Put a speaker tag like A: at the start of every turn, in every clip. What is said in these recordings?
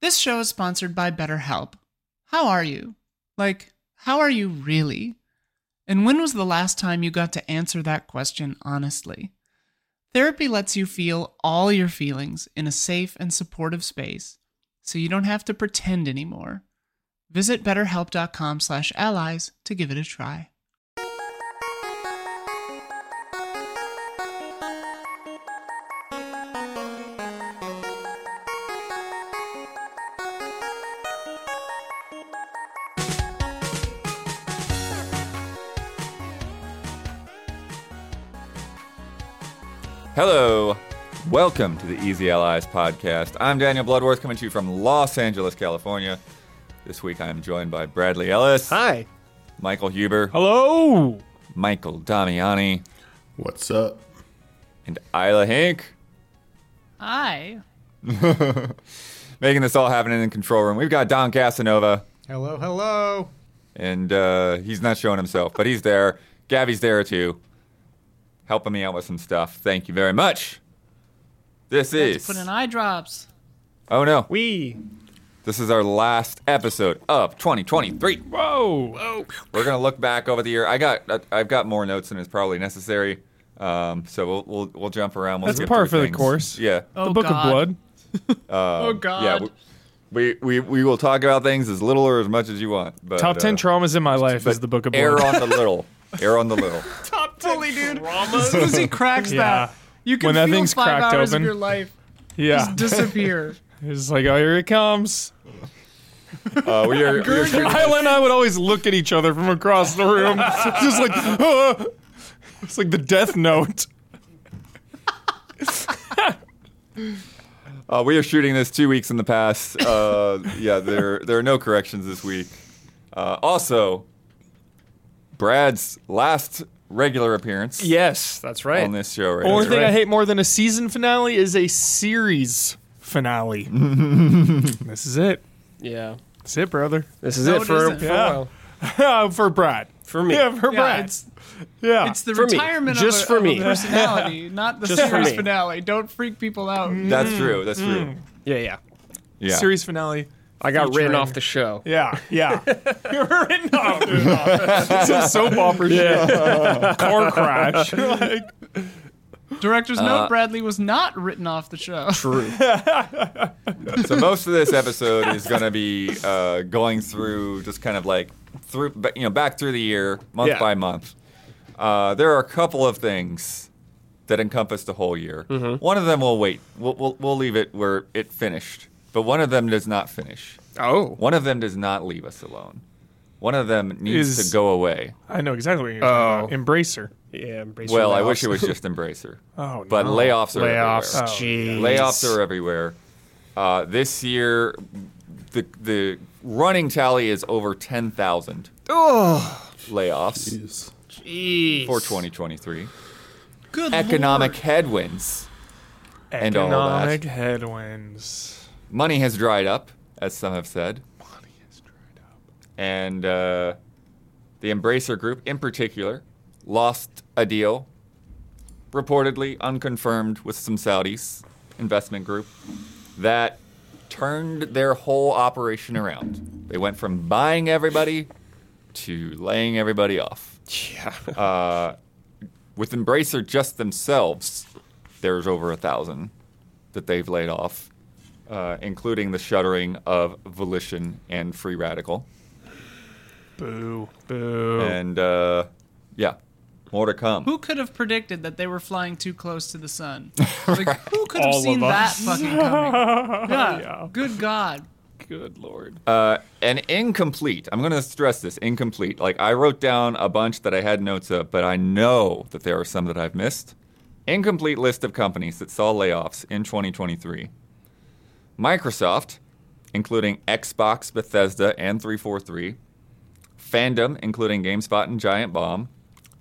A: This show is sponsored by BetterHelp. How are you? Like, how are you really? And when was the last time you got to answer that question honestly? Therapy lets you feel all your feelings in a safe and supportive space so you don't have to pretend anymore. Visit betterhelp.com slash allies to give it a try.
B: Hello. Welcome to the Easy Allies podcast. I'm Daniel Bloodworth coming to you from Los Angeles, California. This week I'm joined by Bradley Ellis,
C: Hi.
B: Michael Huber,
C: Hello.
B: Michael Damiani,
D: What's up?
B: and Isla Hink.
A: I
B: Making this all happen in the control room. We've got Don Casanova,
C: Hello, hello.
B: and uh, he's not showing himself, but he's there. Gabby's there too, helping me out with some stuff. Thank you very much. This is.
A: eye drops.
B: oh no.
C: We.
B: This is our last episode of 2023.
C: Whoa. Whoa.
B: We're gonna look back over the year. I got I- I've got more notes than is probably necessary. Um, so we'll we'll, we'll jump around. We'll
E: That's
B: skip
E: par
B: through
E: for the
B: things.
E: course.
B: Yeah.
A: Oh,
E: the Book
A: God.
E: of Blood.
A: oh
B: Yeah. We, we, we, we will talk about things as little or as much as you want. But,
E: Top ten
B: uh,
E: traumas in my life
B: but
E: is the Book of
B: Err
E: Blood.
B: on the little. Err on the little.
A: Top fully, dude. As soon as he cracks
E: Yeah.
A: that, you can
E: When that
A: feel
E: thing's
A: five
E: cracked
A: hours
E: open.
A: of your life
E: yeah,
A: disappear.
E: it's like oh here it comes.
B: Uh, we are, we are shooting,
E: Isla and I would always look at each other from across the room, just like "Ah." it's like the Death Note.
B: uh, we are shooting this two weeks in the past. Uh, yeah. There there are no corrections this week. Uh, also, Brad's last regular appearance
E: Yes, that's right.
B: on this show. Right
E: Only
B: now.
E: thing
C: right.
E: I hate more than a season finale is a series finale. this is it.
C: Yeah.
E: That's it, brother.
C: This is
A: No,
C: it
A: it
C: for,
A: isn't.
C: for
E: Yeah.
C: a while.
E: for Brad.
C: For me.
E: Yeah, for
A: Yeah,
E: Brad.
A: it's-
E: yeah.
A: It's the
C: For me.
A: retirement of,
C: Just
A: a,
C: for
A: of a
C: me.
A: personality, not the
C: Just for
A: series
C: me.
A: finale. Don't freak people out.
B: That's true. That's
E: Mm-hmm. Mm.
B: true.
C: Yeah, yeah.
B: Yeah.
E: series finale.
C: I got
E: Featuring-
C: written off the show.
E: Yeah, yeah. you were written off, dude. Some soap opera shit. Car crash. like,
A: Director's note: Bradley was not written off the show.
C: Uh, True.
B: So most of this episode is going to be uh, going through just kind of like through ba- you know back through the year month
C: Yeah.
B: by month. Uh, there are a couple of things that encompass the whole year.
C: Mm-hmm.
B: One of them will wait. We'll, we'll we'll leave it where it finished. But one of them does not finish.
C: Oh.
B: One of them does not leave us alone. One of them needs
E: Is-
B: to go away.
E: I know exactly what you're talking
B: Oh.
E: about. Embracer.
C: Yeah. Embrace
B: Well, I
C: layoffs.
B: wish it was just Embracer.
E: Oh,
B: But
E: no. Oh,
B: layoffs are
C: layoffs.
B: everywhere.
C: Jeez.
B: Layoffs are everywhere. Uh, this year, the the running tally is over ten thousand layoffs
D: Jeez.
C: Jeez.
B: for 2023.
A: Good
B: Economic
A: Lord.
B: headwinds, and all that.
E: Economic headwinds.
B: money has dried up, as some have said,
E: Money is dried up.
B: and uh, the Embracer Group, in particular, lost a deal, reportedly unconfirmed, with some Saudis investment group that turned their whole operation around. They went from buying everybody to laying everybody off. Uh,
C: Yeah.
B: With Embracer just themselves, there's over a thousand that they've laid off, uh, including the shuttering of Volition and Free Radical.
E: Boo. Boo.
B: And uh, yeah, more to come.
A: Who could have predicted that they were flying too close to the sun? Like, who could have
E: All
A: seen
E: of
A: that
E: us.
A: fucking coming? Yeah.
E: Yeah.
A: Good God.
E: Good lord.
B: Uh, and incomplete. I'm going to stress this incomplete. Like, I wrote down a bunch that I had notes of, but I know that there are some that I've missed. Incomplete list of companies that saw layoffs in 2023 Microsoft, including Xbox, Bethesda, and 343. Fandom, including GameSpot and Giant Bomb.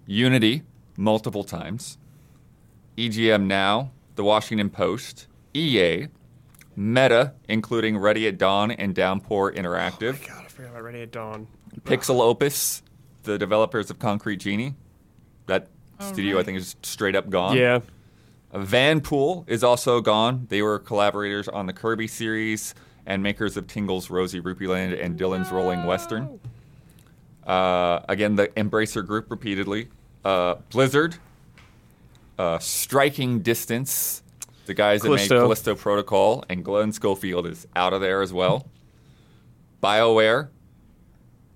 B: Unity, multiple times. EGM Now, The Washington Post, E EA, Meta, including Ready at Dawn and Downpour Interactive,
C: God, I forgot about Ready at Dawn.
B: Pixel Opus, the developers of Concrete Genie. That studio, I think, is straight up gone.
C: Yeah.
B: Uh, Vanpool is also gone. They were collaborators on the Kirby series and makers of Tingle's Rosie Rupeeland and Dylan's Rolling Western. Uh, again, the Embracer Group repeatedly. Uh, Blizzard, uh, Striking Distance, the guys that made
E: Callisto.
B: Callisto Protocol, and Glenn Schofield is out of there as well. BioWare,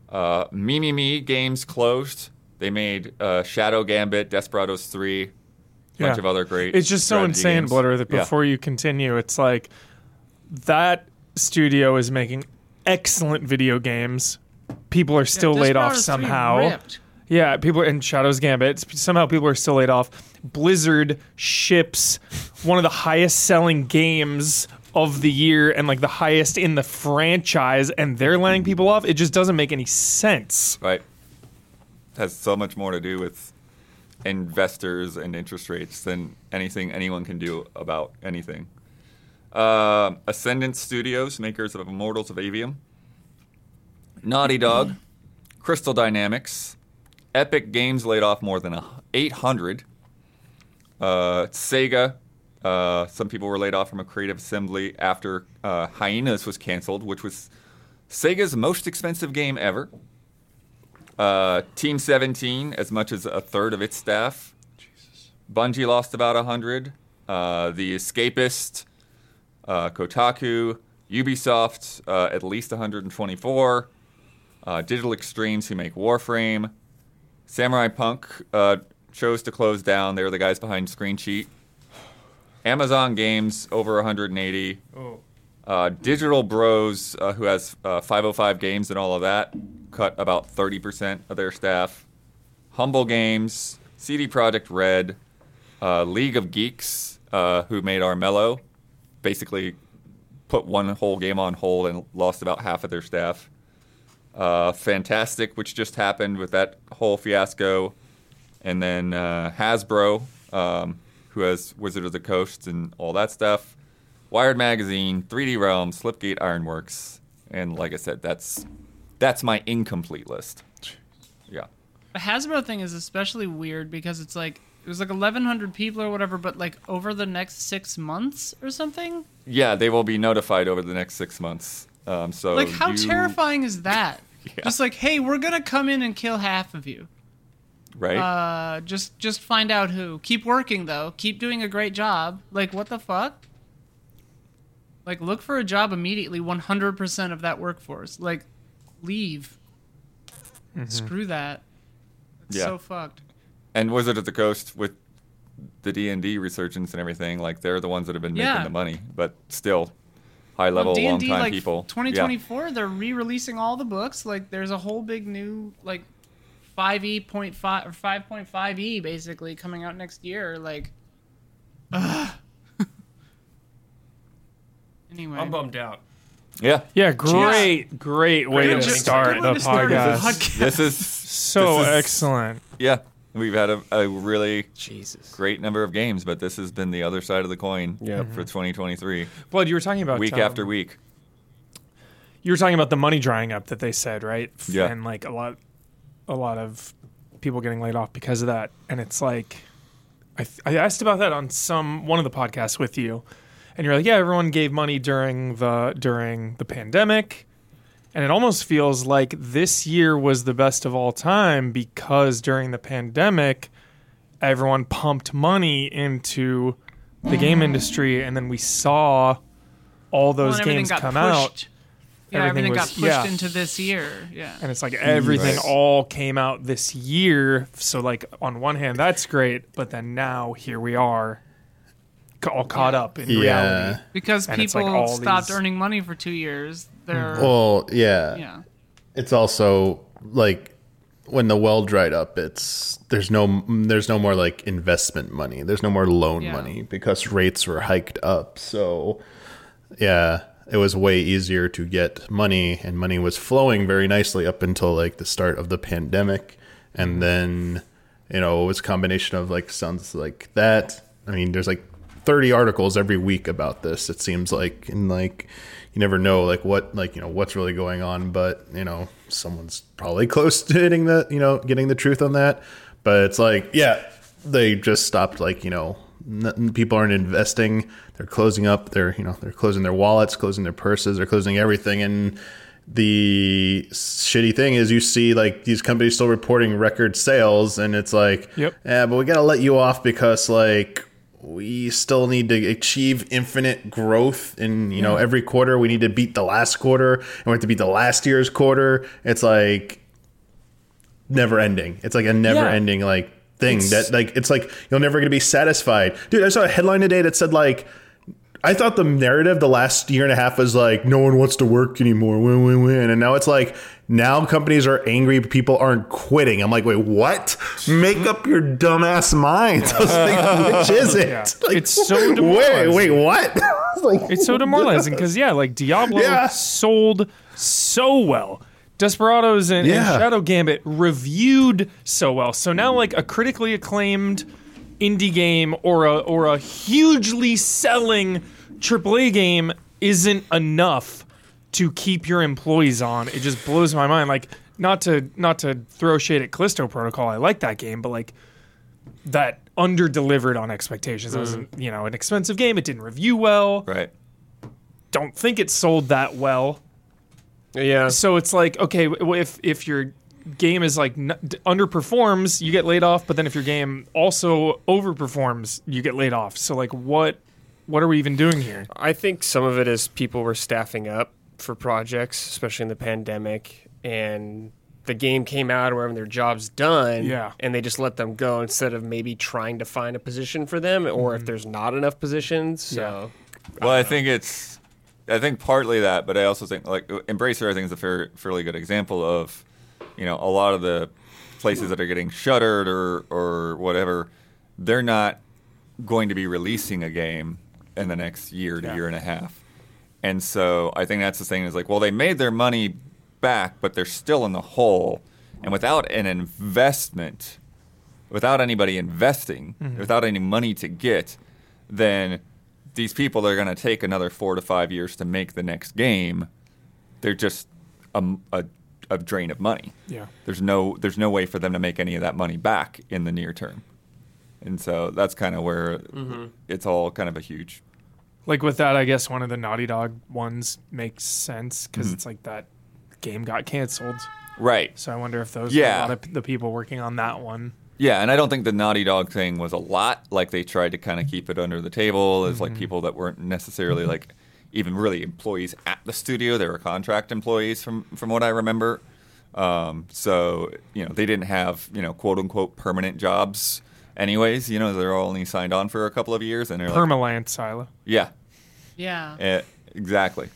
B: uh, Mimi Me Games closed. They made uh, Shadow Gambit, Desperados 3, a bunch
E: Yeah.
B: of other great.
E: It's just so
B: strategy
E: insane,
B: games.
E: Blitter, that
B: Yeah.
E: before you continue, it's like that studio is making excellent video games. People are still laid off
A: Desperados 3
E: somehow.
A: ripped.
E: Yeah, people are in Shadow's Gambit. s- Somehow people are still laid off. Blizzard ships one of the highest selling games of the year and like the highest in the franchise, and they're laying people off. It just doesn't make any sense.
B: Right. Has so much more to do with investors and interest rates than anything anyone can do about anything. Um Ascendant Studios, makers of Immortals of Avium, Naughty Dog, Crystal Dynamics, Epic Games laid off more than a h- 800. Uh, Sega, uh, some people were laid off from a creative assembly after uh, Hyenas was canceled, which was Sega's most expensive game ever. Uh, Team 17, as much as a third of its staff. Bungie lost about 100. Uh, the Escapist, uh, Kotaku, Ubisoft, uh, at least 124. Uh, Digital Extremes, who make Warframe. Samurai Punk uh, chose to close down. They were the guys behind Screen Cheat. Amazon Games, over 180. Uh, Digital Bros, uh, who has uh, 505 Games and all of that, cut about 30% of their staff. Humble Games, CD Projekt Red, uh, League of Geeks, uh, who made Armello, basically put one whole game on hold and lost about half of their staff. Uh, Fantastic, which just happened with that whole fiasco. And then uh, Hasbro, um, who has Wizard of the Coast and all that stuff. Wired Magazine, 3D Realm, Slipgate Ironworks, and like I said, that's that's my incomplete list. Yeah,
A: The Hasbro thing is especially weird because it's like it was like 1,100 people or whatever, but like over the next six months or something.
B: yeah, they will be notified over the next six months. Um, so
A: Like how
B: you-
A: terrifying is that? Just like, hey, we're gonna come in and kill half of you.
B: right?
A: Uh, just just find out who. Keep working though. Keep doing a great job. Like what the fuck? Like look for a job immediately. 100% of that workforce. Like leave. Screw that. It's
B: Yeah.
A: so fucked.
B: and Wizard of the Coast with the D and D resurgence and everything, like they're the ones that have been
A: Yeah.
B: making the money, but still high level,
A: D
B: long
A: and D
B: time
A: like
B: people. Yeah.
A: 2024, they're re-releasing all the books. Like there's a whole big new like 5e point five or 5.5e basically coming out next year. Like, ugh. anyway,
C: I'm bummed out.
B: yeah.
E: Yeah, great, great way
A: Good
E: to
A: way to
E: start
A: start
E: the
A: the podcast.
E: podcast.
B: This is
E: So
B: This is-
E: excellent.
B: yeah. We've had a, a really
C: Jesus.
B: great number of games, but this has been the other side of the coin for 2023,
E: Blood, you were talking about
B: week
E: um,
B: after week.
E: You were talking about the money drying up that they said, right? F-
B: Yeah.
E: And like a lot, a lot of people getting laid off because of that. And it's like, I, th- I asked about that on some one of the podcasts with you, and you're like, yeah, everyone gave money during the during the pandemic, and it almost feels like this year was the best of all time because during the pandemic, everyone pumped money into the game industry, and then we saw all
A: Well,
E: those
A: and everything
E: games
A: got
E: come out.
A: pushed. Yeah,
E: Everything
A: everything,
E: was-
A: got pushed
E: yeah.
A: into this year. Yeah.
E: and it's like everything
B: Right.
E: all came out this year so like on one hand that's great but then now here we are ca- all caught up in
D: Yeah.
E: reality
A: Because
E: And it's, like,
A: people
E: all
A: stopped
E: these- Mm.
A: earning money for 2 years. They're
D: Well, yeah.
A: yeah.
D: It's also like when the well dried up, it's there's no there's no more like investment money. There's no more loan
A: Yeah.
D: money because rates were hiked up. So yeah, it was way easier to get money and money was flowing very nicely up until like the start of the pandemic and then you know, it was a combination of like sounds like that. I mean, there's like 30 articles every week about this. It seems like and like you never know like what like you know what's really going on, but you know, someone's probably close to hitting the, you know, getting the truth on that. But it's like, yeah, they just stopped like, you know, n- people aren't investing. They're closing up. They're you know they're closing their wallets, closing their purses, they're closing everything. And the shitty thing is, you see like these companies still reporting record sales, and it's like,
E: Yep.
D: yeah, but we gotta let you off because like we still need to achieve infinite growth and you know every quarter we need to beat the last quarter and we have to beat the last year's quarter it's like never ending. It's like a never ending like thing that like it's like you're never gonna be satisfied. Dude, I saw a headline today that said like I thought the narrative the last year and a half was like no one wants to work anymore, win win win, and now it's like now companies are angry, people aren't quitting. I'm like, wait, what? Make up your dumbass minds. I was like, which is it? Like,
E: It's so
D: wait,
E: demoralizing.
D: wait, what? like,
E: It's so demoralizing because yeah, like Diablo
D: Yeah.
E: sold so well. Desperados and, and
D: Yeah.
E: Shadow Gambit reviewed so well. So now like a critically acclaimed indie game or a or a hugely selling AAA game isn't enough to keep your employees on. It just blows my mind. Like not to not to throw shade at Callisto Protocol. I like that game, but like that under delivered on expectations. It was
D: Mm.
E: you know an expensive game. It didn't review well
B: Right.
E: don't think it sold that well.
C: Yeah.
E: So it's like, okay, w- if if your game is like n- d- underperforms, you get laid off. But then if your game also overperforms, you get laid off. So like, what what are we even doing here?
C: I think some of it is people were staffing up for projects, especially in the pandemic, and the game came out or whatever their job's done.
E: Yeah.
C: And they just let them go instead of maybe trying to find a position for them or if there's not enough positions. So
B: Well, I think it's, I think partly that, but I also think like Embracer, I think is a fair, fairly good example of, you know, a lot of the places that are getting shuttered or or whatever, they're not going to be releasing a game in the next year to year and a half, and so I think that's the thing is like, well, they made their money back, but they're still in the hole, and without an investment without anybody investing, without any money to get, then these people are going to take another four to five years to make the next game. They're just a, a, a drain of money.
E: Yeah.
B: There's no there's no way for them to make any of that money back in the near term, and so that's kind of where it's all kind of a huge.
E: Like with that, I guess one of the Naughty Dog ones makes sense because it's like that game got canceled.
B: Right.
E: So I wonder if those
B: Yeah.
E: were a lot of p- the people working on that one.
B: Yeah, and I don't think the Naughty Dog thing was a lot. Like they tried to kind of keep it under the table as like people that weren't necessarily like even really employees at the studio. They were contract employees from from what I remember. Um, so you know they didn't have you know quote unquote permanent jobs. Anyways, you know they're only signed on for a couple of years, and they're like,
E: Permaland Silo.
B: yeah,
A: Yeah.
B: eh, exactly.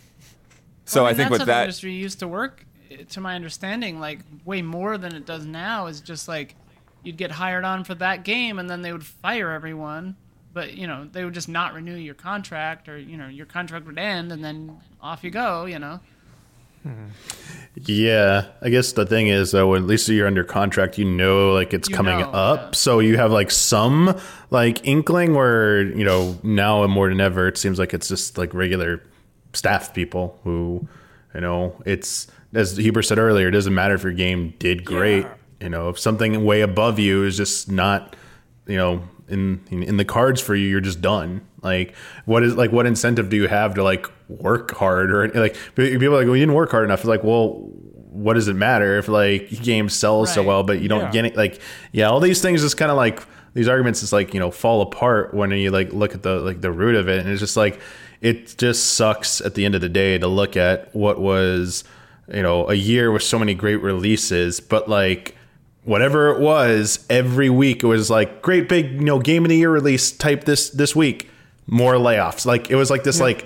B: So I
A: mean, that's
B: think
A: how
B: with
A: the
B: that,
A: industry used to work, eh, to my understanding, like way more than it does now. Is just like you'd get hired on for that game, and then they would fire everyone. But you know, they would just not renew your contract, or you know, your contract would end, and then off you go. You know,
D: Yeah, I guess the thing is though, at least you're under contract, you know, like it's
A: You
D: coming
A: know,
D: up,
A: yeah.
D: so you have like some like inkling where you know now and more than ever, it seems like it's just like regular staff people who, you know, it's as Huber said earlier, it doesn't matter if your game did great, you know, if something way above you is just not, you know. In, in in the cards for you, you're just done. Like what is like what incentive do you have to like work hard or like people are like well you didn't work hard enough. It's like well what does it matter if like your game sells so
A: Right.
D: well but you don't
E: Yeah.
D: get it like yeah all these things just kind of like these arguments just like you know fall apart when you like look at the like the root of it and it's just like it just sucks at the end of the day to look at what was you know a year with so many great releases but like whatever it was every week it was like great big you know game of the year release type this this week more layoffs like it was like
A: Hmm.
D: this like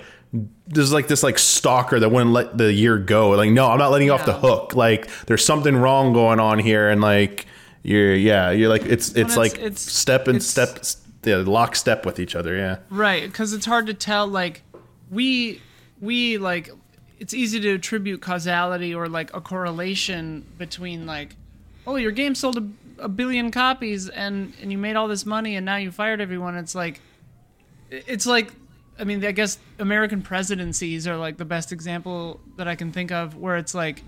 D: there's like this like stalker that wouldn't let the year go. Like, no, I'm not letting you off the
A: Yeah.
D: hook. Like, there's something wrong going on here, and like you're yeah, you're like it's it's,
A: it's-
D: like
A: it's-
D: step and
A: it's-
D: step s- yeah, lockstep with each other. Yeah,
A: right? Because it's hard to tell. Like we we like it's easy to attribute causality or like a correlation between like oh your game sold a, a billion copies and and you made all this money and now you fired everyone it's like it's like i mean i guess american presidencies are like the best example that i can think of where it's like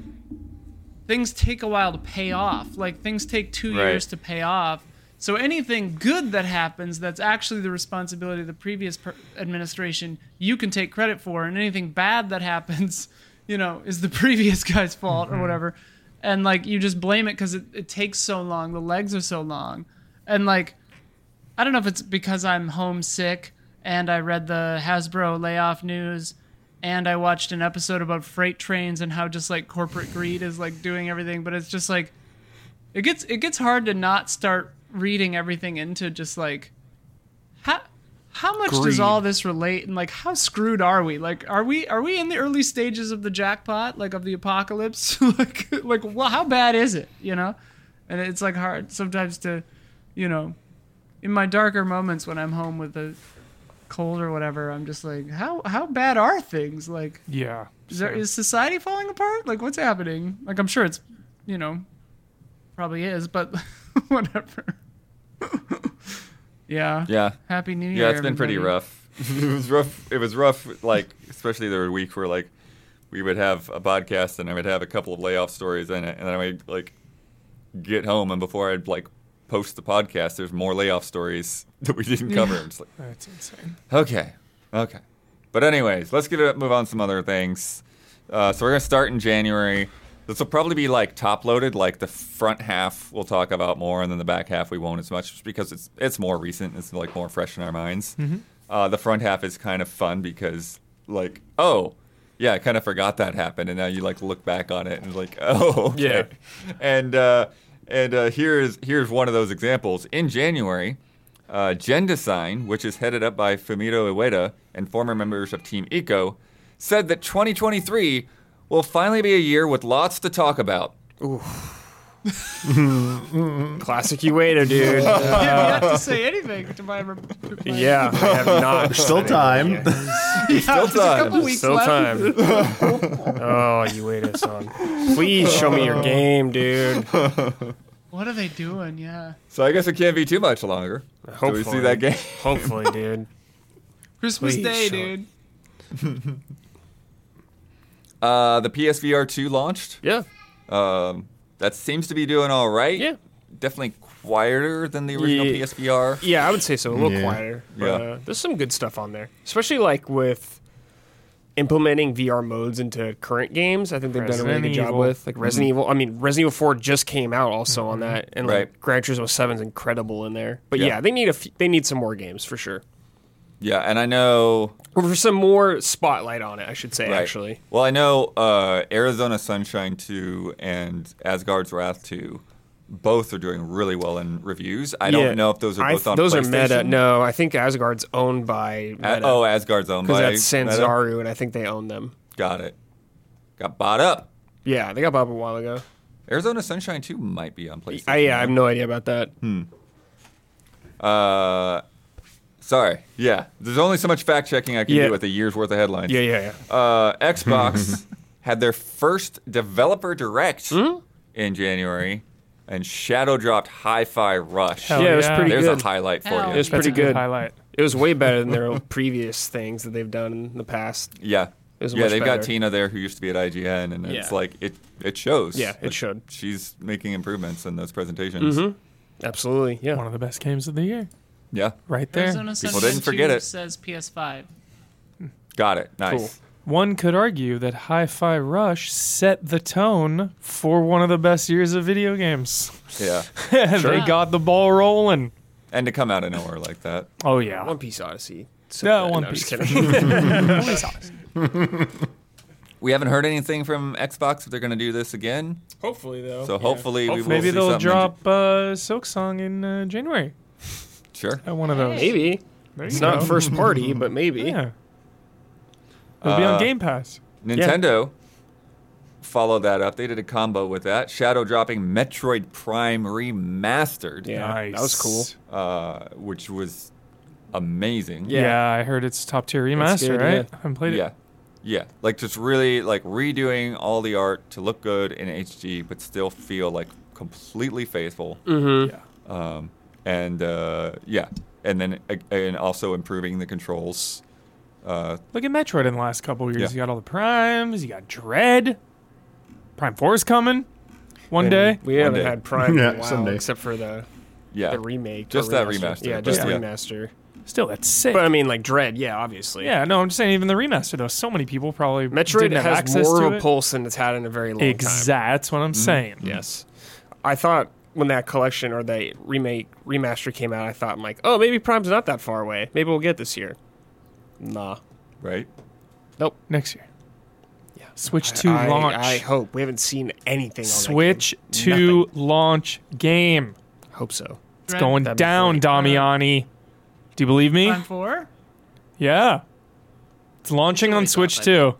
A: things take a while to pay off like things take two
B: Right.
A: years to pay off So anything good that happens that's actually the responsibility of the previous per- administration, you can take credit for, and anything bad that happens, you know, is the previous guy's fault or whatever. And like you just blame it because it, it takes so long, the legs are so long, and like I don't know if it's because I'm homesick and I read the Hasbro layoff news and I watched an episode about freight trains and how just like corporate greed is like doing everything, but it's just like it gets it gets hard to not start reading everything into just like how how much does
E: Greed.
A: all this relate and like how screwed are we? Like are we are we in the early stages of the jackpot, like of the apocalypse? like like well, how bad is it, you know? And it's like hard sometimes to, you know, in my darker moments when I'm home with a cold or whatever, I'm just like, how how bad are things? Like,
E: Yeah.
A: is, there,
E: so-
A: is society falling apart? Like, what's happening? Like, I'm sure it's, you know, probably is, but whatever. yeah.
B: Yeah.
A: Happy New Year.
B: Yeah, it's been pretty
A: everybody.
B: rough. it was rough. It was rough. Like especially there were weeks where like we would have a podcast and I would have a couple of layoff stories in it, and then I would like get home and before I'd like post the podcast, there's more layoff stories that we didn't cover. It's like
E: That's insane.
B: okay, okay. But anyways, let's get it, move on to some other things. Uh, so we're gonna start in January. This will probably be like top loaded. Like the front half we'll talk about more, and then the back half we won't as much, just because it's it's more recent. It's like more fresh in our minds. Uh, the front half is kind of fun because like oh yeah, I kind of forgot that happened, and now you like look back on it and like oh okay. yeah, and uh, and uh, here is here's one of those examples in January. Uh, Gendesign, which is headed up by Fumito Ueda and former members of Team Eco, said that 2023 will finally be a year with lots to talk about.
C: Classic Ueda, dude.
A: I haven't got to say anything to my. re- to my-
C: yeah, I have not.
D: There's still time.
A: Yeah,
B: still
A: there's a couple
B: time.
A: weeks
C: Still
A: left.
C: time. oh, Ueda son. Please show me your game, dude.
A: What are they doing? Yeah.
B: So I guess it can't be too much longer. So we see
C: Hopefully.
B: that game.
C: Hopefully, dude.
A: Christmas
C: Please
A: Day,
C: show it.
A: dude.
B: Uh, the PSVR 2 launched.
C: Yeah.
B: Um, that seems to be doing all right.
C: Yeah.
B: Definitely quieter than the original
C: Yeah.
B: PSVR.
C: Yeah, I would say so. A little
D: Yeah.
C: quieter. But,
B: Yeah.
C: uh, there's some good stuff on there, especially like with implementing VR modes into current games. I think they've done a really
E: Resident
C: good job
E: Evil.
C: with like Resident Evil. I mean, Resident Evil 4 just came out also on
E: Mm-hmm.
C: that, and like
B: Right.
C: Gran Turismo 7 is incredible in there. But
B: Yeah.
C: yeah, they need a f- they need some more games for sure,
B: Yeah, and I know
C: or for some more spotlight on it, I should say
B: Right.
C: actually.
B: Well, I know uh, Arizona Sunshine 2 and Asgard's Wrath 2 both are doing really well in reviews. I
C: Yeah.
B: don't know if those are
C: I-
B: both on
C: those are meta.
B: PlayStation.
C: No, I think Asgard's owned by
B: A-
C: Meta.
B: oh, Asgard's owned
C: because
B: by
C: that's
B: Meta?
C: Sanzaru, and I think they own them.
B: Got it. Got bought up.
C: Yeah, they got Bob a while ago.
B: Arizona Sunshine 2 might be on PlayStation.
C: I, yeah, I have no idea about that.
B: Hmm. uh, sorry. Yeah. There's only so much fact checking I can
C: Yeah.
B: do with a year's worth of headlines.
C: Yeah, yeah, yeah.
B: uh, Xbox had their first developer direct
C: Hmm?
B: in January, and Shadow dropped Hi-Fi Rush.
E: Hell
C: yeah, it was
E: yeah.
C: pretty
B: There's
C: good.
B: a highlight for
A: Hell
B: you.
A: yeah.
C: It was
E: That's
C: pretty
E: a good,
C: good.
E: highlight.
C: It was way better than their previous things that they've done in the past.
B: yeah,
C: was
B: yeah.
C: much
B: They've got
C: better.
B: Tina there, who used to be at IGN, and it's
C: Yeah.
B: like it it shows.
C: Yeah, it Mm-hmm.
B: Like,
C: should.
B: She's making improvements in those presentations.
C: Absolutely.
E: One
C: Yeah.
E: of the best games of the year.
B: Yeah,
E: Right there.
A: Arizona
B: People
A: Sunshine
B: didn't forget
A: 2
B: it.
A: says PS5.
B: got it. Nice.
C: Cool.
E: One could argue that Hi Fi Rush set the tone for one of the best years of video games.
B: Yeah,
E: they got the ball rolling.
B: and to come out of nowhere like that.
E: Oh, yeah.
C: One Piece Odyssey. So
E: No,
C: good.
E: One
C: I'm just
E: Piece.
C: kidding.
B: We haven't heard anything from Xbox if they're going to do this again.
C: hopefully, though.
B: So hopefully we will
E: Oh, Maybe
B: see
E: they'll
B: something in-
E: drop uh, Silk Song in uh, January
B: Sure.
E: at one of those.
C: Maybe.
E: There
C: It's
E: you
C: not
E: go.
C: first party, but maybe.
E: Yeah. It'll be
B: Uh,
E: on Game Pass.
B: Nintendo followed that up. They did a combo with that. Shadow dropping Metroid Prime Remastered,
C: Yeah, That was cool.
B: uh, which was amazing.
E: Yeah.
C: Yeah.
E: I heard it's top tier
C: That's
E: remaster,
C: good,
E: right?
C: yeah.
E: I haven't played it.
B: Yeah. Yeah. Like just really like redoing all the art to look good in HD, but still feel like completely faithful.
E: Yeah.
B: Um, and uh, yeah. And then a- and also improving the controls. Uh,
E: Look at Metroid in the last couple years.
B: Yeah.
E: You got all the primes. You got Dread. Prime Four is coming one
C: And
E: day.
C: We haven't
B: day.
C: had Prime in
D: Yeah,
C: a while,
D: someday.
C: except for the
B: Yeah.
C: the remake, or
B: Just that remaster,
C: Yeah,
B: but
C: just the
B: yeah.
C: remaster.
E: Still, that's sick.
C: But I mean, like Dread, yeah, obviously.
E: yeah, no, I'm just saying, even the remaster though, so many people probably
C: Metroid
E: didn't have
C: has
E: access
C: more
E: to
C: of a
E: it.
C: pulse than it's had in a very long time. Mm-hmm.
E: Exact. That's what I'm saying.
C: Yes. I thought when that collection or that remake remaster came out, I thought I'm like, oh, maybe Prime's not that far away. Maybe we'll get this year. Nah.
B: right?
E: Next year. Yeah. Switch to
C: I,
E: launch.
C: I hope we haven't seen anything. On that
E: Switch to launch game.
C: game. Hope so.
E: It's going
C: That'd be
E: down,
C: great.
E: Damiani. Do you believe me?
A: Time for
E: yeah. It's launching on
A: Really
E: Switch
A: not, I
E: too.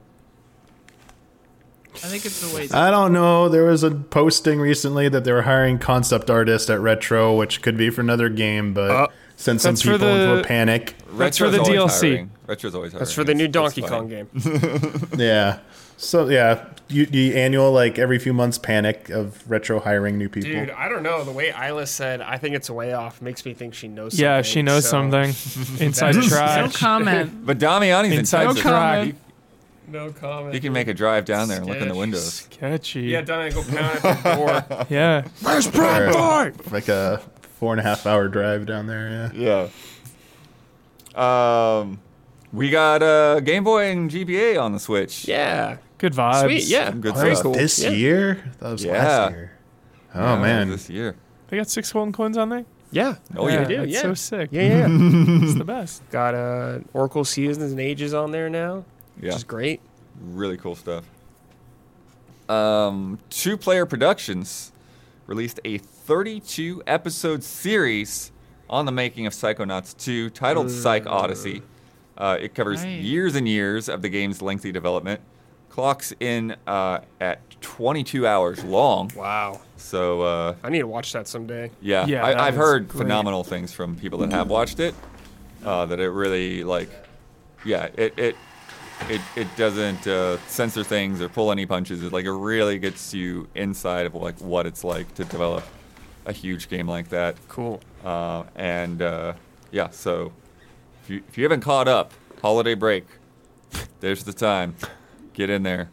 A: I think it's a ways.
D: I don't know. There was a posting recently that they were hiring concept artists at Retro, which could be for another game, but
C: Uh,
D: sent some
E: that's for
D: people into
E: the-
D: a panic.
E: That's for
B: Retro's
E: the
B: always
E: DLC.
B: hiring. Retro's always hiring.
C: That's for the new
B: It's- it's
C: Donkey
B: funny.
C: Kong game.
D: yeah. So yeah, you, the annual like every few months panic of Retro hiring new people.
C: Dude, I don't know. The way Isla said, I think it's a way off, makes me think she knows something.
E: Yeah, she knows
C: so-
E: something. Inside
A: No
E: trash.
A: comment.
B: But Damiani's
E: Inside
B: in
A: No
B: Texas.
A: comment.
B: He-
C: No comment.
B: He can make a drive down there and look in the
C: Sketch.
B: windows.
E: Catchy.
C: Yeah, Donna, go pound at the door.
E: yeah.
C: Where's
D: Prime
C: Boy?
D: Like a four and a half hour drive down there. Yeah.
B: Yeah. Um, we got uh, Game Boy and GBA on the Switch.
C: Yeah.
E: Good vibes.
C: Sweet, yeah.
B: Some good
D: Oh, That was
B: stuff.
C: cool.
D: this
C: Yeah.
D: year. That was
B: Yeah.
D: last year. Oh man,
B: This year.
E: They got six golden coins on there.
C: Yeah.
B: Oh, yeah.
C: They do,
E: That's
C: yeah.
E: so sick.
C: Yeah, yeah, yeah.
E: It's the best.
C: Got uh, Oracle Seasons and Ages on there now,
B: Yeah.
C: which is great.
B: Really cool stuff. Um, Two Player Productions released a 32 episode series on the making of Psychonauts 2 titled Psych Odyssey. Uh, it covers
A: Right.
B: years and years of the game's lengthy development, clocks in uh, at 22 hours long.
C: Wow.
B: So, uh,
C: I need to watch that someday.
B: Yeah,
E: Yeah, that
B: I, I've
E: is
B: heard
E: great.
B: phenomenal things from people that have watched it. Uh, that it really like, yeah, it it it, it doesn't uh, censor things or pull any punches. It like it really gets you inside of like what it's like to develop a huge game like that.
C: Cool.
B: Uh, and uh, yeah, so if you if you haven't caught up, holiday break, there's the time. Get in there,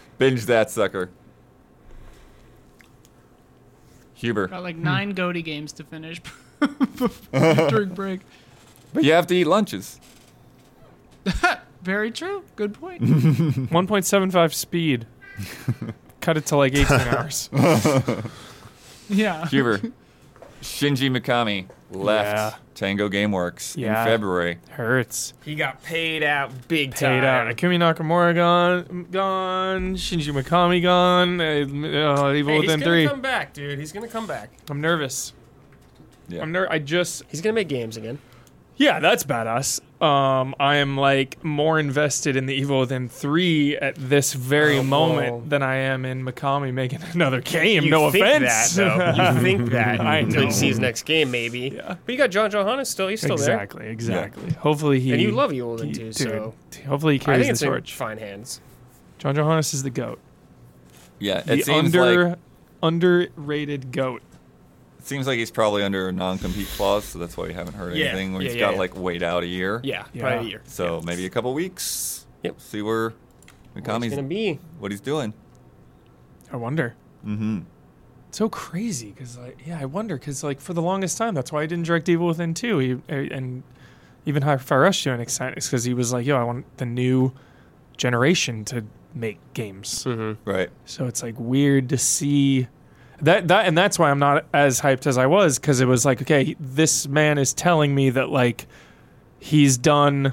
B: binge that sucker. Huber.
A: Got like nine
E: Hmm.
A: Goaty games to finish during break.
B: But you have to eat lunches.
A: Very true. Good
E: Hmm.
A: point.
E: 1.75 speed. Cut it to like 18 hours.
A: Yeah.
B: Huber, Shinji Mikami left
E: Yeah.
B: Tango Gameworks
E: Yeah.
B: in February.
E: Hurts.
C: He got paid out big
E: Paid out. Akumi Nakamura gone. Gone. Shinji Mikami gone. Uh, uh, Evil
C: Hey, he's
E: Within
C: gonna
E: 3.
C: come back, dude. He's gonna come back.
E: I'm nervous.
B: Yeah.
E: I'm ner- I just
C: He's gonna make games again.
E: Yeah, that's badass. Um, I am like more invested in the Evil Within three at this very
C: Oh,
E: moment
C: whoa.
E: than I am in Mikami making another game.
C: You
E: no
C: think
E: offense.
C: That, though. you think that
E: I
C: until
E: know.
C: you see his next game, maybe.
E: Yeah.
C: But you got John Johannes still. He's still
E: exactly, exactly. Hopefully he
C: there, and you love Evil Within
E: he-
C: too.
E: dude,
C: So
E: hopefully he
C: I
E: carries
C: think
E: the
C: it's in
E: torch.
C: fine hands.
E: John Johannes is the goat.
B: yeah, it
E: The
B: seems
E: under
B: like
E: underrated goat.
B: it seems like he's probably under a non-compete clause, so that's why we haven't heard
C: Yeah,
B: anything. Where
C: yeah,
B: he's
C: yeah,
B: got to
C: yeah.
B: like wait out a year.
C: Yeah,
E: Yeah.
C: probably a year.
B: So maybe a couple weeks.
C: Yep.
B: See where
C: He's
B: Mikami's
C: gonna be.
B: what he's doing.
E: I wonder. Mm-hmm. So crazy because like yeah, I wonder because like for the longest time that's why I didn't direct Evil Within two. He, er, and even High Fire Rush to an extent is because he was like, yo, I want the new generation to make games.
B: Right.
E: So it's like weird to see that that and that's why I'm not as hyped as I was because it was like okay, this man is telling me that like he's done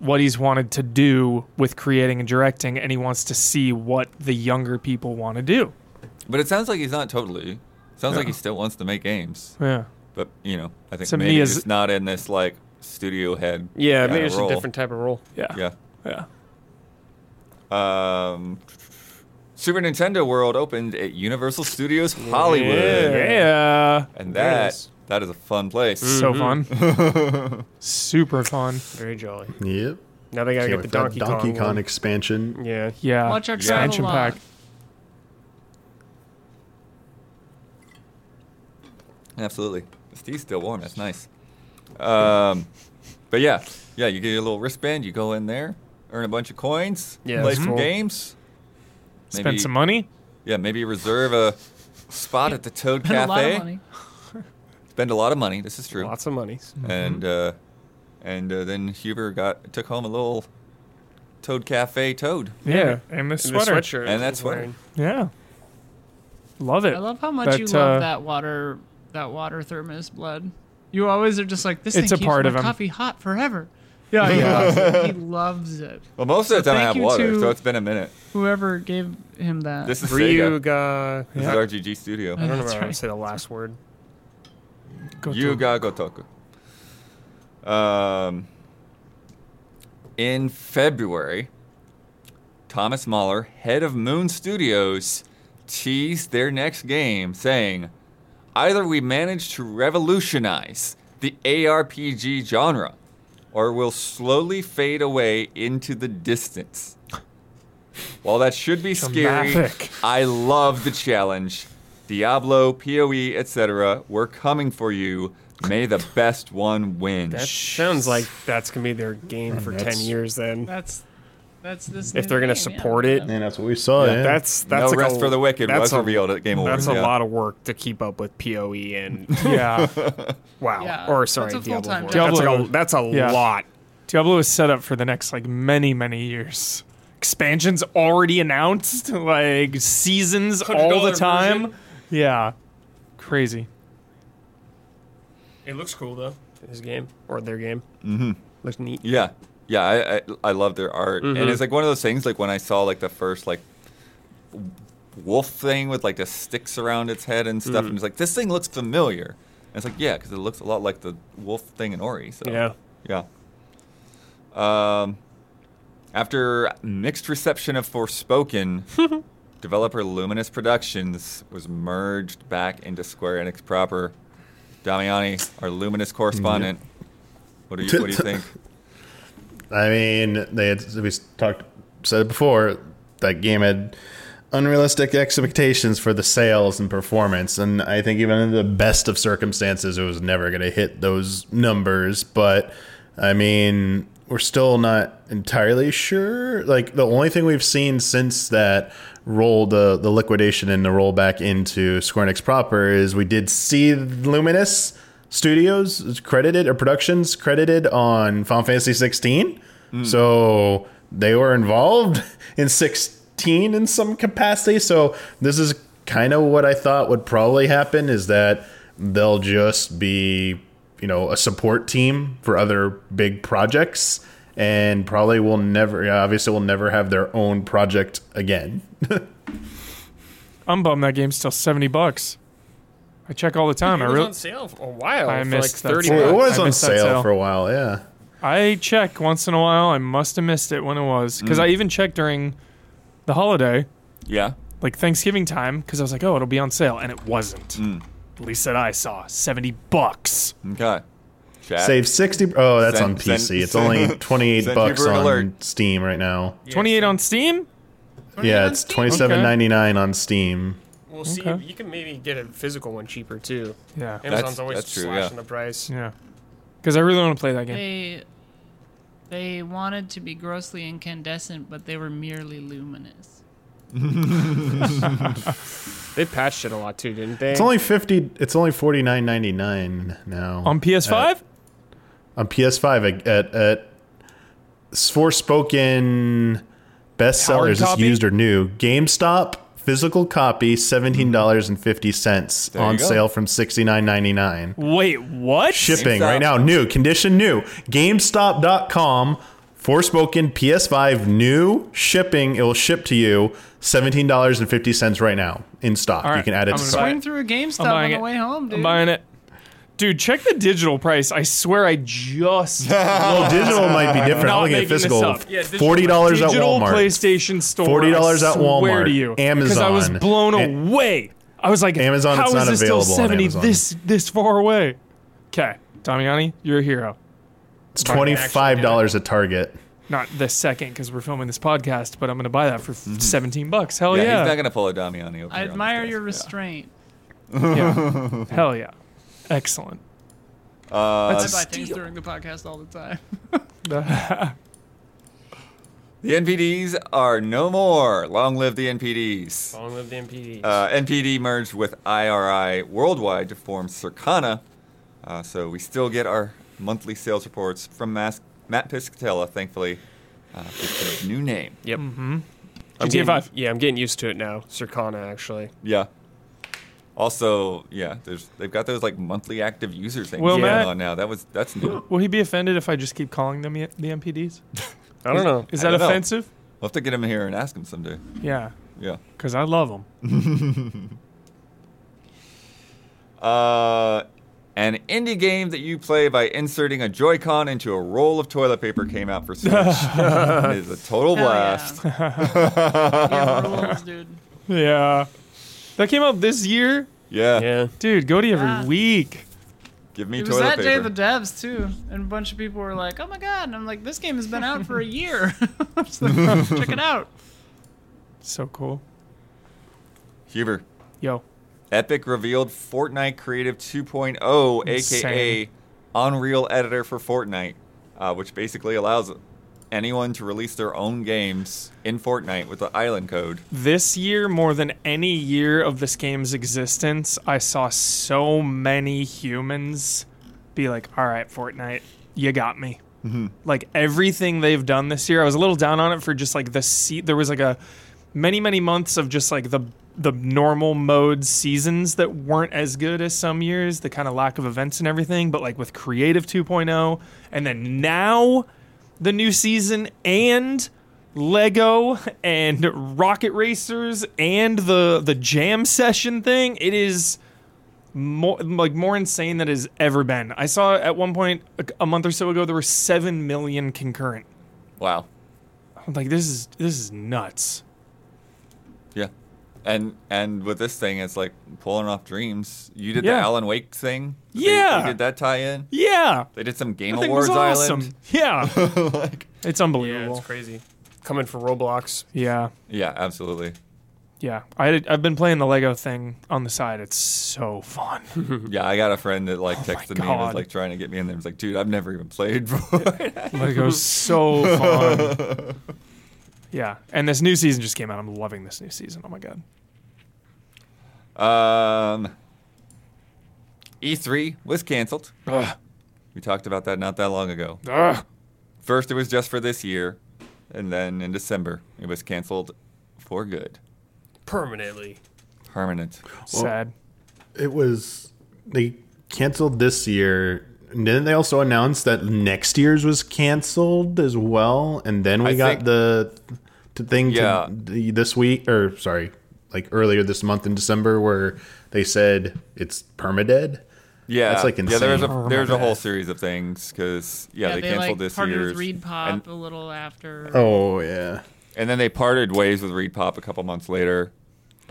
E: what he's wanted to do with creating and directing and he wants to see what the younger people want to do.
B: But it sounds like he's not totally. Sounds like he still wants to make games.
E: Yeah.
B: But you know, I think
E: To me
B: maybe
E: is-
B: just not in this like studio head.
C: Yeah,
B: kinda
C: maybe it's a
B: role.
C: different type of role.
E: Yeah.
B: Yeah.
E: Yeah.
B: Um, Super Nintendo World opened at Universal Studios Hollywood,
E: Yeah.
B: and
C: There it
B: that
C: is. Mm.
B: that is a fun place.
E: So fun. Super fun.
C: Very jolly.
D: Yep.
C: Now they
D: Can't
C: gotta
D: wait
C: get the
D: for that
C: Donkey,
D: Donkey Kong,
C: one.
D: expansion.
C: Yeah.
E: Yeah.
A: Watch our
E: Expansion
A: travel
E: pack.
A: log.
B: Absolutely, the tea's still warm. That's nice. Um, but yeah, yeah, you get your little wristband. You go in there, earn a bunch of coins,
C: Yeah,
B: play
C: that's
B: some
C: cool.
B: games.
E: Spend some money.
B: Yeah, maybe reserve a spot at the Toad
A: Spent a lot
B: Cafe.
A: of money.
B: spend a lot of money. This is true.
C: Lots Mm-hmm. of monies.
B: and uh, and uh, then Huber got took home a little Toad Cafe Toad.
E: Yeah, and this
C: And
E: sweater.
C: The sweatshirt.
B: And that
C: he's
B: sweater.
C: wearing.
E: Yeah, love it.
A: I love how much
E: But,
A: you love
E: uh,
A: that water that water thermos blood. You always are just like this
E: It's
A: thing
E: a
A: keeps
E: part
A: my
E: of him.
A: coffee hot forever. Yeah, he loves it. He loves it.
B: Well, most of the
A: So
B: time I
A: thank
B: have
A: you
B: water,
A: to-
B: so it's been a minute.
A: Whoever gave him that.
B: This is Sega.
C: Ryuga.
B: This
C: Yeah.
B: is RGG Studio.
C: I don't remember
A: That's
C: how to
A: right.
C: say the last word.
E: Go to-
B: Yuga Gotoku. Um, in February, Thomas Mahler, head of Moon Studios, teased their next game, saying, Either we manage to revolutionize the ARPG genre, or we'll slowly fade away into the distance. While that should be scary,
E: Dramatic.
B: I love the challenge. Diablo, PoE, etc. We're coming for you. May the best one win.
C: That sounds like that's gonna be their game for ten
D: That's-
C: years. Then
A: That's that's this.
C: if
A: new
C: they're gonna
A: game, yeah.
C: support it,
D: And that's what we saw. Yeah,
C: that's
B: no
C: that's like
B: rest
C: a,
B: for the wicked
C: That's
B: was
C: a,
B: revealed at Game Awards.
C: That's
B: yeah.
C: a lot of work to keep up with Poe and
E: Yeah,
C: wow.
A: Yeah,
C: or sorry,
A: that's a
C: Diablo.
A: full-time
E: job.
C: four. That's like
E: Diablo-
C: a, that's a
E: yeah.
C: lot.
E: Diablo is set up for the next like many many years. Expansions already announced, like seasons all the
C: $100
E: time.
C: version.
E: Yeah, crazy.
C: It looks cool though. His game or their game. Mm-hmm. Looks neat.
B: Yeah, yeah, I I, I love their art,
C: Mm-hmm.
B: and it's like one of those things. Like when I saw like the first like w- wolf thing with like the sticks around its head and
C: Mm.
B: stuff, and it's like this thing looks familiar. And it's like yeah, because it looks a lot like the wolf thing in Ori. So
C: Yeah.
B: yeah. Um, after mixed reception of Forspoken, developer Luminous Productions was merged back into Square Enix proper. Damiani, our Luminous correspondent,
A: Mm-hmm.
B: what do you what do you think?
D: I mean, they had we talked said it before. That game had unrealistic expectations for the sales and performance, and I think even in the best of circumstances, it was never going to hit those numbers. But I mean, we're still not entirely sure. Like the only thing we've seen since that roll the the liquidation and the rollback into Square Enix proper is we did see Luminous Studios is credited or Productions credited on Final Fantasy 16. So they were involved in 16 in some capacity. So this is kind of what I thought would probably happen is that they'll just be, you know, a support team for other big projects and probably will never yeah, obviously will never have their own project again.
E: I'm bummed that game's still seventy bucks. I check all the time. I
C: it was
E: really
C: on sale for a while.
E: I
C: for like
E: missed that
C: thirty.
E: sale.
D: Well, it
C: bucks.
D: was
E: I
D: on
E: missed that
D: sale,
E: sale.
D: for a while, yeah.
E: I check once in a while. I must have missed it when it was because I even checked during the holiday,
B: Yeah.
E: like Thanksgiving time, because I was like, "Oh, it'll be on sale," and it wasn't. At least that I saw seventy bucks.
B: Okay. Chat.
D: Save 60 Oh, that's
B: Send-
D: on PC.
B: send-
D: it's only 28
B: send
D: bucks
B: Hubert an
D: on
B: alert.
D: Steam right now.
E: Twenty-eight on Steam.
D: Yeah, it's twenty seven ninety nine on Steam.
C: Well, see,
E: Okay.
C: you can maybe get a physical one cheaper too.
E: Yeah,
C: Amazon's always
B: that's true,
C: slashing
B: yeah.
C: the price.
E: yeah. Because I really want to play that game.
A: They they wanted to be grossly incandescent, but they were merely luminous.
C: They patched it a lot too, didn't they?
D: It's only fifty. It's only forty nine ninety nine now
E: On
D: Uh,
E: PS5?
D: on PS five at at, at Forspoken bestseller.
E: Hard
D: Is this
E: copy?
D: used or new? GameStop physical copy seventeen dollars and fifty cents
B: you
D: on
B: go.
D: sale from sixty nine ninety nine.
E: Wait, what?
D: Shipping
B: GameStop.
D: right now, new condition, new GameStop.com. Forspoken PS5 new shipping. It will ship to you seventeen dollars and fifty cents right now in stock.
E: All
D: You
E: right,
D: can add it
E: I'm
D: to
E: gonna
D: stock.
E: buy
A: Going
E: it.
A: through a
E: I'm
A: GameStop on
E: buying
A: the
E: it.
A: way home, dude.
E: I'm buying it. Dude, check the digital price. I swear I just
D: Well, digital might be different.
E: not
D: I'm looking at
E: making this
D: physical.
E: up. Yeah, digital-
D: Forty dollars at
E: digital
D: Walmart.
E: PlayStation store.
D: $40
E: I swear
D: at Walmart,
E: to you, because I
D: Amazon.
E: was blown
D: A-
E: away. I was like,
D: Amazon,
E: how
D: it's
E: is
D: not
E: this
D: available
E: still
D: on
E: seventy
D: Amazon.
E: this this far away? Okay, Damiani, you're a hero.
D: It's twenty five dollars at Target.
E: Not this second because we're filming this podcast, but I'm going to buy that for
D: Mm-hmm.
E: seventeen bucks. Hell
B: yeah,
E: yeah,
B: he's not gonna pull a dummy on you.
A: Oh, I admire your restraint.
E: Yeah. Hell yeah, excellent.
A: I
B: Uh,
A: buy things during the podcast all the time.
B: the NPDs are no more. Long live the NPDs.
C: Long live the MPD.
B: Uh, NPD merged with IRI Worldwide to form Circana, Uh, so we still get our monthly sales reports from Mas- Matt Piscatella, thankfully. Uh, it's a new name.
C: Yep. I'm
E: GTA
C: getting-
E: 5.
C: Yeah, I'm getting used to it now. Circana, actually.
B: Yeah. Also, yeah, there's they've got those like monthly active user things
E: Will
B: going
E: Matt-
B: on now. That was that's new.
E: Will he be offended if I just keep calling them E, the the MPDs?
C: I don't know.
E: Is
B: I
E: that
B: don't know.
E: offensive?
B: We'll have to get him here and ask him someday.
E: Yeah,
B: Yeah.
E: because I love them.
B: Uh, an indie game that you play by inserting a Joy-Con into a roll of toilet paper came out for Switch. it is a total
A: Hell
B: blast.
A: Yeah, rules, dude.
E: Yeah, that came out this year,
B: Yeah.
C: Yeah.
E: dude. Go to every
A: Yeah.
E: week.
B: Give me
A: It was
B: toilet
A: that day
B: paper.
A: the devs too, and a bunch of people were like, "Oh my god!" And I'm like, "This game has been out for a year. I'm just like, Check it out."
E: So cool.
B: Huber.
E: Yo,
B: Epic revealed Fortnite Creative oh, 2.0, aka
E: Insane.
B: Unreal Editor for Fortnite, uh, which basically allows anyone to release their own games in Fortnite with the island code.
E: this year more than any year of this game's existence, I saw so many humans be like, "All right, Fortnite, you got me." Like everything they've done this year, I was a little down on it for just like the se- there was like a many many months of just like the the normal mode seasons that weren't as good as some years, the kind of lack of events and everything, but like with Creative 2.0 and then now the new season and Lego and Rocket Racers and the the jam session thing. It is more like more insane than it has ever been. I saw at one point a, a month or so ago there were seven million concurrent.
B: Wow.
E: I'm like, this is this is nuts.
B: Yeah. And and with this thing, it's like pulling off dreams. You did the
E: Yeah.
B: Alan Wake thing. They-
E: Yeah.
B: They did that tie in.
E: Yeah,
B: They did some Game
E: that thing
B: Awards
E: was awesome.
B: Island.
E: Yeah,
B: like,
E: it's
C: Yeah,
E: unbelievable.
C: it's crazy. Coming for Roblox.
E: Yeah,
B: yeah, absolutely.
E: yeah. I had- I've been playing the Lego thing on the side. It's so fun.
B: Yeah, I got a friend that like
E: Oh my
B: texted me and was
E: God.
B: like trying to get me in there. I was like, dude, I've never even played before.
E: Lego's so fun. Yeah, and this new season just came out. I'm loving this new season. Oh my god.
B: Um, E3 was canceled. We talked about that not that long ago. First, it was just for this year, and then in December, it was canceled for good,
C: Permanently.
B: permanent.
E: Sad.
D: It was they canceled this year. And then they also announced that next year's was canceled as well. And then we
B: I
D: got
B: think-
D: the t- thing
B: Yeah.
D: to, the, this week, or sorry, like earlier this month in December, where they said it's permadead.
B: Yeah,
D: That's, like,
B: Yeah, there was a
D: insane.
B: there's a whole series of things because yeah, they, canceled
A: like,
B: this
A: partnered
B: year.
A: with Reed Pop
B: and,
A: a little after.
D: Oh yeah,
B: and then they parted ways with Reed Pop a couple months later,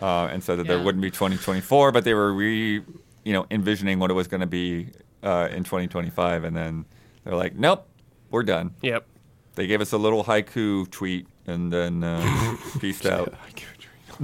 B: uh, and said that there
A: Yeah.
B: wouldn't be 2024, but they were re you know envisioning what it was going to be uh, in 2025, and then they're like, nope, we're done.
C: Yep.
B: They gave us a little haiku tweet and then uh, peaced out.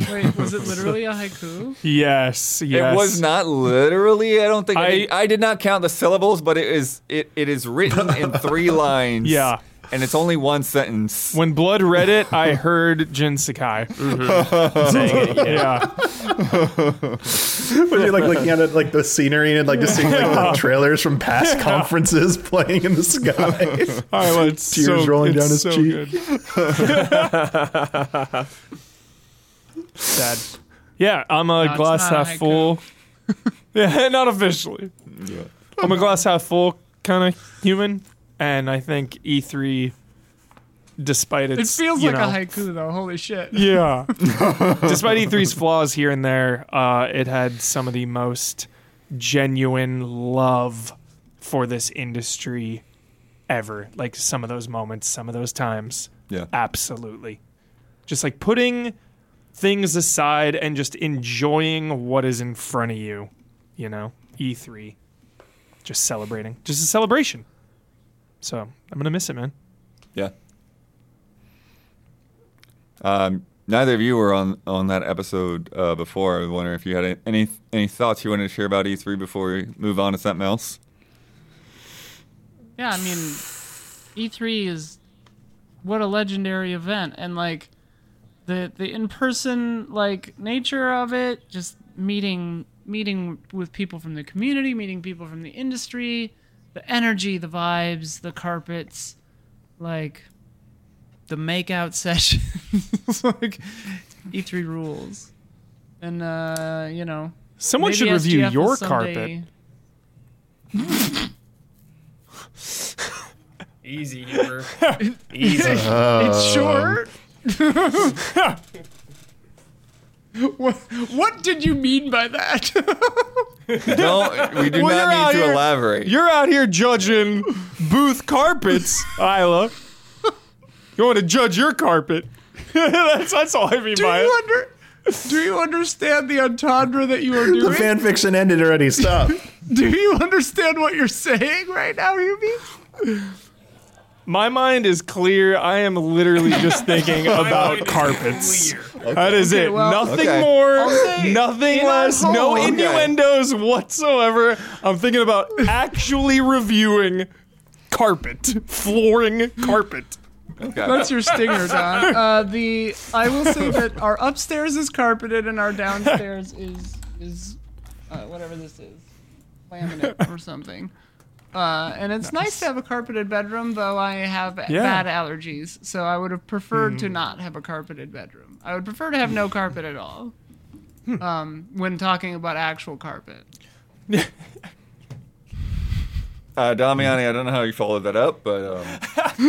A: Wait, was it literally a haiku?
E: Yes. Yes.
B: It was not literally. I don't think I,
E: I-
B: did, I did not count the syllables, but it is it, it is written in three lines.
E: Yeah.
B: and it's only one sentence.
E: When Blood read it, I heard Jin Sakai. Mm-hmm.
C: Saying it, yeah.
E: Yeah.
D: was you like looking at it like the scenery and like just seeing like the trailers from past conferences playing in the sky?
E: I was
D: Tears
E: so,
D: rolling
E: it's
D: down his
E: so
D: cheek.
E: Good. Sad. Yeah, I'm a
A: it's
E: glass
A: not a haiku.
E: half full. yeah, not officially.
B: Yeah.
E: I'm a glass half full kind of human, and I think E3, despite
A: It
E: its,
A: feels
E: you
A: like
E: know,
A: a haiku though. Holy shit!
E: Yeah. Despite E3's flaws here and there, uh, it had some of the most genuine love for this industry ever. Like some of those moments, some of those times.
B: Yeah.
E: Absolutely. Just like putting things aside and just enjoying what is in front of you, you know? E3. Just celebrating. Just a celebration. So I'm going to miss it, man.
B: Yeah. Um, neither of you were on on that episode uh, before. I was wondering if you had any any thoughts you wanted to share about E3 before we move on to something else.
A: Yeah, I mean, E3 is what a legendary event, and like the the in person like nature of it, just meeting meeting with people from the community, meeting people from the industry, the energy, the vibes, the carpets, like the makeout sessions, like E3 rules. And uh, you know,
E: Someone
A: maybe
E: should review
A: SGF will
E: your
A: someday-
E: carpet.
C: Easy, Huber. Easy.
A: it's short. what, what did you mean by that?
B: Don't, we do
E: Well, you're
B: not
E: out
B: need to
E: here-
B: elaborate.
E: You're out here judging booth carpets, Isla. You want to judge your carpet? that's, that's all I mean
A: do
E: by
A: you
E: it.
A: under, Do you understand the entendre that you are doing?
D: The fan fiction ended already. Stop.
A: do you understand what you're saying right now, Ruby?
E: My mind is clear. I am literally just thinking about carpets. That is it.
A: well-
E: nothing
B: Okay.
E: more,
A: say,
E: nothing
A: in our
E: less, no
A: home- Okay.
E: innuendos whatsoever. I'm thinking about actually reviewing carpet, flooring carpet.
B: Okay.
A: That's your stinger, Don. Uh, the I will say that our upstairs is carpeted and our downstairs is is uh, whatever this is, laminate or something. Uh, and it's nice. to have a carpeted bedroom, though I have
E: Yeah.
A: bad allergies, so I would have preferred to not have a carpeted bedroom. I would prefer to have no carpet at all. Um, when talking about actual carpet,
B: Uh, Damiani, I don't know how you followed that up, but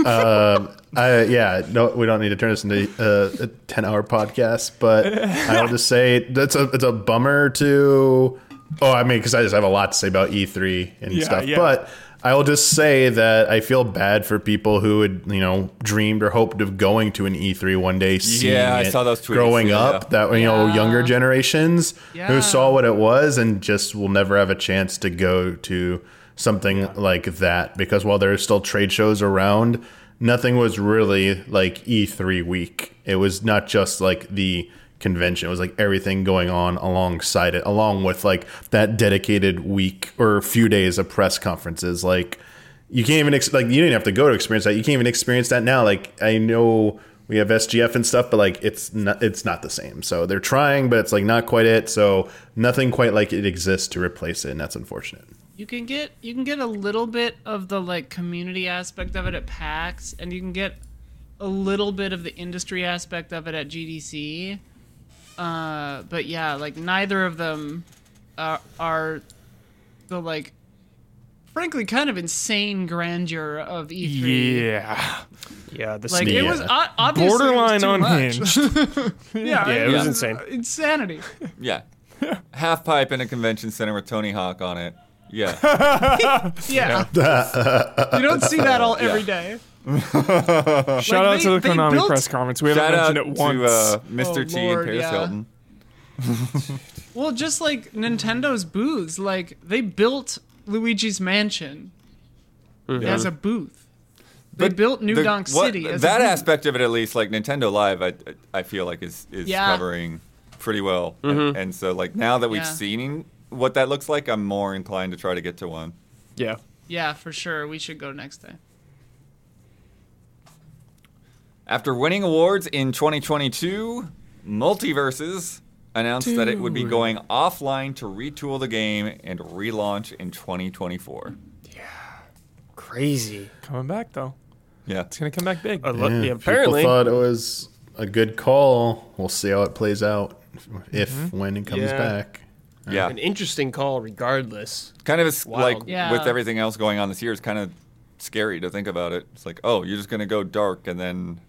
B: um,
D: Uh, yeah, no, we don't need to turn this into uh, a ten-hour podcast, but I'll just say that's a it's a bummer to. Oh, I mean, because I just have a lot to say about E3 and
E: Yeah,
D: stuff,
E: yeah.
D: but I will just say that I feel bad for people who had you know dreamed or hoped of going to an E3 one day. Seeing
B: I
D: it
B: saw those tweets,
D: growing
B: yeah.
D: up. That you know,
A: Yeah.
D: younger generations
A: Yeah.
D: who saw what it was and just will never have a chance to go to something like that because while there's still trade shows around, nothing was really like E3 week. It was not just like the convention. It was like everything going on alongside it, along with like that dedicated week or few days of press conferences. Like you can't even ex- like you didn't have to go to experience that. You can't even experience that now. Like I know we have SGF and stuff, but like it's not it's not the same. So they're trying, but it's like not quite it. So nothing quite like it exists to replace it, and that's unfortunate.
A: you can get you can get a little bit of the like community aspect of it at PAX, and you can get a little bit of the industry aspect of it at GDC. Uh, but yeah, like neither of them are, are the like, frankly, kind of insane grandeur of E3.
E: Yeah.
C: yeah, the
A: Like it
D: Yeah.
A: was o- obviously
E: Borderline
A: it was too much.
E: unhinged.
A: yeah,
C: Yeah, it was
A: it's
C: insane.
A: Insanity.
B: yeah. Half pipe in a convention center with Tony Hawk on it. Yeah.
A: Yeah. you don't see that all every day.
E: Shout
A: Like,
E: out to
A: they-
E: the
A: they
E: Konami
A: built-
E: press conference. We
B: Shout
E: haven't
B: out
E: mentioned
B: to
E: it once.
B: uh, Mr.
A: Oh,
B: T
A: Lord,
B: and Paris
A: yeah.
B: Hilton.
A: Well, just like Nintendo's booths, like they built Luigi's Mansion
E: Mm-hmm.
A: as a booth. They built New
B: The-
A: Donk
B: what-
A: City as
B: that
A: a booth.
B: aspect of it, at least, like Nintendo Live, I I feel like is is
A: Yeah.
B: covering pretty well. And, and so, like now that we've
A: Yeah.
B: seen what that looks like, I'm more inclined to try to get to one.
E: yeah.
A: Yeah, for sure. We should go next time.
B: After winning awards in 2022, Multiverses announced that it would be going offline to retool the game and relaunch in 2024.
C: crazy.
E: Coming back though.
B: Yeah.
E: It's gonna come back big.
C: I love- yeah,
D: people
C: apparently,
D: thought it was a good call. We'll see how it plays out if when it comes
C: Mm-hmm. Yeah.
D: back.
B: Yeah.
C: an interesting call, regardless.
B: Kind of is
C: Wild.
B: like
A: Yeah.
B: with everything else going on this year, it's kind of scary to think about it. It's like, oh, you're just going to go dark and then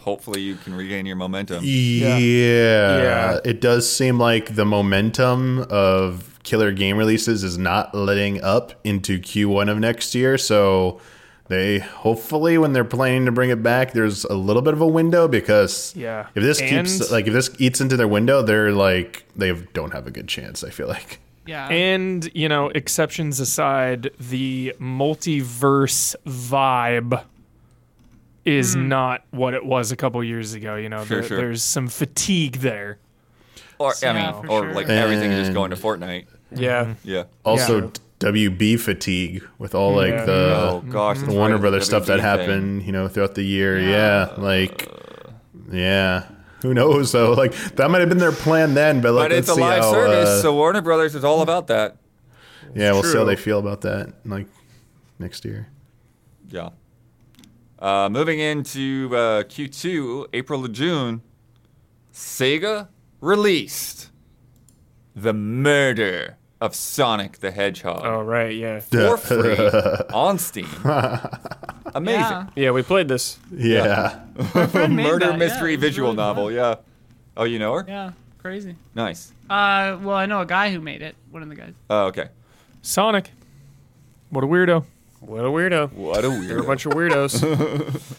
B: hopefully you can regain your momentum.
D: Yeah.
E: Yeah.
D: It does seem like the momentum of killer game releases is not letting up into Q1 of next year. So they hopefully when they're planning to bring it back, there's a little bit of a window because
E: Yeah.
D: if this
E: And-
D: keeps like if this eats into their window, they're like they don't have a good chance, I feel like.
A: Yeah.
E: And you know, exceptions aside, the multiverse vibe is not what it was a couple years ago. You know,
B: Sure,
E: There-
B: sure.
E: there's some fatigue there.
B: Or, I
A: Yeah,
B: mean,
A: for
B: or
A: sure.
B: like everything is just
D: And-
B: going to Fortnite.
C: Yeah,
B: Yeah.
D: Also
E: Yeah. Mm-hmm.
D: WB fatigue with all like
E: Yeah.
D: the
B: oh, gosh. that's
D: Uh, the Warner
B: right,
D: Brothers
B: WB
D: stuff that
B: thing.
D: happened, you know, throughout the year. Yeah, like, yeah, Who knows? though? like that might have been their plan then, but like
B: But it's a
D: let's see
B: live
D: how,
B: service,
D: uh,
B: so Warner Brothers is all about that.
D: yeah, we'll see
E: True.
D: how they feel about that like next year.
B: Yeah. Uh, moving into uh, Q2, April to June, Sega released The Murder of Sonic the Hedgehog
C: Oh right, yeah,
B: for free on Steam. Amazing.
A: Yeah.
C: yeah. We played this.
D: Yeah.
A: My friend made
B: Murder
A: that, yeah,
B: mystery
A: it was
B: visual
A: really fun.
B: novel, yeah. Oh, you know her?
A: Yeah, crazy.
B: Nice.
A: Uh, well, I know a guy who made it. One of the guys.
B: Oh, okay.
E: Sonic. What a weirdo.
C: What a weirdo.
B: What a
C: They're a
B: weird.
C: bunch of weirdos.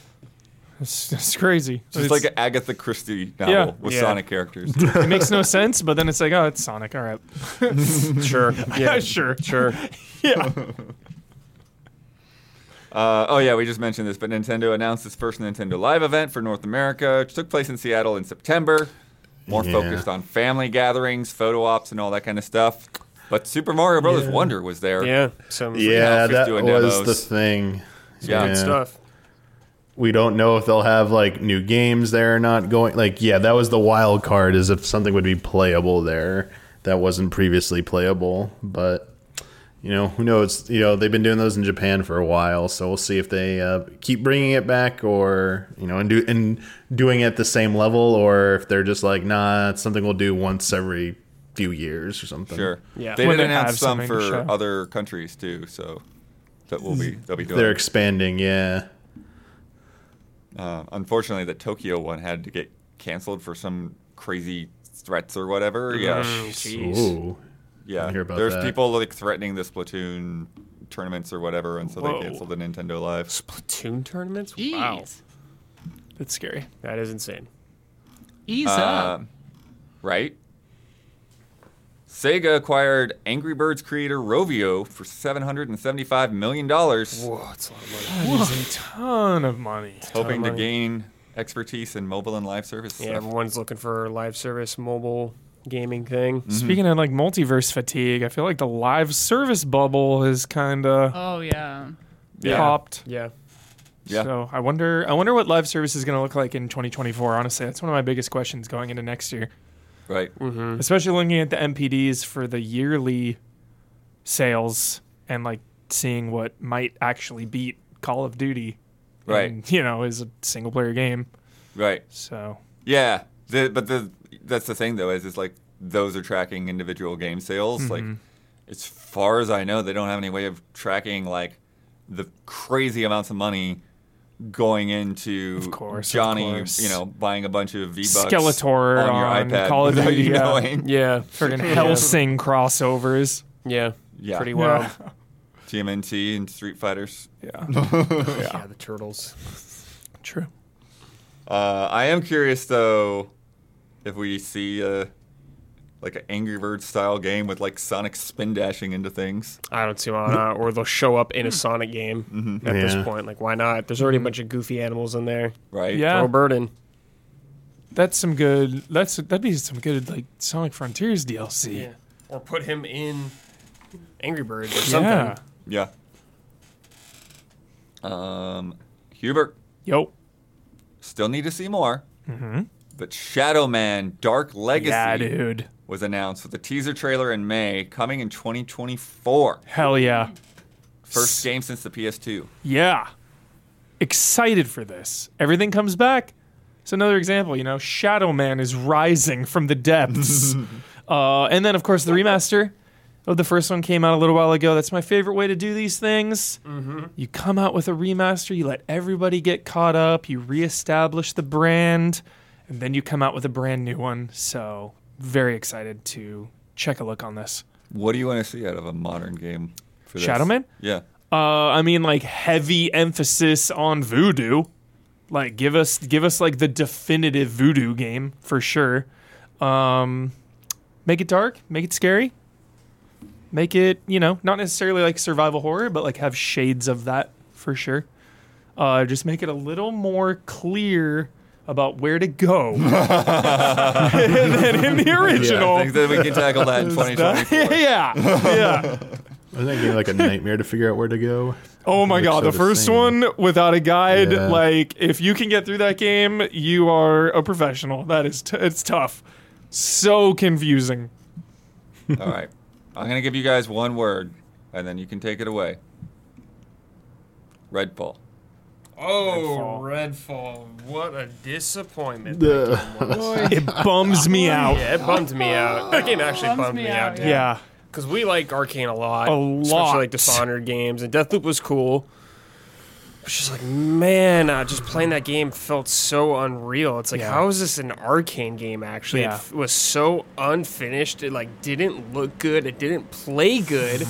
E: It's, it's crazy.
B: It's like an Agatha Christie novel
E: Yeah.
B: with
C: Yeah.
B: Sonic characters.
E: it makes no sense, but then it's like, oh, it's Sonic. All right.
C: sure. Yeah.
E: sure.
C: Sure.
E: Yeah.
B: Uh, oh yeah, we just mentioned this, but Nintendo announced its first Nintendo Live event for North America, which took place in Seattle in September. More
D: Yeah.
B: focused on family gatherings, photo ops, and all that kind of stuff. But Super Mario Brothers Wonder was there.
C: Yeah. Some
D: yeah,
B: outfits
D: that
B: doing
D: was the
B: demos.
D: thing.
B: Yeah.
C: good stuff.
D: we don't know if they'll have like new games there or not going like yeah that was the wild card is if something would be playable there that wasn't previously playable but you know who knows you know they've been doing those in japan for a while so we'll see if they uh, keep bringing it back or you know and, do, and doing it at the same level or if they're just like nah it's something we'll do once every few years or something
B: Sure.
C: Yeah.
B: They
E: When
B: did
E: they
B: announce
E: have
B: some
E: something
B: for
E: to show.
B: other countries too, so that will be they'll be doing.
D: they're expanding yeah
B: Uh, unfortunately, the Tokyo one had to get canceled for some crazy threats or whatever. Yeah.
C: Mm, Jeez.
D: Ooh.
B: Yeah,
D: hear about
B: there's
D: that.
B: people like threatening the Splatoon tournaments or whatever, and so
C: Whoa.
B: they canceled the Nintendo Live.
C: Splatoon tournaments?
A: Ease,
C: Wow.
E: That's scary.
C: That is insane.
A: ease up.
B: Um, right? Sega acquired Angry Birds creator Rovio for $775 million,
C: Whoa, it's a lot of money.
E: It's a ton of money.
B: hoping to
C: money.
B: gain expertise in mobile and live service.
C: Yeah,
B: stuff.
C: everyone's looking for a live service mobile gaming thing.
B: Mm-hmm.
E: Speaking of like multiverse fatigue, I feel like the live service bubble has kind of
A: Oh yeah.
B: Yeah.
E: popped.
C: Yeah.
B: Yeah.
E: So I wonder, I wonder what live service is going to look like in 2024. Honestly, that's one of my biggest questions going into next year,
B: Right.
E: Mm. especially looking at the MPDs for the yearly sales and like seeing what might actually beat Call of Duty.
B: Right.
E: And, you know, is a single player game.
B: Right.
E: So
B: Yeah. The, but the that's the thing, though, is it's like those are tracking individual game sales.
E: Mm-hmm.
B: Like, as far as I know, they don't have any way of tracking, like, the crazy amounts of money going into
E: Of course, of
B: Johnny,
E: course.
B: you know, buying a bunch of V-Bucks
E: Skeletor
B: on your
E: on
B: iPad
E: Call of
B: without
E: Duty,
B: you
E: yeah.
B: knowing.
C: Yeah.
E: friggin' Hellsing crossovers.
C: Yeah.
B: Yeah.
C: Pretty wild.
E: Yeah.
B: TMNT and Street Fighters.
E: Yeah.
C: Yeah. the turtles.
E: True.
B: Uh, I am curious though if we see uh, like an Angry Birds style game with like Sonic spin dashing into things.
C: I don't see why not. Or they'll show up in a Sonic game at
D: Yeah.
C: this point. Like, why not? There's already a bunch of goofy animals in there.
B: Right.
E: Yeah.
C: Throw a bird in.
E: That's some good. That's that'd be some good like Sonic Frontiers DLC.
C: Or put him in Angry Birds or something.
E: Yeah.
B: Yeah. Um, Hubert,
E: Yo.
B: still need to see more. But Shadow Man Dark Legacy
E: Mm-hmm. Yeah, dude.
B: was announced with a teaser trailer in May, coming in 2024.
E: Hell yeah.
B: First game since the PS2.
E: Yeah. Excited for this. Everything comes back. It's another example, you know, Shadow Man is rising from the depths. uh, and then, of course, the remaster of the first one came out a little while ago. That's my favorite way to do these things. You come out with a remaster, you let everybody get caught up, you reestablish the brand, and then you come out with a brand new one. So, very excited to check a look on this.
B: What do you want to see out of a modern game? For this?
E: Shadow Man?
B: Yeah.
E: Uh, I mean, like heavy emphasis on voodoo. Like, give us give us like the definitive voodoo game for sure. Um, make it dark, make it scary, make it you know not necessarily like survival horror, but like have shades of that for sure. Uh, just make it a little more clear about where to go than in the
B: I
E: original.
B: think that we can tackle that in 2024.
E: yeah, yeah.
D: Wasn't that game like a nightmare to figure out where to go?
E: Oh my
D: Looks
E: god,
D: so
E: the
D: the
E: first
D: same.
E: one without a guide.
D: Yeah.
E: Like, if you can get through that game, you are a professional. That is, t- it's tough. So confusing.
B: All right. I'm going to give you guys one word, and then you can take it away. Red Bull.
C: Oh, Redfall. What a disappointment.
E: It bums me out.
C: Yeah, it bummed me out. That game actually bummed me out. dude.
E: Yeah.
C: Because we like Arcane a lot.
E: A lot.
C: Especially like Dishonored games. And Deathloop was cool. It's just like, man, uh, just playing that game felt so unreal. It's like,
E: Yeah.
C: how is this an Arcane game, actually? It
E: Yeah.
C: f- was so unfinished. It like didn't look good. It didn't play good.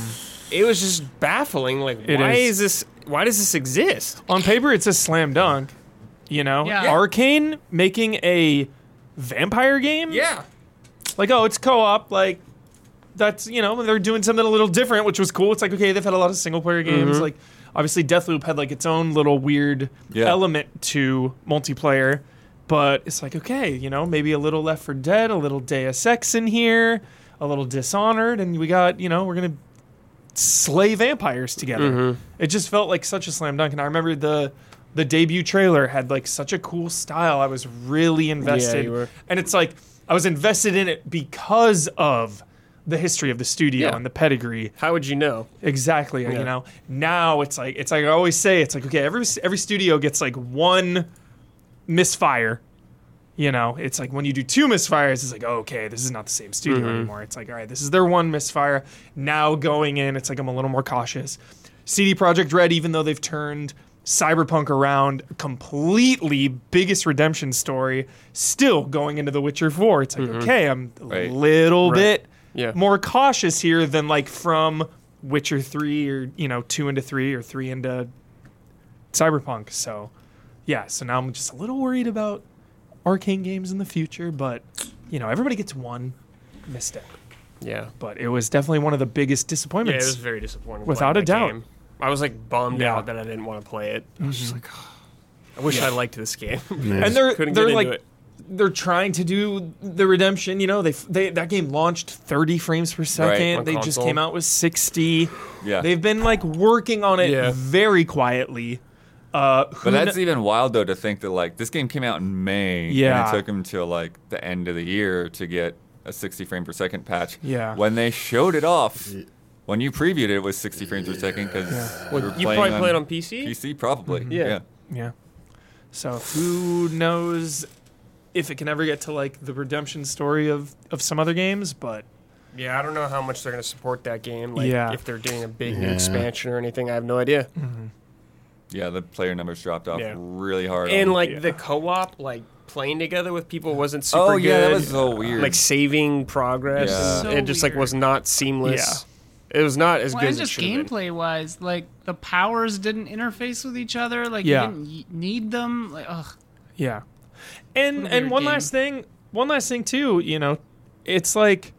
C: it was just baffling. Like,
E: It
C: why
E: is.
C: is. this... Why does this exist?
E: On paper, it's a slam dunk. You know,
A: Yeah.
E: Arcane making a vampire game. like oh it's co-op like that's you know they're doing something a little different which was cool it's like okay they've had a lot of single player games
C: Mm-hmm.
E: like obviously deathloop had like its own little weird
B: Yeah.
E: element to multiplayer but it's like okay you know maybe a little left for dead a little deus ex in here a little dishonored and we got you know we're gonna slay vampires together
C: Mm-hmm.
E: it just felt like such a slam dunk and i remember the the debut trailer had like such a cool style i was really invested
C: you were.
E: and it's like I was invested in it because of the history of the studio
C: Yeah.
E: and the pedigree.
C: How would you know?
E: Exactly,
C: Yeah.
E: you know. Now it's like it's like I always say it's like okay, every every studio gets like one misfire. You know, it's like when you do two misfires, it's like okay, this is not the same studio anymore. It's like all right, this is their one misfire. Now going in, it's like I'm a little more cautious. CD Project Red, even though they've turned Cyberpunk around completely, biggest redemption story, still going into The Witcher 4. It's like, okay, I'm a
B: Right.
E: little bit
C: Yeah.
E: more cautious here than like from Witcher 3 or, you know, 2 into 3 or 3 into Cyberpunk. So, yeah, so now I'm just a little worried about arcane games in the future, but, you know, everybody gets one misstep.
C: Yeah.
E: But it was definitely one of the biggest
C: Yeah, it
E: disappointments.
C: was very disappointing.
E: Without
C: playing
E: a
C: that
E: doubt.
C: game. I was like bummed
E: Yeah. Mm-hmm.
C: out that I didn't want to play it. I was just like, I wish I liked this game.
E: and they're
C: Couldn't
E: they're
C: get
E: like
C: into it.
E: they're trying to do the redemption. You know, they, they that game launched 30 frames per second.
C: on
E: they just
C: console.
E: came out with 60.
B: Yeah.
E: They've been like working on it
C: Yeah.
E: very quietly. Uh,
B: But
E: who
B: that's
E: kn-
B: even wild though to think that like this game came out in May.
E: Yeah.
B: And it took them till like the end of the year to get a 60 frame per second patch.
E: Yeah.
B: When they showed it off, when you previewed it, it was 60 frames per second because
C: you probably played on Mm-hmm. PC.
B: PC probably.
C: Yeah.
E: yeah. So who knows if it can ever get to like the redemption story of of some other games? But
C: Yeah, I don't know how much they're going to support that game. Like,
E: Yeah.
C: if they're doing a big new
D: Yeah.
C: expansion or anything, I have no idea.
B: Yeah, the player numbers dropped off
C: Yeah.
B: really hard.
C: And
B: on-
C: like the co-op, like playing together with people wasn't super
B: oh yeah,
C: good.
B: that was so weird.
C: like saving progress,
B: Yeah.
C: and
A: So
C: it just like was not seamless. It was not as
A: Well,
C: good
A: and
C: as it
A: just
C: should have been.
A: gameplay wise, like the powers didn't interface with each other. Like
E: Yeah.
A: you didn't y- need them. Like, ugh.
E: Yeah. And
A: Weird
E: and one
A: game.
E: last thing, one last thing too, you know, it's like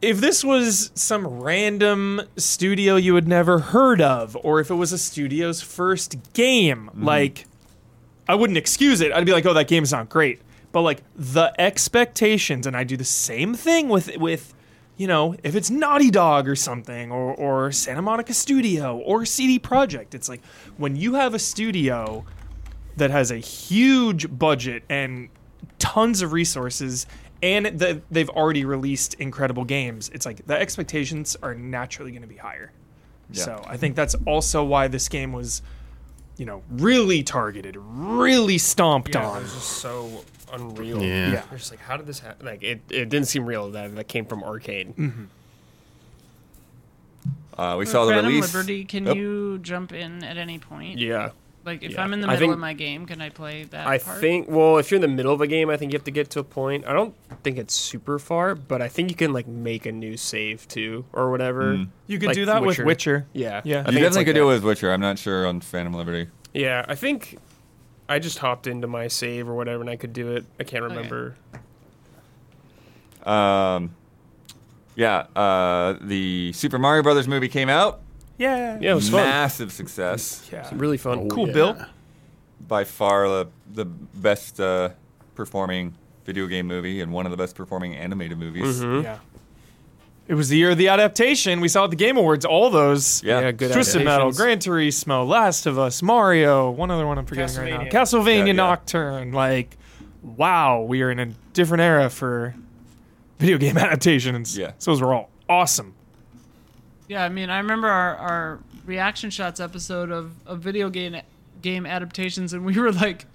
E: if this was some random studio you had never heard of or if it was a studio's first game,
A: Mm-hmm.
E: like I wouldn't excuse it. I'd be like, "Oh, that game's not great." But like the expectations and I do the same thing with with you know, if it's Naughty Dog or something, or, or Santa Monica Studio, or CD Projekt, it's like when you have a studio that has a huge budget and tons of resources and the, they've already released incredible games it's like the expectations are naturally going to be higher
B: Yeah.
E: so i think that's also why this game was you know really targeted really stomped
C: Yeah, it
E: on
C: was just so unreal.
E: Yeah.
D: Yeah.
C: You're just like, how did this happen? Like, it, it didn't seem real that that came from Arcade.
B: uh, we saw the
A: Phantom
B: release.
A: Liberty, can
B: Yep.
A: you jump in at any point?
C: Yeah.
A: Like if
C: Yeah.
A: I'm in the
C: I
A: middle
C: think-
A: of my game, can I play that?
C: I
A: part?
C: think. Well, if you're in the middle of a game, I think you have to get to a point. I don't think it's super far, but I think you can like make a new save too or whatever.
B: Hmm.
E: you could
C: Like
E: do that
C: Witcher.
E: with witcher
C: Yeah,
E: Yeah. You
C: I
B: You
C: think it's
B: definitely
C: like
B: could
C: that.
B: do it with Witcher. I'm not sure on Phantom Liberty.
C: Yeah, I think I just hopped into my save or whatever, and I could do it. I can't remember.
B: Um, yeah, uh, the Super Mario Brothers movie came out.
E: yeah
C: Yeah, it was fun.
B: Massive success.
E: yeah
C: It's really
B: Oh,
C: fun.
E: cool bill
B: By far the, the best uh, Hmm.
E: Mm-hmm.
B: performing video game movie and one of the best performing animated movies.
E: yeah It was the year of the adaptation. We saw at the Game Awards all those.
B: Yeah.
C: good.
E: Twisted Metal,
C: adaptations.
E: Gran Turismo, Last of Us, Mario, one other one I'm forgetting right now. Castlevania
B: Yeah, yeah.
E: Nocturne. Like, wow, we are in a different era for video game adaptations.
B: Yeah.
E: So those were all awesome.
A: Yeah, I mean, I remember our, our reaction shots episode of, of video game game adaptations, and we were like,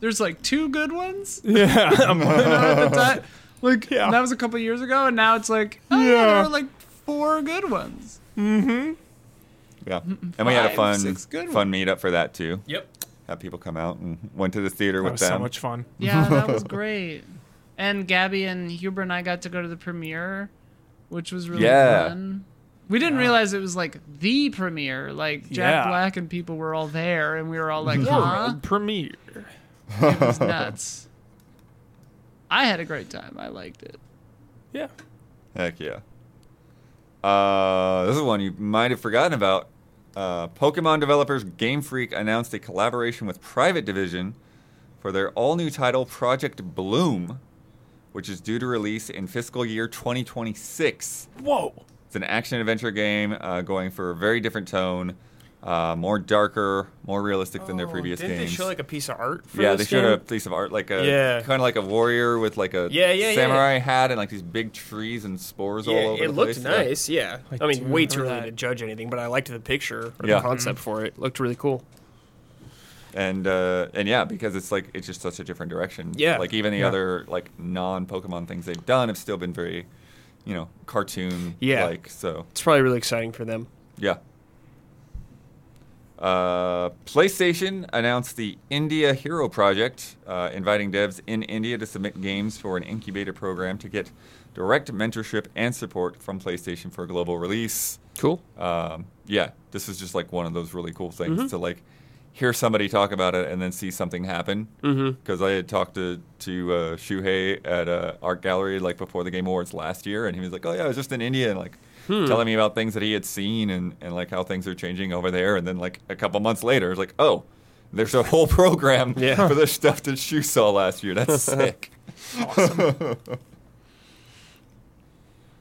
A: "There's like two good ones."
E: Yeah. I'm-
A: At the time. Like
E: Yeah.
A: that was a couple years ago, and now it's like, oh yeah,
E: Yeah.
A: there were like four good ones.
B: Yeah, and we had a
A: Five,
B: fun
A: six good
B: fun meetup for that too.
C: Yep.
B: Had people come out and went to the theater
E: that
B: with
E: was
B: them.
E: so much fun.
A: Yeah, that was great. And Gabby and Huber and I got to go to the premiere, which was really
B: Yeah.
A: fun. We didn't realize it was like the premiere. Like Jack
E: Yeah.
A: Black and people were all there, and we were all like, huh?
E: World premiere.
A: It was nuts. I had a great time. I liked it.
E: Yeah.
B: Heck yeah. Uh, this is one you might have forgotten about. Uh, Pokemon developers Game Freak announced a collaboration with Private Division for their all new title Project Bloom, which is due to release in fiscal year 2026.
E: Whoa.
B: It's an action adventure game uh, going for a very different tone, uh, more darker, more realistic than their previous
C: Oh, Didn't
B: games.
C: they show like a piece of art? For
B: yeah, they
C: this
B: showed a
C: game?
B: piece of art, like a
C: Yeah.
B: kind of like a warrior with like a
C: Yeah, yeah, yeah.
B: samurai hat and like these big trees and spores
C: Yeah,
B: all over
C: it
B: the
C: looked
B: place. Yeah.
C: nice. Yeah,
E: I
C: I,
E: do
C: mean, way too
E: remember
C: early
E: that.
C: to judge anything, but I liked the picture or
B: Yeah.
C: the concept for it. Looked really cool.
B: and uh, and yeah, because it's like it's just such a different direction.
C: Yeah.
B: like even the
E: Yeah.
B: other like non Pokemon things they've done have still been very, you know, cartoon.
C: Yeah.
B: like so
C: It's probably really exciting for them.
B: yeah. Uh, PlayStation announced the India Hero Project, uh, inviting devs in India to submit games for an incubator program to get direct mentorship and support from PlayStation for global release
C: Cool.
B: um, yeah, this is just like one of those really cool things to like hear somebody talk about it and then see something happen. Because I had talked to to uh, Shuhei at uh, art gallery like before the Game Awards last year, and he was like, "Oh yeah, I was just in India and like." Telling me about things that he had seen and, and like how things are changing over there, and then like a couple months later, it's like, oh, there's a whole program
C: Yeah.
B: for the stuff that Shu saw last year. That's sick.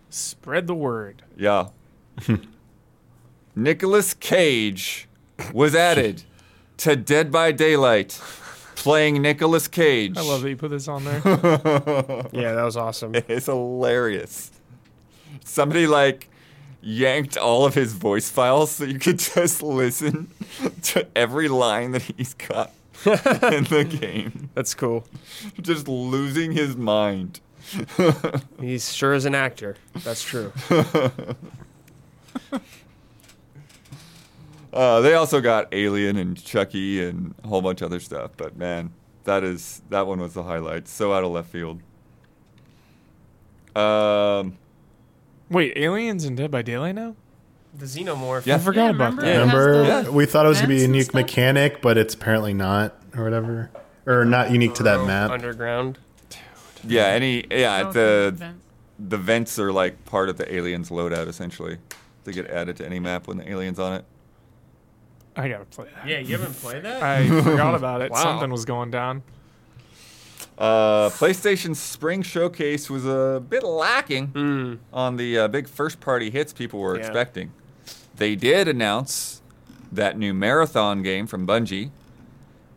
E: Spread the word.
B: Yeah. Nicholas Cage was added to Dead by Daylight playing Nicolas Cage.
E: I love that you put this on there.
C: Yeah, that was awesome.
B: It's hilarious. Somebody like yanked all of his voice files so you could just listen to every line that he's got in the game.
C: That's cool.
B: Just losing his mind.
C: He sure is an actor. That's true.
B: Uh, they also got Alien and Chucky and a whole bunch of other stuff, but man, that is that one was the highlight. So out of left field. Um,
E: Wait, Aliens and Dead by Daylight now?
C: The Xenomorph.
B: Yeah.
E: I forgot
A: Yeah,
E: about
A: remember?
E: that.
A: Yeah.
D: Remember,
A: Has the
D: we thought it was going to be
A: vents
D: a
A: and
D: unique
A: stuff?
D: mechanic, but it's apparently not, or whatever, or not unique to
C: Oh,
D: that map.
C: Underground.
B: yeah, any yeah
A: Oh,
B: the
A: event.
B: the vents are like part of the aliens loadout essentially. They get added to any map when the aliens on it.
E: I gotta play that.
C: you haven't played that?
E: I forgot about it.
C: Wow.
E: Something was going down.
B: Uh, PlayStation Spring Showcase was a bit lacking on the uh, big first party hits people were
C: Hmm. Yeah.
B: expecting. They did announce that new Marathon game from Bungie,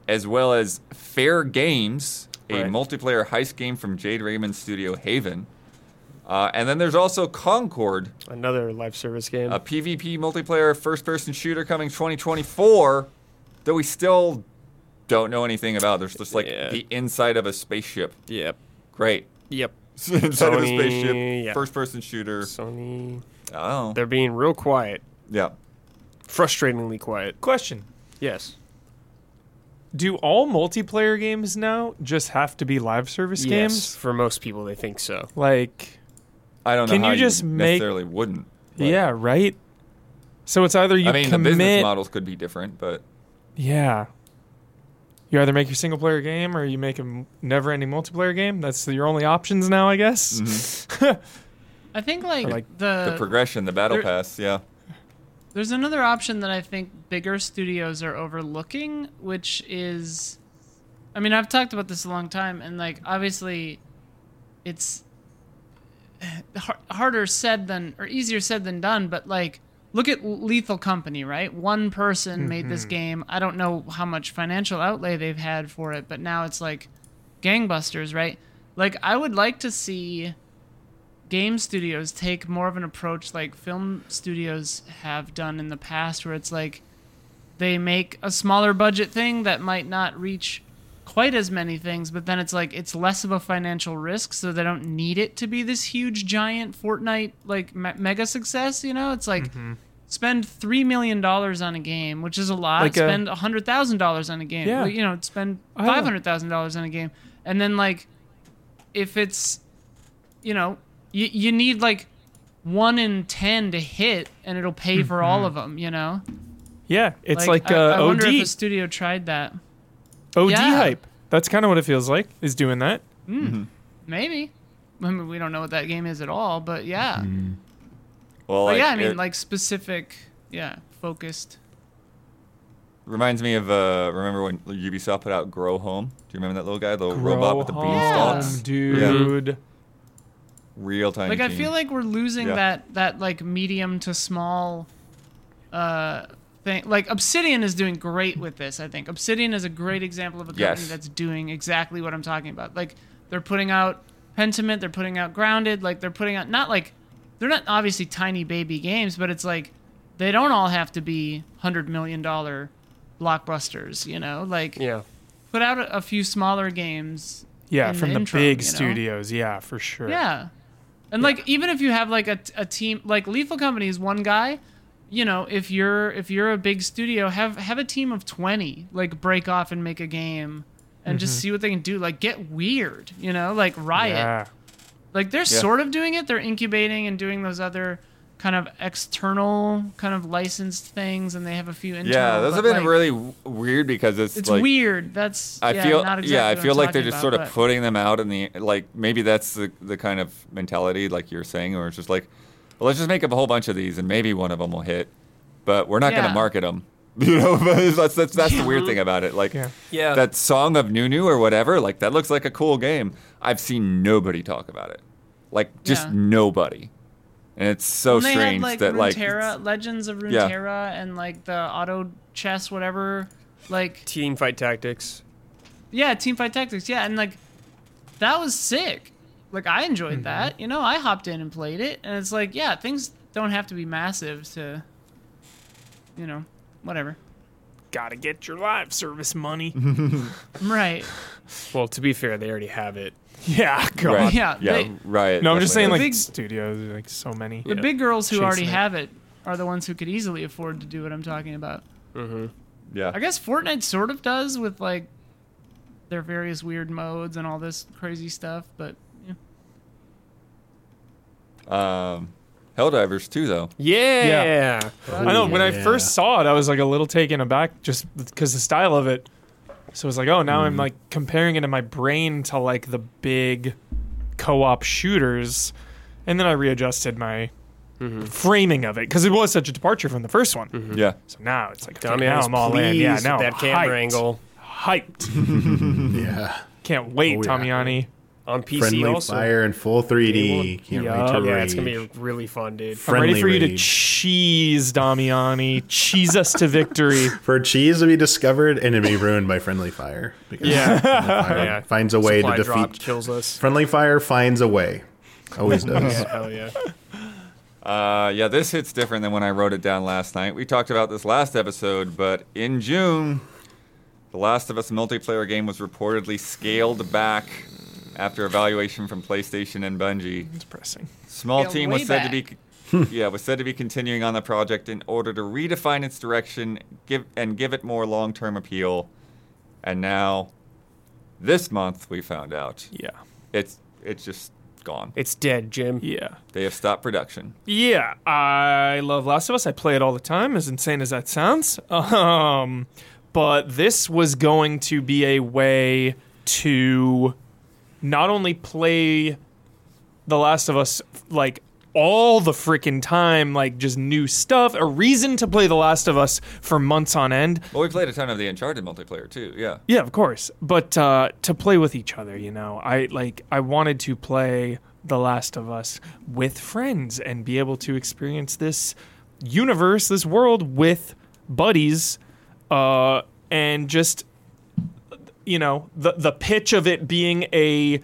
B: as well as Fair Games, a
C: Right.
B: multiplayer heist game from Jade Raymond's studio Haven. Uh, and then there's also Concord,
C: Another live service game.
B: a PvP multiplayer first person shooter coming 2024 that we still don't know anything about. There's just like
C: Yeah.
B: the inside of a spaceship.
C: yep.
B: Great.
C: Yep.
B: Inside of a
C: Sony,
B: spaceship,
C: yeah.
B: first person shooter.
C: Sony.
B: Oh.
C: They're being real quiet.
B: Yeah.
C: Frustratingly quiet.
E: Question.
C: Yes.
E: Do all multiplayer games now just have to be live service
C: Yes.
E: games?
C: For most people, they think so.
E: Like,
B: I don't know
E: Can
B: how
E: you just make-
B: necessarily wouldn't. but-
E: yeah, right? So it's either you
B: I mean, the
E: commit.
B: business models could be different, but
E: Yeah. You either make your single player game or you make a never ending multiplayer game. That's your only options now, I guess.
B: Mm-hmm.
A: I think like,
E: like,
B: the
A: the
B: progression, the battle
A: Uh, there-
B: pass, yeah.
A: There's another option that I think bigger studios are overlooking, which is I mean, I've talked about this a long time and like obviously it's har- harder said than or easier said than done, but like look at Lethal Company, right? One person made this game. I don't know how much financial outlay they've had for it, but now it's like gangbusters, right? Like I would like to see game studios take more of an approach like film studios have done in the past where it's like they make a smaller budget thing that might not reach quite as many things, but then it's like it's less of a financial risk, so they don't need it to be this huge, giant Fortnite like me- mega success. You know, it's like
E: Mm-hmm.
A: spend three million dollars on a game, which is a lot.
E: Like a-
A: spend a hundred thousand dollars on a game.
E: Yeah.
A: Well, You know, spend
E: I don't-
A: five hundred thousand dollars on a game, and then like if it's you know you you need like one in ten to hit, and it'll pay for all of them. You know,
E: Yeah, Mm-hmm. it's like,
A: I- I
E: uh, OD
A: wonder if a studio tried that.
E: OD
A: Yeah.
E: hype. That's kind of what it feels like is doing that.
A: Maybe. I mean, we don't know what that game is at all, but yeah. But
B: Well, Mm-hmm. like,
A: yeah, I mean,
B: it
A: like specific, yeah, focused.
B: reminds me of uh, remember when Ubisoft put out Grow Home? Do you remember that little guy, the
E: Grow
B: robot with the
E: home,
B: beanstalks?
E: dude.
B: Real time.
A: Like, I feel like we're losing
B: Yeah.
A: that that like medium to small, uh, thing. Like Obsidian is doing great with this. I think Obsidian is a great example of a company
B: Yes.
A: that's doing exactly what I'm talking about. Like they're putting out Pentiment, they're putting out Grounded, like they're putting out not like they're not obviously tiny baby games, but it's like they don't all have to be hundred million dollar blockbusters. You know, like
C: Yeah.
A: put out a, a few smaller games.
E: Yeah,
A: in
E: from
A: the
E: the,
A: intro,
E: big
A: you know?
E: studios. Yeah, for sure.
A: Yeah. And like even if you have like a, a team like Lethal Company is one guy, you know, if you're if you're a big studio, have have a team of 20 like break off and make a game and
B: Mm-hmm.
A: just see what they can do. Like get weird, you know, like Riot.
E: Yeah.
A: Like they're sort of doing it. They're incubating and doing those other kind of external kind of licensed things and they have a few internal
B: Yeah, those
A: but,
B: have been
A: like,
B: really w- weird because it's,
A: it's
B: like
A: weird. That's
B: I
A: yeah,
B: feel
A: not exactly
B: yeah, I
A: what I'm
B: feel like they're
A: talking
B: just
A: about,
B: sort
A: but-
B: of putting them out in the like maybe that's the the kind of mentality like you're saying, or it's just like, well, let's just make up a whole bunch of these and maybe one of them will hit, but we're not going
A: Yeah.
B: to market them. You know, but that's that's, that's the weird
A: Yeah.
B: thing about it. Like
E: Yeah.
C: Yeah.
B: that song of Nunu or whatever, like that looks like a cool game. I've seen nobody talk about it, like just
A: Yeah.
B: nobody, and it's so
A: And they
B: strange
A: had like
B: that like
A: Runeterra, Legends of
B: Yeah.
A: Runeterra, and like the auto chess, whatever. Like
C: Team fight tactics.
A: yeah, teamfight tactics. Yeah, and like that was sick. Like I enjoyed that. You know, I hopped in and played it, and it's like yeah, things don't have to be massive to, you know, whatever.
E: Gotta get your live service money.
B: Mm-hmm.
A: Right.
C: Well, to be fair, they already have it.
E: yeah, God.
B: right,
A: Yeah,
B: yeah,
A: they-
B: right.
E: No, I'm just saying,
B: definitely.
E: like,
A: Big-
E: studios, like, so many.
A: The big girls who
E: Chasing
A: already
E: it.
A: have it are the ones who could easily afford to do what I'm talking about.
B: yeah.
A: I guess Fortnite sort of does with like their various weird modes and all this crazy stuff, but yeah.
B: Um, Helldivers too, though.
C: Yeah.
E: I know. When I
D: Yeah.
E: first saw it, I was like a little taken aback just because the style of it. So it's like, oh, now I'm like comparing it in my brain to like the big co-op shooters, and then I readjusted my
C: Mm-hmm.
E: framing of it because it was such a departure from the first one.
B: Yeah.
E: So now it's like, okay,
C: Dummy,
E: now
C: I was
E: I'm all in. Yeah,
C: pleased
E: now
C: with
E: I'm
C: that camera
E: hyped.
C: angle
E: hyped.
D: Yeah.
E: Can't wait,
D: Oh, yeah.
E: Tamiani.
C: on PC
D: Friendly
C: also.
D: fire and full 3D. Can't
E: Yeah.
D: wait to
C: Yeah, it's gonna
D: rage.
C: be really fun, dude.
E: I'm ready
D: Friendly
E: for you to
D: rage.
E: cheese Damiani, cheese us to victory.
D: for cheese to be discovered and to be ruined by friendly fire. Because
C: Yeah.
D: friendly fire
C: Yeah.
D: finds a way
C: Supply
D: to
C: drop
D: defeat.
C: kills us.
D: Friendly fire finds a way. Always does.
C: Hell yeah.
B: Uh, yeah, this hits different than when I wrote it down last night. We talked about this last episode, but in June, The Last of Us multiplayer game was reportedly scaled back after evaluation from PlayStation and Bungie.
E: It's pressing.
B: Small
A: Scaled
B: team
A: way
B: was said to be yeah, was said to be continuing on the project in order to redefine its direction, give and give it more long-term appeal. And now this month we found out
E: Yeah.
B: it's it's just gone.
C: It's dead, Jim.
E: Yeah.
B: They have stopped production.
E: Yeah, I love Last of Us. I play it all the time, as insane as that sounds. Um, but this was going to be a way to not only play The Last of Us like all the freaking time, like just new stuff, a reason to play The Last of Us for months on end.
B: Well, we played a ton of the Uncharted multiplayer too. Yeah.
E: Yeah, of course. But uh, to play with each other, you know, I like I wanted to play The Last of Us with friends and be able to experience this universe, this world with buddies, uh, and just you know the the pitch of it being a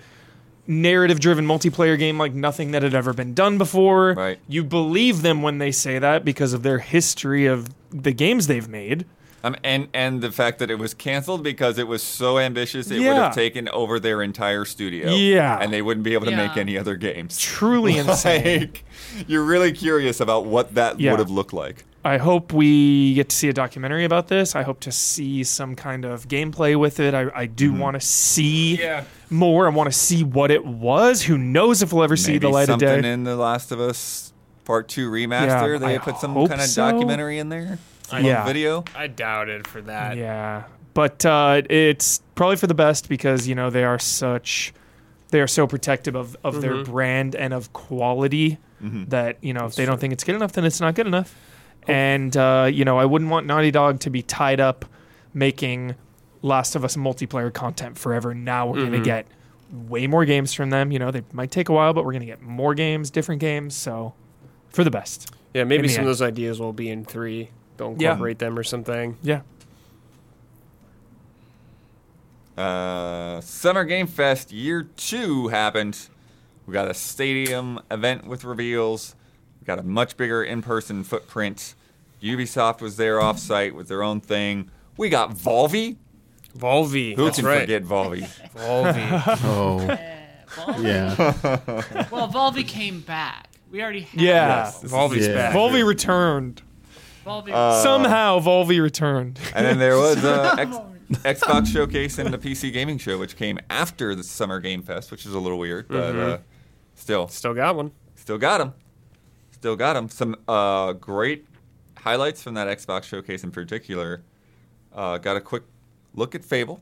E: narrative driven multiplayer game like nothing that had ever been done before.
B: Right.
E: You believe them when they say that because of their history of the games they've made.
B: Um, and and the fact that it was canceled because it was so ambitious, it would
E: Yeah.
B: have taken over their entire studio.
E: Yeah.
B: and they wouldn't be able to make
A: Yeah.
B: any other games.
E: Truly insane.
B: Like, you're really curious about what that
E: Yeah.
B: would have looked like.
E: I hope we get to see a documentary about this. I hope to see some kind of gameplay with it. I, I
B: Mm-hmm.
E: do want to see
C: Yeah.
E: more. I want to see what it was. Who knows if we'll ever see
B: Maybe
E: the light of
B: something
E: day?
B: in the Last of Us Part Two remaster.
E: Yeah,
B: they
E: I
B: put some
E: hope
B: kind of
E: so.
B: documentary in there,
C: I,
E: Yeah.
B: video.
C: I doubted for that.
E: yeah, but uh, it's probably for the best because you know they are such they are so protective of, of their brand and of quality that you know if they don't think it's good enough, then it's not good enough. And uh, you know I wouldn't want Naughty Dog to be tied up making Last of Us multiplayer content forever. Now we're gonna get way more games from them. You know they might take a while, but we're gonna get more games, different games. So for the best.
C: Yeah, maybe
E: In the
C: some of
E: end.
C: those ideas will be in three. They'll
E: Yeah.
C: incorporate them or something.
E: Yeah.
B: Uh, Summer Game Fest Year Two happened. We got a stadium event with reveals. We got a much bigger in-person footprint. Ubisoft was there off-site with their own thing. We got Volvi.
C: Volvi.
B: Who
C: that's
B: can
C: right.
B: forget Volvi?
C: Volvi?
D: Oh, yeah.
A: Well, Volvi came back. We already had
E: Yeah.
C: Volvi's
D: Yeah.
C: back.
E: Volvi returned.
A: Volvi.
B: Uh,
E: Uh, Somehow Volvi returned.
B: And then there was a X- Xbox showcase and the PC gaming show, which came after the Summer Game Fest, which is a little weird, but uh, still,
C: Mm-hmm. Still got one.
B: still got them. Still got them. Some uh, great highlights from that Xbox showcase in particular. Uh, got a quick look at Fable.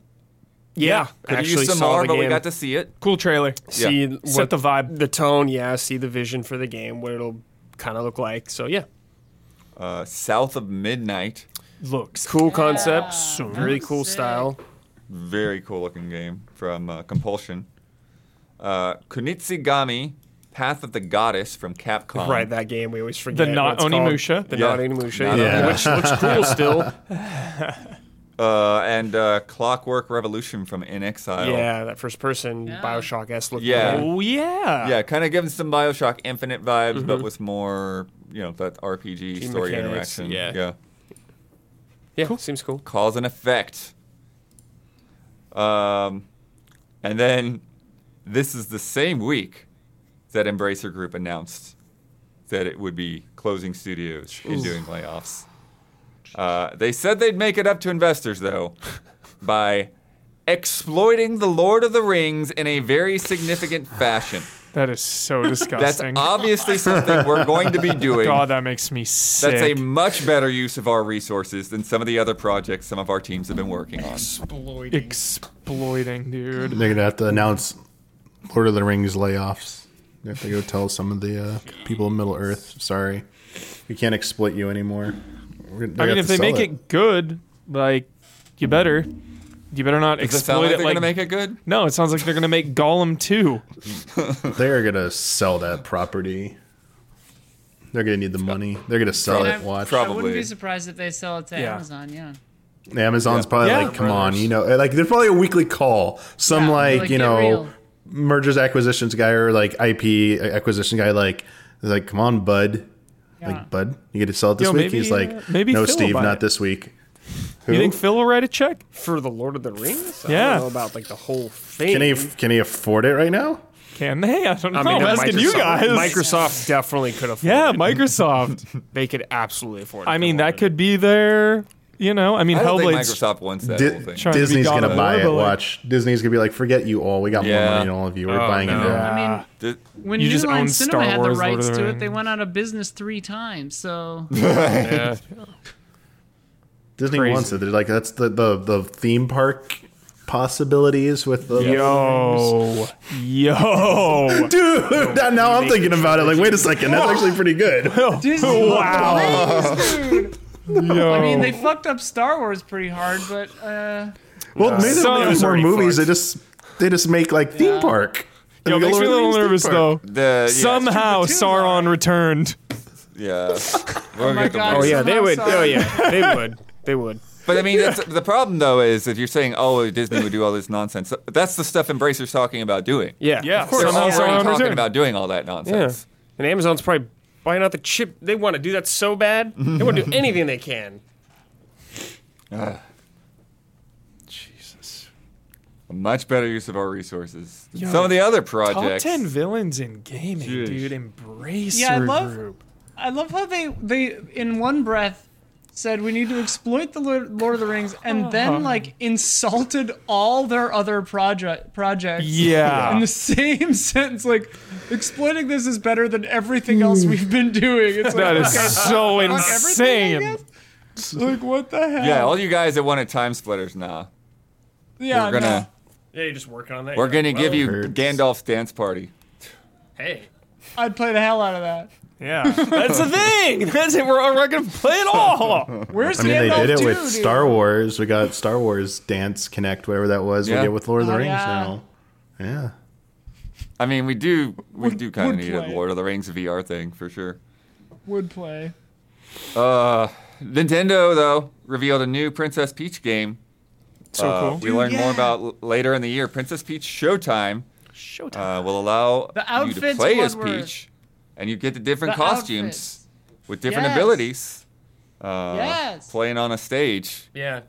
C: Yeah,
B: Could have
C: actually
B: used some
C: saw
B: more,
C: the
B: but we
C: game.
B: got to see it.
E: Cool trailer.
C: see
B: Yeah.
E: Set
C: what
E: the vibe.
C: the tone. Yeah, see the vision for the game, what it'll kind of look like. So yeah,
B: Uh, South of Midnight,
E: Looks
C: cool concept,
E: So
C: really cool
A: sick.
C: style.
B: very cool looking game from uh, Compulsion. Uh, Kunitsigami, Path of the Goddess from Capcom.
C: right, that game we always forget.
E: The
C: what
E: not
C: it's called.
E: Onimusha.
C: The
B: Um, Yeah.
C: not Onimusha,
B: Not
C: yeah.
D: Onimusha.
C: which looks cool still.
B: Uh, and uh, Clockwork Revolution from In Exile.
C: yeah, that first person Bioshock s look.
B: Yeah.
C: game.
E: Oh yeah.
B: Yeah, kind of giving some Bioshock Infinite vibes, but with more, you know, that RPG
C: Mm-hmm. Team
B: story
C: mechanics,
B: interaction.
C: yeah.
B: yeah.
C: yeah, seems cool.
B: Cause and effect. Um, and then this is the same week that Embracer Group announced that it would be closing studios and doing layoffs. Uh, they said they'd make it up to investors, though, by exploiting the Lord of the Rings in a very significant fashion.
E: That is so
B: That's
E: disgusting.
B: obviously something we're going to be doing.
E: God, that makes me sick.
B: That's a much better use of our resources than some of the other projects some of our teams have been working on.
E: exploiting, dude.
D: They're gonna have to announce Lord of the Rings layoffs. They have to go tell some of the uh, people in Middle Earth, sorry, we can't exploit you anymore. We're gonna-
E: I mean,
D: have
E: if
D: to
E: they make
D: sell
E: it. good, like you better, you better not
B: Does it sound like
E: exploit it.
B: they're
E: like
B: going to make it good?
E: no, it sounds like they're gonna make Gollum too.
D: they are gonna sell that property. They're gonna need the money. They're gonna sell
A: And
D: it. Watch.
A: I
B: Probably.
A: wouldn't be surprised if they sell it to
E: Yeah.
A: Amazon. Yeah.
D: Amazon's probably
E: Yeah.
D: like, come on, you know, like there's probably a weekly call. Some
A: Yeah,
D: like,
A: like,
D: you
A: get
D: know,
A: real.
D: mergers acquisitions guy or like IP acquisition guy, like, is like, come on, bud,
A: Yeah.
D: like, bud, you get to sell it this
E: Yo,
D: week.
E: maybe,
D: He's
E: uh,
D: like,
E: maybe Phil
D: no,
E: will
D: Steve,
E: buy
D: not
E: it."
D: this week.
E: You
D: Who?
E: think Phil will write a check?
C: For the Lord of the Rings, I
E: Yeah.
C: don't know about like the whole thing.
D: Can he can he afford it right now?
E: Can they? I don't know.
C: I mean,
E: I'm
C: if
E: asking
C: Microsoft,
E: you guys.
C: Microsoft definitely could afford
E: yeah,
C: it.
E: Microsoft.
C: They could absolutely afford it.
E: I
C: if
E: mean,
C: they
E: that
C: wanted
E: could be their. You know, I mean,
B: I don't think
E: Hellblade's
B: Microsoft wants that
D: Di-
B: whole thing.
E: Trying to be
D: Disney's
E: God
D: gonna
E: of
D: buy
E: War,
D: it.
E: but, like-
D: Watch Disney's gonna be like, forget you all. We got
B: Yeah.
D: more money than all of you. We're
C: Oh,
D: buying
C: no.
D: it. now.
E: Yeah.
A: I mean,
B: Did-
A: when
E: Uh, You
A: New
E: just
A: Line
E: own
A: Cinema
E: Star
A: had
E: Wars,
A: the
E: Lord
A: rights
E: of the
A: to it, they
E: Rings.
A: went out of business three times. So
D: Disney wants it. They're like, that's the the, the theme park possibilities with the
E: Yo, yo,
D: Dude, now, now I'm thinking about it. Like, wait a second, that's actually pretty good.
E: wow, yo.
A: I mean, they fucked up Star Wars pretty hard, but uh,
D: Well, maybe they
E: Some
D: don't make
E: is
D: more
C: already
D: movies.
C: fucked.
D: They just they just make like theme park. Then we
E: makes
D: go
E: me a
D: over to
E: little
D: the
E: nervous
D: Easter
E: though.
D: part.
B: The yeah,
E: Somehow
A: It's true, the tunes
E: Sauron
A: are-
E: returned.
B: yeah.
A: Oh my God,
C: Oh yeah, they
A: somehow
C: would. Oh
A: Sauron-
C: yeah, they would. They would.
B: But I mean, that's, the problem though is if you're saying, "Oh, Disney would do all this nonsense," that's the stuff Embracer's talking about doing.
C: Yeah,
E: Yeah,
C: Of
E: so-
C: course.
B: they're
E: Somehow
B: already
E: Sauron
B: talking
E: returned.
B: about doing all that
C: Yeah,
B: nonsense.
C: and Amazon's probably buying out the chip. They want to do that so bad. They want to do anything they can.
B: A much better use of our resources. than Some of the other projects.
E: Top ten villains in gaming,
B: Jeez.
E: dude. Embrace
A: Yeah, I
E: your
A: love-
E: group.
A: I love how they they in one breath said we need to exploit the Lord Lord of the Rings and then like insulted all their other project projects.
E: Yeah.
A: In the same sentence, like exploiting this is better than everything else we've been doing. It's like
E: That is
A: okay,
E: so
A: fuck everything, I
E: insane.
A: guess? Like what the hell?
B: Yeah, all you guys that wanted time splitters now.
A: yeah
B: we're gonna
A: no.
C: Yeah, you're just working on that.
B: we're
C: You're
B: gonna
C: like,
B: give
C: well,
B: you
D: hurts.
B: Gandalf's dance party.
C: Hey,
A: I'd play the hell out of that.
E: Yeah, that's the thing. That's it. We're, we're gonna play it all.
A: Where's
D: I mean, they
A: Gandalf
D: did it
A: 2,
D: with
A: dude?
D: Star Wars. We got Star Wars Dance Connect, whatever that was.
B: Yeah.
D: We get with Lord of the
A: Oh,
D: Rings
A: yeah.
D: now. Yeah.
B: I mean, we do we do kind of
A: would
B: need
A: play.
B: a Lord of the Rings VR thing for sure.
A: Would play.
B: Uh, Nintendo though revealed a new Princess Peach game.
E: So
B: Uh,
E: cool.
B: We learn more
A: yeah.
B: about l- later in the year. Princess Peach Showtime
C: showtime.
B: uh, will allow
A: The
B: you to
A: outfits,
B: play
A: one
B: as
A: word.
B: Peach, and you get the different
A: The
B: costumes
A: outfits.
B: with different
A: Yes.
B: abilities. Uh,
A: Yes.
B: Playing on a stage.
C: Yeah.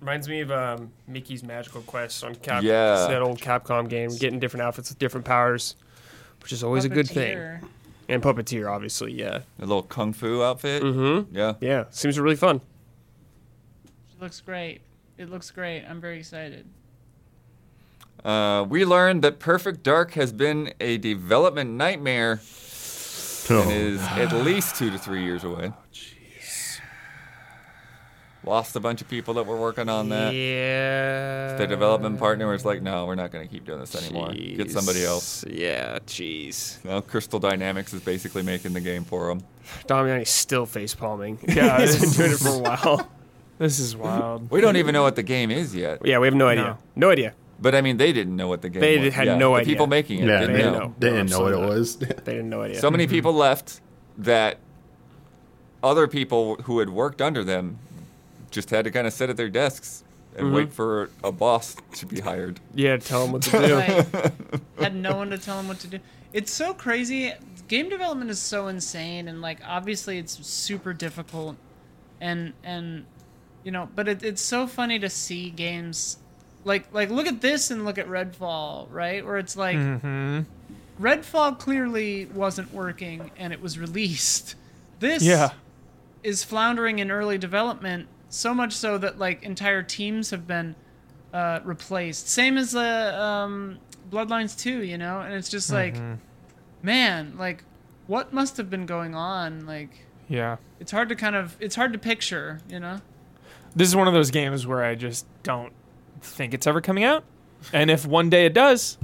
C: Reminds me of um, Mickey's Magical Quest on Cap.
B: Yeah.
C: It's that old Capcom game, getting different outfits with different powers, which is always a good thing.
A: Puppeteer.
C: And Puppeteer, obviously, yeah.
B: A little kung fu outfit.
C: Mm-hmm.
B: Yeah.
C: Yeah, seems really fun.
A: It looks great. It looks great. I'm very excited.
B: Uh, we learned that Perfect Dark has been a development nightmare
D: Oh,
B: and is at least two to three years away.
E: Oh,
B: Lost a bunch of people that were working on that.
C: Yeah.
B: The development partner was like, "No, we're not going to keep doing this anymore. Get somebody else."
C: Yeah, jeez.
B: Now Crystal Dynamics is basically making the game for them.
C: Damiani's still face palming.
E: Yeah,
C: he's been
E: this-
C: doing it for a while.
E: This is wild.
B: We don't even know what the game is yet.
C: yeah, we have no idea. No, idea.
B: But I mean, they didn't know what the game.
C: They
B: was.
C: had
B: Yeah,
C: no
B: the
C: idea.
B: People making it
D: Yeah,
B: didn't
D: they
B: know.
C: didn't know.
D: They didn't know what it
C: absolutely
D: was.
C: They didn't know idea.
B: So many people left that other people who had worked under them just had to kind of sit at their desks and wait for a boss to be hired.
C: yeah, tell them what to do.
A: Right. had no one to tell him what to do. It's so crazy. Game development is so insane, and like obviously it's super difficult, and and you know, but it, it's so funny to see games like like look at this and look at Redfall, right? Where it's like Redfall clearly wasn't working, and it was released. This
E: Yeah.
A: is floundering in early development so much so that like entire teams have been uh, replaced same as uh, um, bloodlines 2 you know and it's just like
E: Mm-hmm.
A: man like what must have been going on like
E: Yeah.
A: it's hard to kind of it's hard to picture you know
E: This is one of those games where I just don't think it's ever coming out. And if one day it does,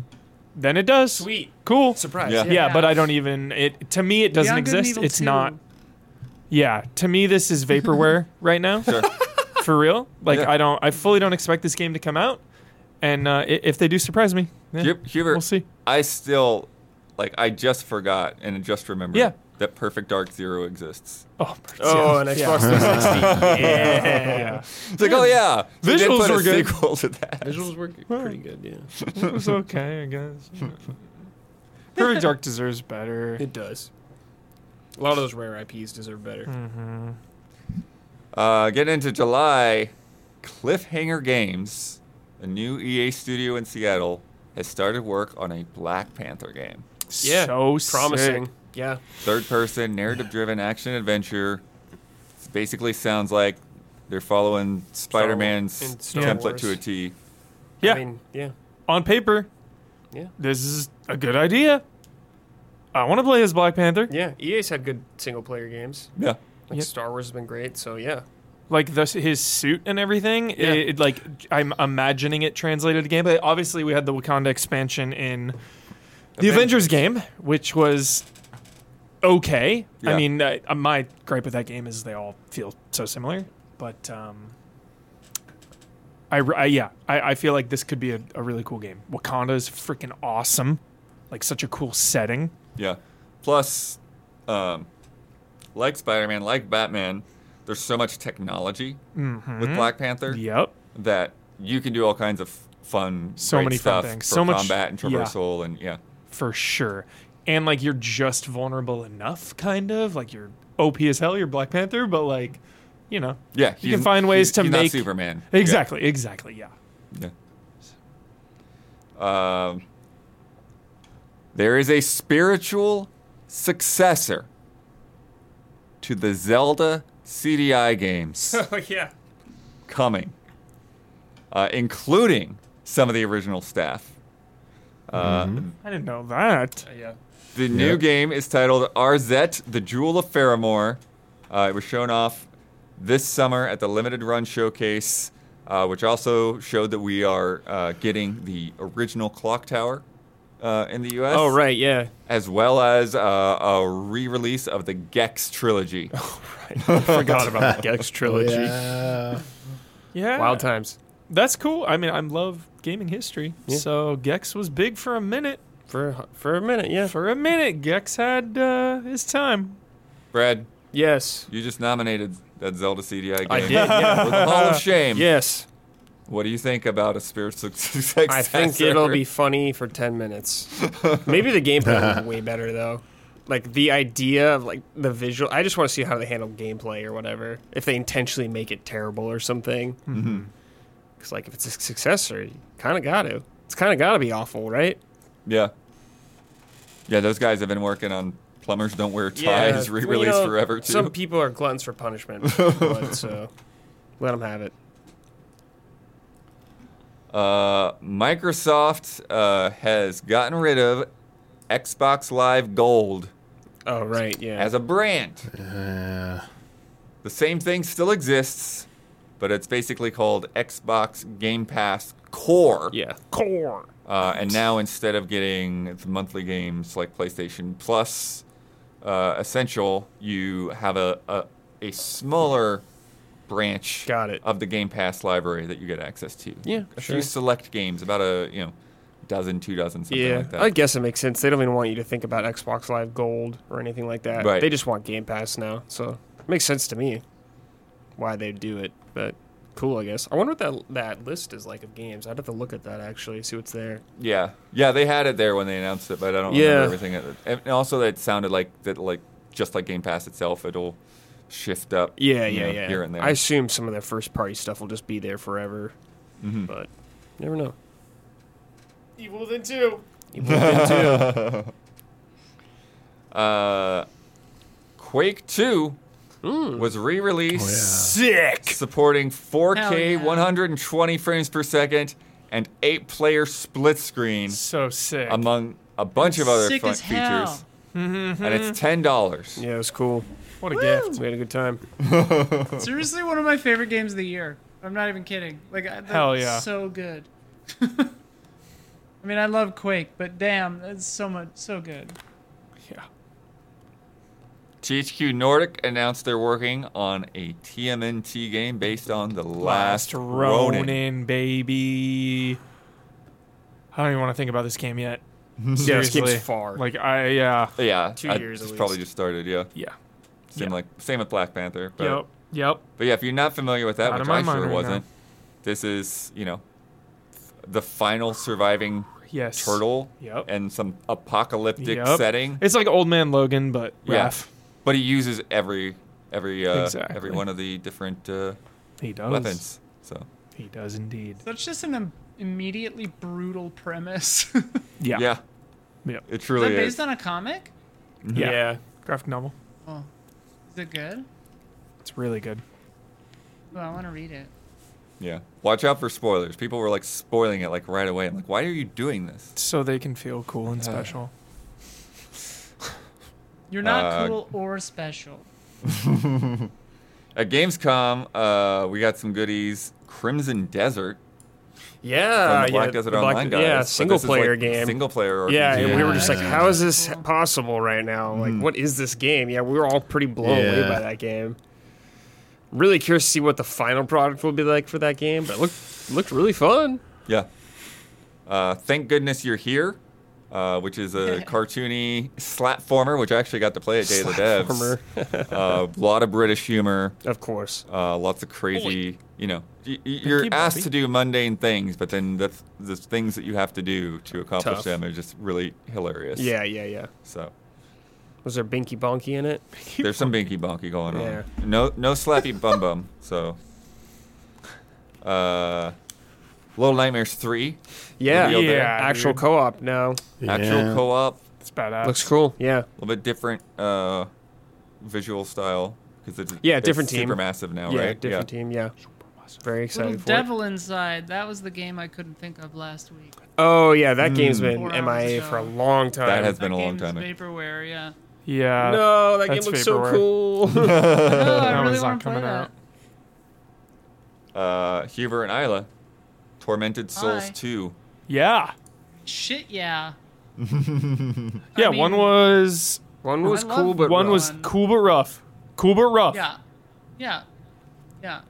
E: then it does.
C: Sweet.
E: Cool.
C: Surprise.
B: Yeah.
E: Yeah, but I don't even it to me it doesn't
A: Beyond Good and
E: exist.
A: Evil
E: It's
A: 2.
E: not Yeah, to me this is vaporware right now. For real? Like
B: Yeah.
E: I don't I fully don't expect this game to come out. And uh, i- if they do surprise me, yeah,
B: Hu- Hubert,
E: we'll see.
B: I still, like, I just forgot and just remembered
E: Yeah.
B: that Perfect Dark Zero exists.
E: Oh,
C: Oh, and
E: yeah.
C: Xbox 360.
E: Yeah.
C: yeah.
B: It's like, oh yeah, they did
E: Visuals
B: put a
E: were good.
B: sequel to that.
C: Visuals were pretty good, yeah.
E: It was okay, I guess. Perfect Dark deserves better.
C: It does. A lot of those rare IPs deserve better.
B: Hmm. Uh, getting into July, Cliffhanger Games, a new EA studio in Seattle, has started work on a Black Panther game.
C: Yeah.
E: so
C: Promising.
E: sick.
C: Yeah.
B: third person narrative driven action adventure It basically sounds like they're following spider-man's
C: and Star
B: template
C: Wars.
B: to a t
E: Yeah,
C: I mean, yeah.
E: on paper,
C: Yeah.
E: this is a good idea. I want to play as Black Panther.
C: Yeah. EA's had good single player games.
B: yeah
C: Like
E: Yep.
C: Star Wars has been great, so yeah.
E: Like the, his suit and everything.
C: Yeah.
E: It, it, like I'm imagining it translated to gameplay. Obviously, we had the Wakanda expansion in the Avengers, game, which was okay. I
B: Yeah.
E: mean, I, uh, my gripe with that game is they all feel so similar, but um, I, re- I yeah, I, I feel like this could be a, a really cool game. Wakanda is freaking awesome. like such a cool setting.
B: Yeah. Plus, um, like Spider Man, like Batman, there's so much technology
E: Mm-hmm.
B: with Black Panther
E: Yep.
B: that you can do all kinds of fun,
E: So
B: great
E: many fun
B: stuff
E: things.
B: for
E: So much-
B: combat and
E: yeah.
B: traversal, and yeah,
E: for sure. And like you're just vulnerable enough, kind of like you're OP as hell. You're Black Panther, but like, you know,
B: yeah.
E: you
B: he's-
E: can find ways
B: he's-
E: to
B: he's
E: make
B: not Superman. Yeah.
E: exactly, exactly, yeah.
B: Um, there is a spiritual successor to the Zelda CDI games
C: Oh,
E: yeah,
B: coming, uh, including some of the original staff. Uh,
E: I didn't know that.
C: yeah.
B: The new
D: Yep.
B: game is titled Arzette, the Jewel of Faramore. Uh, it was shown off this summer at the limited run showcase, uh, which also showed that we are uh, getting the original clock tower uh, in the US.
C: Oh right, yeah.
B: As well as uh, a re release of the Gex trilogy.
C: Forgot about the Gex trilogy.
D: Yeah.
E: Yeah,
C: Wild times
E: That's cool. I mean, I love gaming history,
C: Yeah.
E: so Gex was big for a minute.
C: for for a minute, yeah.
E: For a minute, Gex had uh, his time.
B: Brad,
C: Yes,
B: you just nominated that Zelda CDI game.
C: I did, yeah.
B: For the Hall of Shame.
C: yes.
B: What do you think about a spiritual successor?
C: I think it'll be funny for ten minutes. Maybe the gameplay will be way better though. Like the idea of like the visual. I just want to see how they handle gameplay or whatever. If they intentionally make it terrible or something. Because
B: Mm-hmm.
C: like if it's a successor, you kind of got to. It's kind of got to be awful, right?
B: Yeah. Yeah, those guys have been working on Plumbers Don't Wear Ties
C: You
B: re-release
C: know,
B: forever too.
C: Some people are gluttons for punishment, but, so let them have it.
B: uh, Microsoft uh, has gotten rid of Xbox Live Gold
C: Oh right, yeah.
B: as a brand.
D: Uh,
B: The same thing still exists, but it's basically called Xbox Game Pass Core.
C: yeah.
E: Core.
B: Uh, and now instead of getting the monthly games like PlayStation Plus uh, Essential, you have a, a, a smaller branch
C: Got it.
B: of the Game Pass library that you get access to.
C: Yeah,
B: a
C: sure.
B: few select games, about a you know dozen, two dozen, something
C: Yeah,
B: like that.
C: I guess it makes sense. They don't even want you to think about Xbox Live Gold or anything like that.
B: Right.
C: They just want Game Pass now, so it makes sense to me why they do it. But cool, I guess. I wonder what that that list is like of games. I'd have to look at that actually, see what's there.
B: yeah, yeah, they had it there when they announced it, but I don't
C: Yeah.
B: remember everything. It- And also, that sounded like that, like just like Game Pass itself, it'll shift up.
C: Yeah,
B: you
C: yeah,
B: know,
C: yeah.
B: Here and there.
C: I assume some of their first party stuff will just be there forever,
B: Mm-hmm.
C: but never know.
E: Evil Within Two.
B: Uh, Quake 2
C: Hmm.
B: was re released,
E: Sick.
B: supporting 4K
A: Hell yeah.
B: 120 frames per second and eight player split screen
E: So sick.
B: among a bunch of other
A: Sick
B: fun
A: as hell. Mm-hmm.
B: features. And it's $10.
C: Yeah, it was cool.
E: what a
A: Woo!
E: gift.
C: We had a good time.
A: Seriously, one of my favorite games of the year. I'm not even kidding. Like, I- that's
E: Hell yeah.
A: so good. I mean, I love Quake, but damn, that's so much, so good.
E: Yeah.
B: THQ Nordic announced they're working on a TMNT game based on The Last,
E: Last
B: Ronin.
E: Ronin, baby. I don't even want to think about this game yet.
C: yeah, this
E: Mm-hmm. Seriously.
C: game's far.
E: Like I yeah.
B: Yeah,
C: Two
B: I-
C: years at
B: it's probably
C: least.
B: just started. Yeah,
E: Yeah.
B: same
E: Yeah.
B: like same with Black Panther. But
E: Yep. Yep.
B: But yeah, if you're not familiar with that,
E: Out of
B: which
E: my
B: I
E: mind
B: sure
E: right
B: wasn't, this is you know the final surviving
E: Yes.
B: turtle
E: Yep.
B: in some apocalyptic
E: Yep.
B: setting.
E: It's like old man Logan, but
B: Yeah.
E: Raph.
B: but he uses every every uh, every
E: Exactly.
B: one of the different uh,
E: He does.
B: weapons. So
E: He does indeed.
A: That's just an im- immediately brutal premise.
E: Yeah.
B: yeah,
E: Yep.
B: it
A: Is that
B: truly is.
A: based on a comic?
E: Yeah.
C: yeah.
E: Graphic novel.
A: Oh, is it good?
E: It's really good.
A: Oh, I want to read it.
B: yeah, watch out for spoilers. People were like spoiling it like right away. I'm like, why are you doing this?
E: So they can feel cool and
B: Uh,
E: special.
A: You're not
B: Uh,
A: cool or special.
B: At Gamescom, uh, we got some goodies. Crimson Desert
C: Yeah,
B: from the Black
C: Uh, yeah,
B: Desert
C: the Black-
B: Online guys. but
C: Yeah,
B: this is,
C: single player
B: like,
C: game.
B: Single player.
C: Yeah, and we were
A: Yeah.
C: just like, how is this possible right now? Like,
E: Hmm.
C: what is this game? Yeah, we were all pretty blown away
D: Yeah.
C: by that game. Really curious to see what the final product will be like for that game, but it looked looked really fun.
B: Yeah. Uh, thank goodness you're here uh, which is a cartoony slapformer, which I actually got to play at Day of the Devs. A Uh, lot of British humor,
C: Of course.
B: uh, lots of crazy. You know, y- y- you're
E: you,
B: asked
E: Bobby.
B: to
C: eh?
B: do mundane things, but then the, the things that you have to do to accomplish
C: Tough.
B: them are just really hilarious.
C: Yeah, yeah, yeah.
B: So
C: Was there Binky Bonky in it?
B: there's some binky bonky going on.
C: Yeah.
B: No, no slappy bum bum. So, uh, Little Nightmares three
C: Yeah,
B: Real
E: Yeah,
B: there.
C: Actual
E: dude.
C: co-op now.
B: actual
D: Yeah.
B: co-op, a
E: It's badass.
C: Looks cool. Yeah.
B: little bit different uh, visual style because it's
C: Yeah,
B: it's
C: different team.
B: super massive now,
C: yeah,
B: right?
C: different team. Yeah. Very
A: Little
C: excited for it.
A: Devil Inside. That was the game I couldn't think of last week.
C: Oh yeah,
E: Hmm.
C: that game's been
A: Four hours
C: MIA
A: ago.
C: for a long time.
B: That has
A: That
B: been a long
A: game's
B: time.
A: Vaporware, yeah.
E: yeah.
C: no, that game
E: That's
C: looks so
E: vaporware.
C: cool.
A: No, Oh, I
E: That
A: really
E: one's not
A: want to play
E: coming
A: that.
E: out.
B: Uh, Huber and Isla, Tormented Souls
A: Hi.
B: two.
E: Yeah.
A: Shit, yeah.
E: Yeah.
A: mean-
E: one was
C: one was
A: I love
C: cool, but
E: one
C: rough.
E: was
A: One.
E: cool but rough. Cool but rough.
A: Yeah. Yeah. Yeah.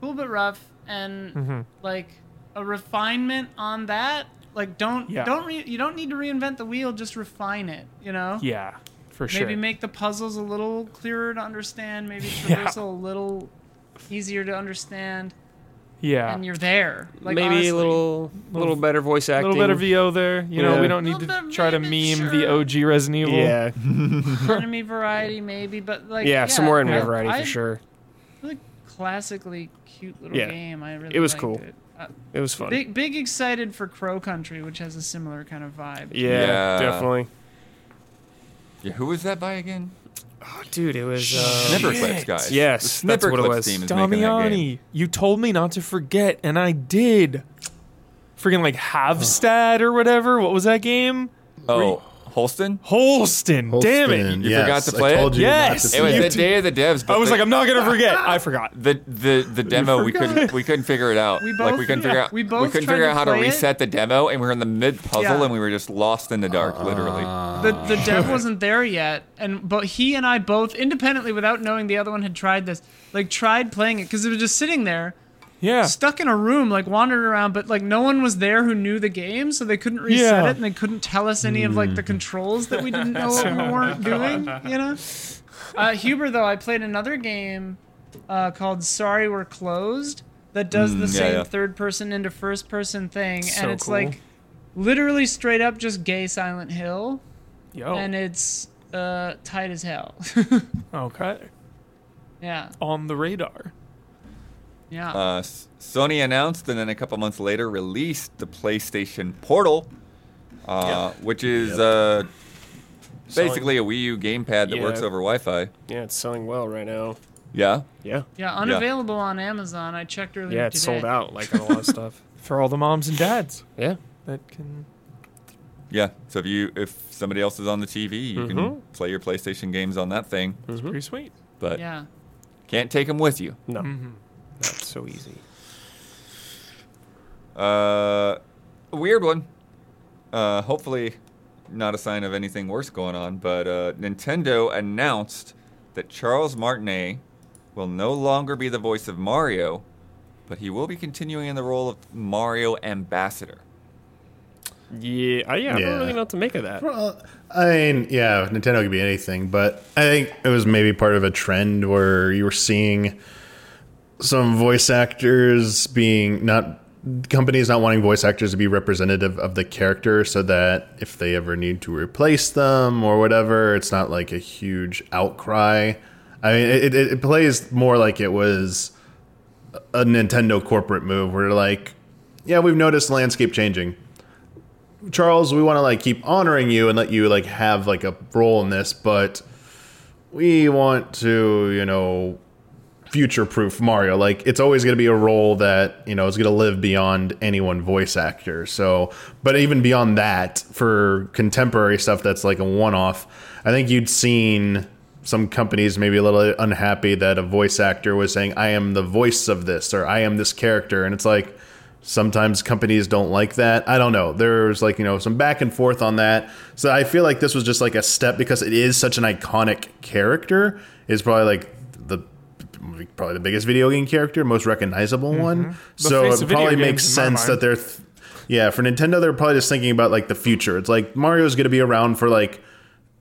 A: Cool but rough and
C: Mm-hmm.
A: like a refinement on that. Like don't
E: Yeah.
A: don't re- you don't need to reinvent the wheel, just refine it, you know?
E: Yeah, for sure.
A: Maybe make the puzzles a little clearer to understand, maybe
E: Yeah.
A: traversal a little easier to understand
E: yeah.
A: and you're there. Like
C: maybe
A: honestly.
C: a little, little better voice
E: A
C: acting.
E: little bit of VO there. You know,
C: Yeah.
E: we don't need
A: Little
E: to
A: bit
E: try to meme
A: maybe,
E: the
A: sure.
E: OG Resident Evil.
C: Yeah,
A: enemy variety maybe, but like
C: yeah, somewhere in
A: I-
C: variety
A: I
C: for sure.
A: Really classically cute little
C: Yeah.
A: game. I really
C: It was
A: liked
C: cool.
A: It. Uh,
C: It was fun.
A: big big excited for Crow Country, which has a similar kind of vibe.
C: yeah,
B: Yeah.
C: definitely.
B: Yeah, who was that by again?
C: Oh, dude, it was. Uh,
B: Snipperclips guys.
C: Yes,
B: the
C: that's what it
B: Snipperclips
C: was.
B: Team is making that game.
E: Damiani, you told me not to forget, and I did. Freaking like Havstad or whatever. What was that game?
B: Oh, Holston.
E: Holston. Damn
D: Holston,
E: it.
B: You forgot to play
D: I told
B: it?
D: You
E: Yes!
D: Not to
B: It was
D: play
B: the
D: it.
B: day of the devs. But
E: I was
B: the,
E: like, I'm not gonna forget. I forgot.
B: the the the demo we couldn't we couldn't figure it out.
A: We
B: like
A: both-
B: we couldn't figure out
A: we both
B: couldn't
A: tried
B: figure
A: to
B: out how to
A: play it.
B: reset the demo, and we were in the mid puzzle,
A: Yeah.
B: and we were just lost in the dark, literally.
A: The the dev wasn't there yet, and but he and I both independently, without knowing the other one had tried this, like tried playing it because it was just sitting there,
E: Yeah.
A: stuck in a room, like wandering around, but like no one was there who knew the game, so they couldn't reset
E: Yeah.
A: it and they couldn't tell us any of like the controls that we didn't know what we weren't doing, you know. Uh, Huber though, I played another game uh, called Sorry We're Closed that does the
B: yeah,
A: same
B: yeah.
A: third person into first person thing,
E: So
A: and it's
E: cool.
A: like literally straight up just gay Silent Hill
E: Yo.
A: and it's uh, tight as hell.
E: okay.
A: yeah,
E: On the radar.
A: yeah.
B: Uh, S- Sony announced, and then a couple months later released the PlayStation Portal, uh, which is uh, basically a Wii U gamepad that
C: Yeah.
B: works over Wi-Fi.
C: yeah, it's selling well right now.
B: Yeah,
C: Yeah,
A: yeah, unavailable on Amazon. I checked earlier
C: yeah, it's
A: today.
C: sold out like on a lot of stuff.
E: For all the moms and dads
C: Yeah,
E: that can
B: yeah. So if you if somebody else is on the TV, you can play your PlayStation games on that thing,
E: it's pretty sweet.
B: but
A: Yeah.
B: can't take them with you.
C: no, not so easy.
B: Uh, a weird one. Uh, hopefully, not a sign of anything worse going on. But uh, Nintendo announced that Charles Martinet will no longer be the voice of Mario, but he will be continuing in the role of Mario Ambassador.
C: Yeah, I, yeah,
D: Yeah.
C: I don't really know what to make of that.
D: Well, I mean, yeah, Nintendo could be anything, but I think it was maybe part of a trend where you were seeing some voice actors being not companies not wanting voice actors to be representative of the character so that if they ever need to replace them or whatever, it's not like a huge outcry. I mean, it, it, it plays more like it was a Nintendo corporate move where like, yeah, we've noticed the landscape changing. Charles, we want to like keep honoring you and let you like have like a role in this, but we want to, you know, future proof Mario. Like it's always going to be a role that, you know, is going to live beyond any one voice actor. So, but even beyond that for contemporary stuff that's like a one-off, I think you'd seen some companies maybe a little unhappy that a voice actor was saying, "I am the voice of this" or "I am this character." And it's like sometimes companies don't like that. I don't know. There's like, you know, some back and forth on that. So I feel like this was just like a step because it is such an iconic character. It's probably like the probably the biggest video game character, most recognizable one.
E: Mm-hmm. The
D: So
E: face
D: it
E: of video
D: probably
E: games
D: makes
E: in my
D: sense
E: mind.
D: that they're th- Yeah, for Nintendo, they're probably just thinking about like the future. It's like Mario's going to be around for like,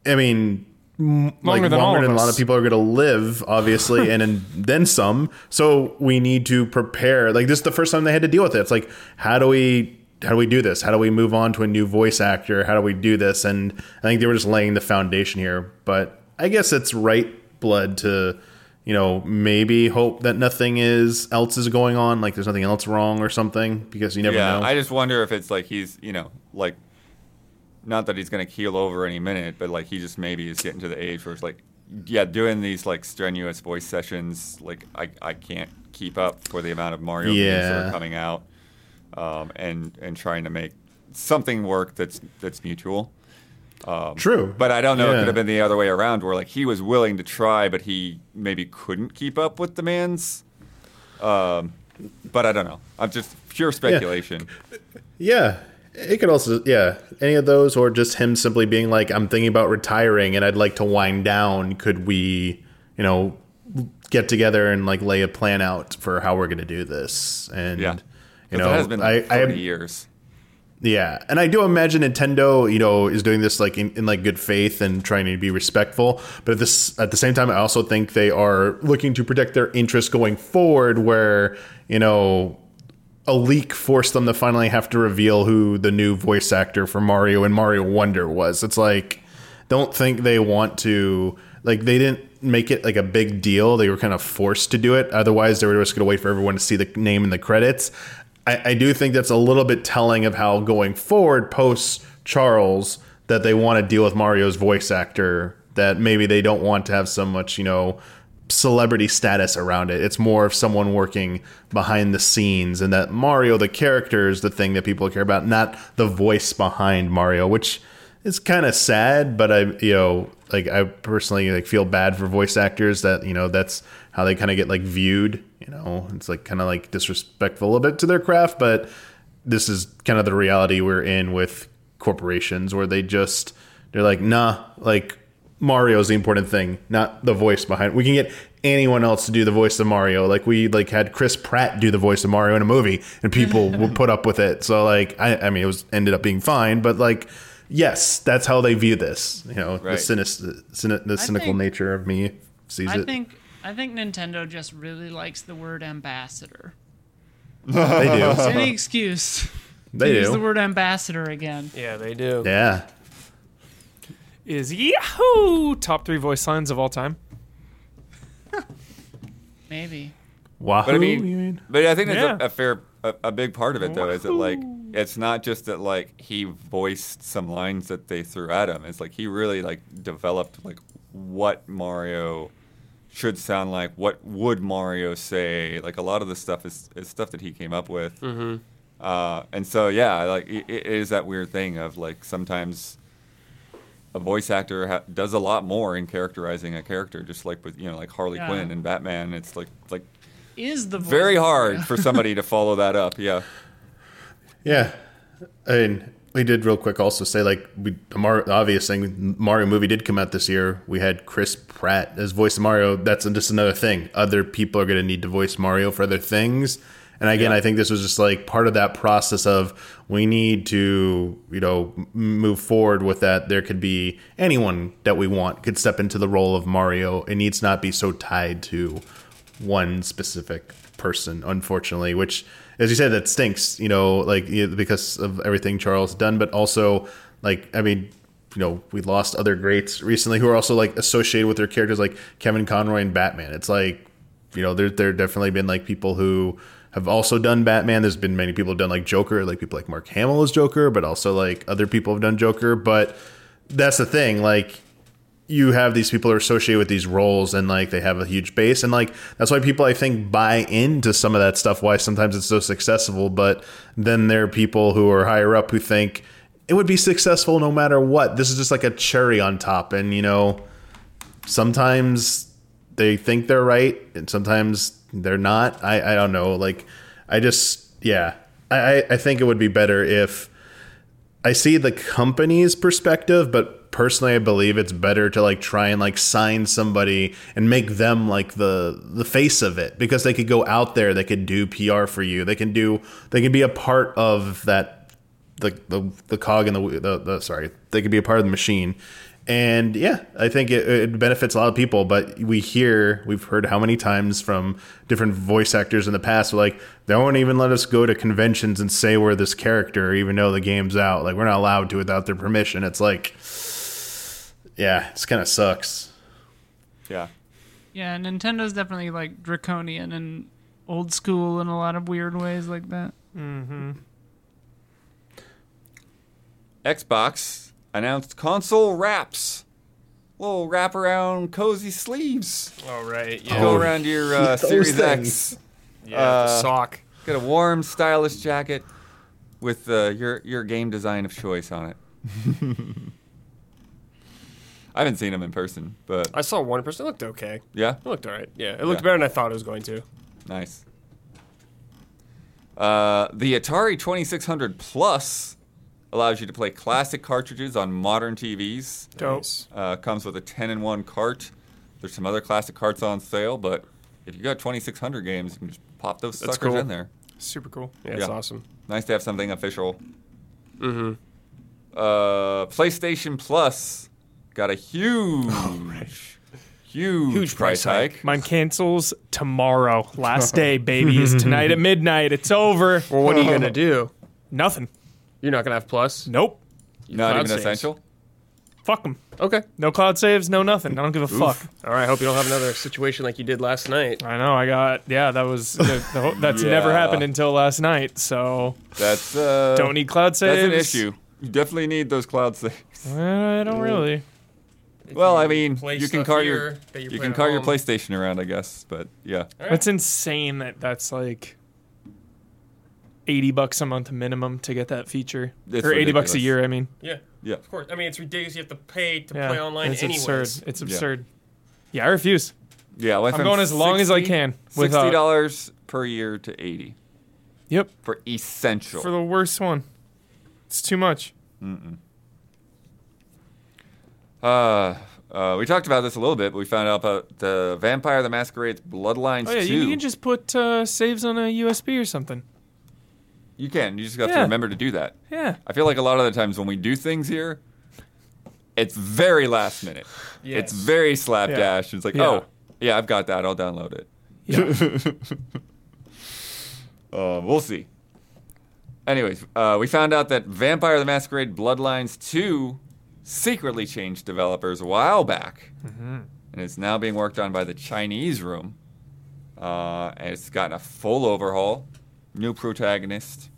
D: I mean, m-
E: Longer
D: like,
E: than all
D: longer
E: of
D: than a lot
E: us.
D: of people are going to live, obviously, and, and then some. So we need to prepare. Like this is the first time they had to deal with it. It's like how do we how do we do this? How do we move on to a new voice actor? How do we do this? And I think they were just laying the foundation here. But I guess it's right blood to you know maybe hope that nothing is else is going on like there's nothing else wrong or something because you never
B: yeah,
D: know
B: I just wonder if it's like he's, you know, like not that he's gonna keel over any minute, but like he just maybe is getting to the age where it's like, yeah, doing these like strenuous voice sessions, like I, I can't keep up for the amount of Mario games that
D: Yeah.
B: are coming out, um, and and trying to make something work that's that's mutual.
D: True.
B: But I don't know. It
D: Yeah.
B: could have been the other way around, where like he was willing to try, but he maybe couldn't keep up with the man's. Um, but I don't know. I'm just pure speculation.
D: yeah. It could also yeah, any of those or just him simply being like I'm thinking about retiring and I'd like to wind down. Could we, you know, get together and like lay a plan out for how we're going to do this? And
B: Yeah.
D: you
B: 'Cause
D: know,
B: that has been like
D: I,
B: 40
D: I
B: years.
D: Yeah, and I do imagine Nintendo, you know, is doing this like in, in like good faith and trying to be respectful. But at this, at the same time, I also think they are looking to protect their interests going forward, where you know, a leak forced them to finally have to reveal who the new voice actor for Mario and Mario Wonder was. It's like, don't think they want to like they didn't make it like a big deal. They were kind of forced to do it. Otherwise, they were just going to wait for everyone to see the name in the credits. I, I do think that's a little bit telling of how going forward post Charles that they want to deal with Mario's voice actor. That maybe they don't want to have so much you know celebrity status around it. It's more of someone working behind the scenes, and that Mario, the character, is the thing that people care about, not the voice behind Mario, which is kind of sad. But I, you know, like I personally like feel bad for voice actors that you know that's how they kind of get like viewed. You know, it's like kind of like disrespectful a little bit to their craft, but this is kind of the reality we're in with corporations where they just they're like nah like mario's the important thing not the voice behind we can get anyone else to do the voice of mario like we like had chris pratt do the voice of mario in a movie and people will put up with it so like i i mean it was ended up being fine but like yes that's how they view this you know the
B: Right.
D: cynical cyni- the cynical
A: think-
D: nature of me sees
A: I
D: it
A: think I think Nintendo just really likes the word ambassador.
D: they
C: Uh-huh.
D: do
A: Any excuse
D: they
A: to use the
D: do
A: word ambassador again.
C: Yeah, they do.
D: yeah
E: Is Yahoo top three voice lines of all time?
A: Maybe.
D: wow
B: But I mean, but I think that's
E: Yeah.
B: a, a fair, a, a big part of it though is that like it's not just that like he voiced some lines that they threw at him. It's like he really like developed like what Mario should sound like. What would Mario say? Like a lot of the stuff is, is stuff that he came up with. Uh, and so yeah, like it, it is that weird thing of like sometimes a voice actor ha- does a lot more in characterizing a character, just like with you know like Harley
A: Yeah.
B: Quinn and Batman. It's like like
A: Is the voice
B: very hard for somebody to follow that up. Yeah,
D: Yeah, and we did real quick also say like we, the Mar- the obvious thing Mario movie did come out this year. We had Chris Pratt as voice of Mario. That's just another thing. Other people are going to need to voice Mario for other things. And again, I think this was just like part of that process of we need to you know m- move forward with that. There could be anyone that we want could step into the role of Mario. It needs not be so tied to one specific person, unfortunately, which, as you said, that stinks, you know, like you- because of everything Charles done, but also, like, I mean, you know, we lost other greats recently who are also like associated with their characters, like Kevin Conroy and Batman. It's like, you know, there there definitely been like people who have also done Batman. There's been many people who've done like Joker, like people like Mark Hamill as Joker, but also like other people have done Joker. But that's the thing, like you have these people who are associated with these roles and like they have a huge base and like that's why people i think buy into some of that stuff why sometimes it's so successful but then there are people who are higher up who think it would be successful no matter what this is just like a cherry on top and you know sometimes they think they're right and sometimes they're not i i don't know like i just yeah i I- i think it would be better if I see the company's perspective, but personally, I believe it's better to like try and like sign somebody and make them like the the face of it because they could go out there, they could do PR for you, they can do, they can be a part of that the the, the cog in the, the the sorry they could be a part of the machine and yeah i think it, it benefits a lot of people but we hear we've heard how many times from different voice actors in the past like they won't even let us go to conventions and say we're this character even though the game's out like we're not allowed to without their permission it's like yeah it's kind of sucks
B: Yeah.
A: Yeah, Nintendo's definitely like draconian and old school in a lot of weird ways like that.
B: Xbox announced console wraps. Little wraparound cozy sleeves.
C: All right.
B: You
C: Yeah.
B: go
D: Oh,
B: around your uh,
D: those
B: Series
D: things.
B: X.
C: yeah
B: Uh,
C: the sock.
B: Get a warm, stylish jacket with uh, your your game design of choice on it. I haven't seen them in person, but
C: I saw one person. It looked okay. It
B: yeah,
C: looked all right. Yeah. It looked
B: Yeah.
C: better than I thought it was going to.
B: nice. Uh, the Atari 2600 Plus allows you to play classic cartridges on modern TVs.
E: Dope.
C: Nice.
B: Uh, comes with a 10 in 1 cart. There's some other classic carts on sale, but if you got 2600 games, you can just pop those
C: That's
B: suckers
C: cool.
B: in there.
E: Super cool.
C: Yeah, it's
B: Yeah.
C: awesome.
B: Nice to have something official.
C: Mm-hmm.
B: Uh, PlayStation Plus got a huge, huge,
C: Huge
B: price
C: price
B: hike.
E: Mine cancels tomorrow. Last day, baby, is tonight at midnight. It's over.
C: Well, what are you gonna do?
E: Nothing.
C: You're not gonna have plus.
E: Nope.
B: Not
C: Cloud
B: even
C: saves.
B: essential.
E: Fuck them.
C: Okay.
E: No cloud saves, no nothing. I don't give a fuck.
C: All right. Hope you don't have another situation like you did last night.
E: I know. I got. Yeah, that was. The, the, whole- that's
B: Yeah.
E: never happened until last night. So
B: That's uh,
E: don't need cloud saves.
B: That's an issue. You definitely need those cloud saves.
E: Uh, I don't really.
B: Well, I mean, you can car your
C: you,
B: you can car your PlayStation around, I guess. But yeah,
E: That's insane. That that's like. 80 bucks a month minimum to get that feature.
B: It's
E: or 80 bucks a
B: ridiculous.
E: year, I mean.
C: Yeah.
B: yeah.
C: Of course. I mean, it's ridiculous. You have to pay to
E: Yeah.
C: play online
E: it's
C: anyways.
E: absurd. It's absurd. Yeah, I refuse.
B: Yeah, well, I
E: I'm
B: found
E: going as long as I
B: 60
E: can uh,
B: Sixty
E: without-
B: dollars per year to eighty
E: Yep.
B: for essential.
E: For the worst one. It's too much.
B: uh, uh, we talked about this a little bit, but we found out about the Vampire the Masquerade's Bloodlines
E: Oh yeah,
B: two.
E: you, you can just put uh, saves on a USB or something.
B: You can. You just have to
E: Yeah.
B: remember to do that.
E: Yeah.
B: I feel like a lot of the times when we do things here, it's very last minute. It's very slapdash. It's like,
E: Yeah.
B: oh, yeah, I've got that. I'll download it. Uh, we'll see. Anyways, uh, we found out that Vampire the Masquerade Bloodlines 2 secretly changed developers a while back and it's now being worked on by the Chinese Room. Uh, and it's gotten a full overhaul, new protagonist,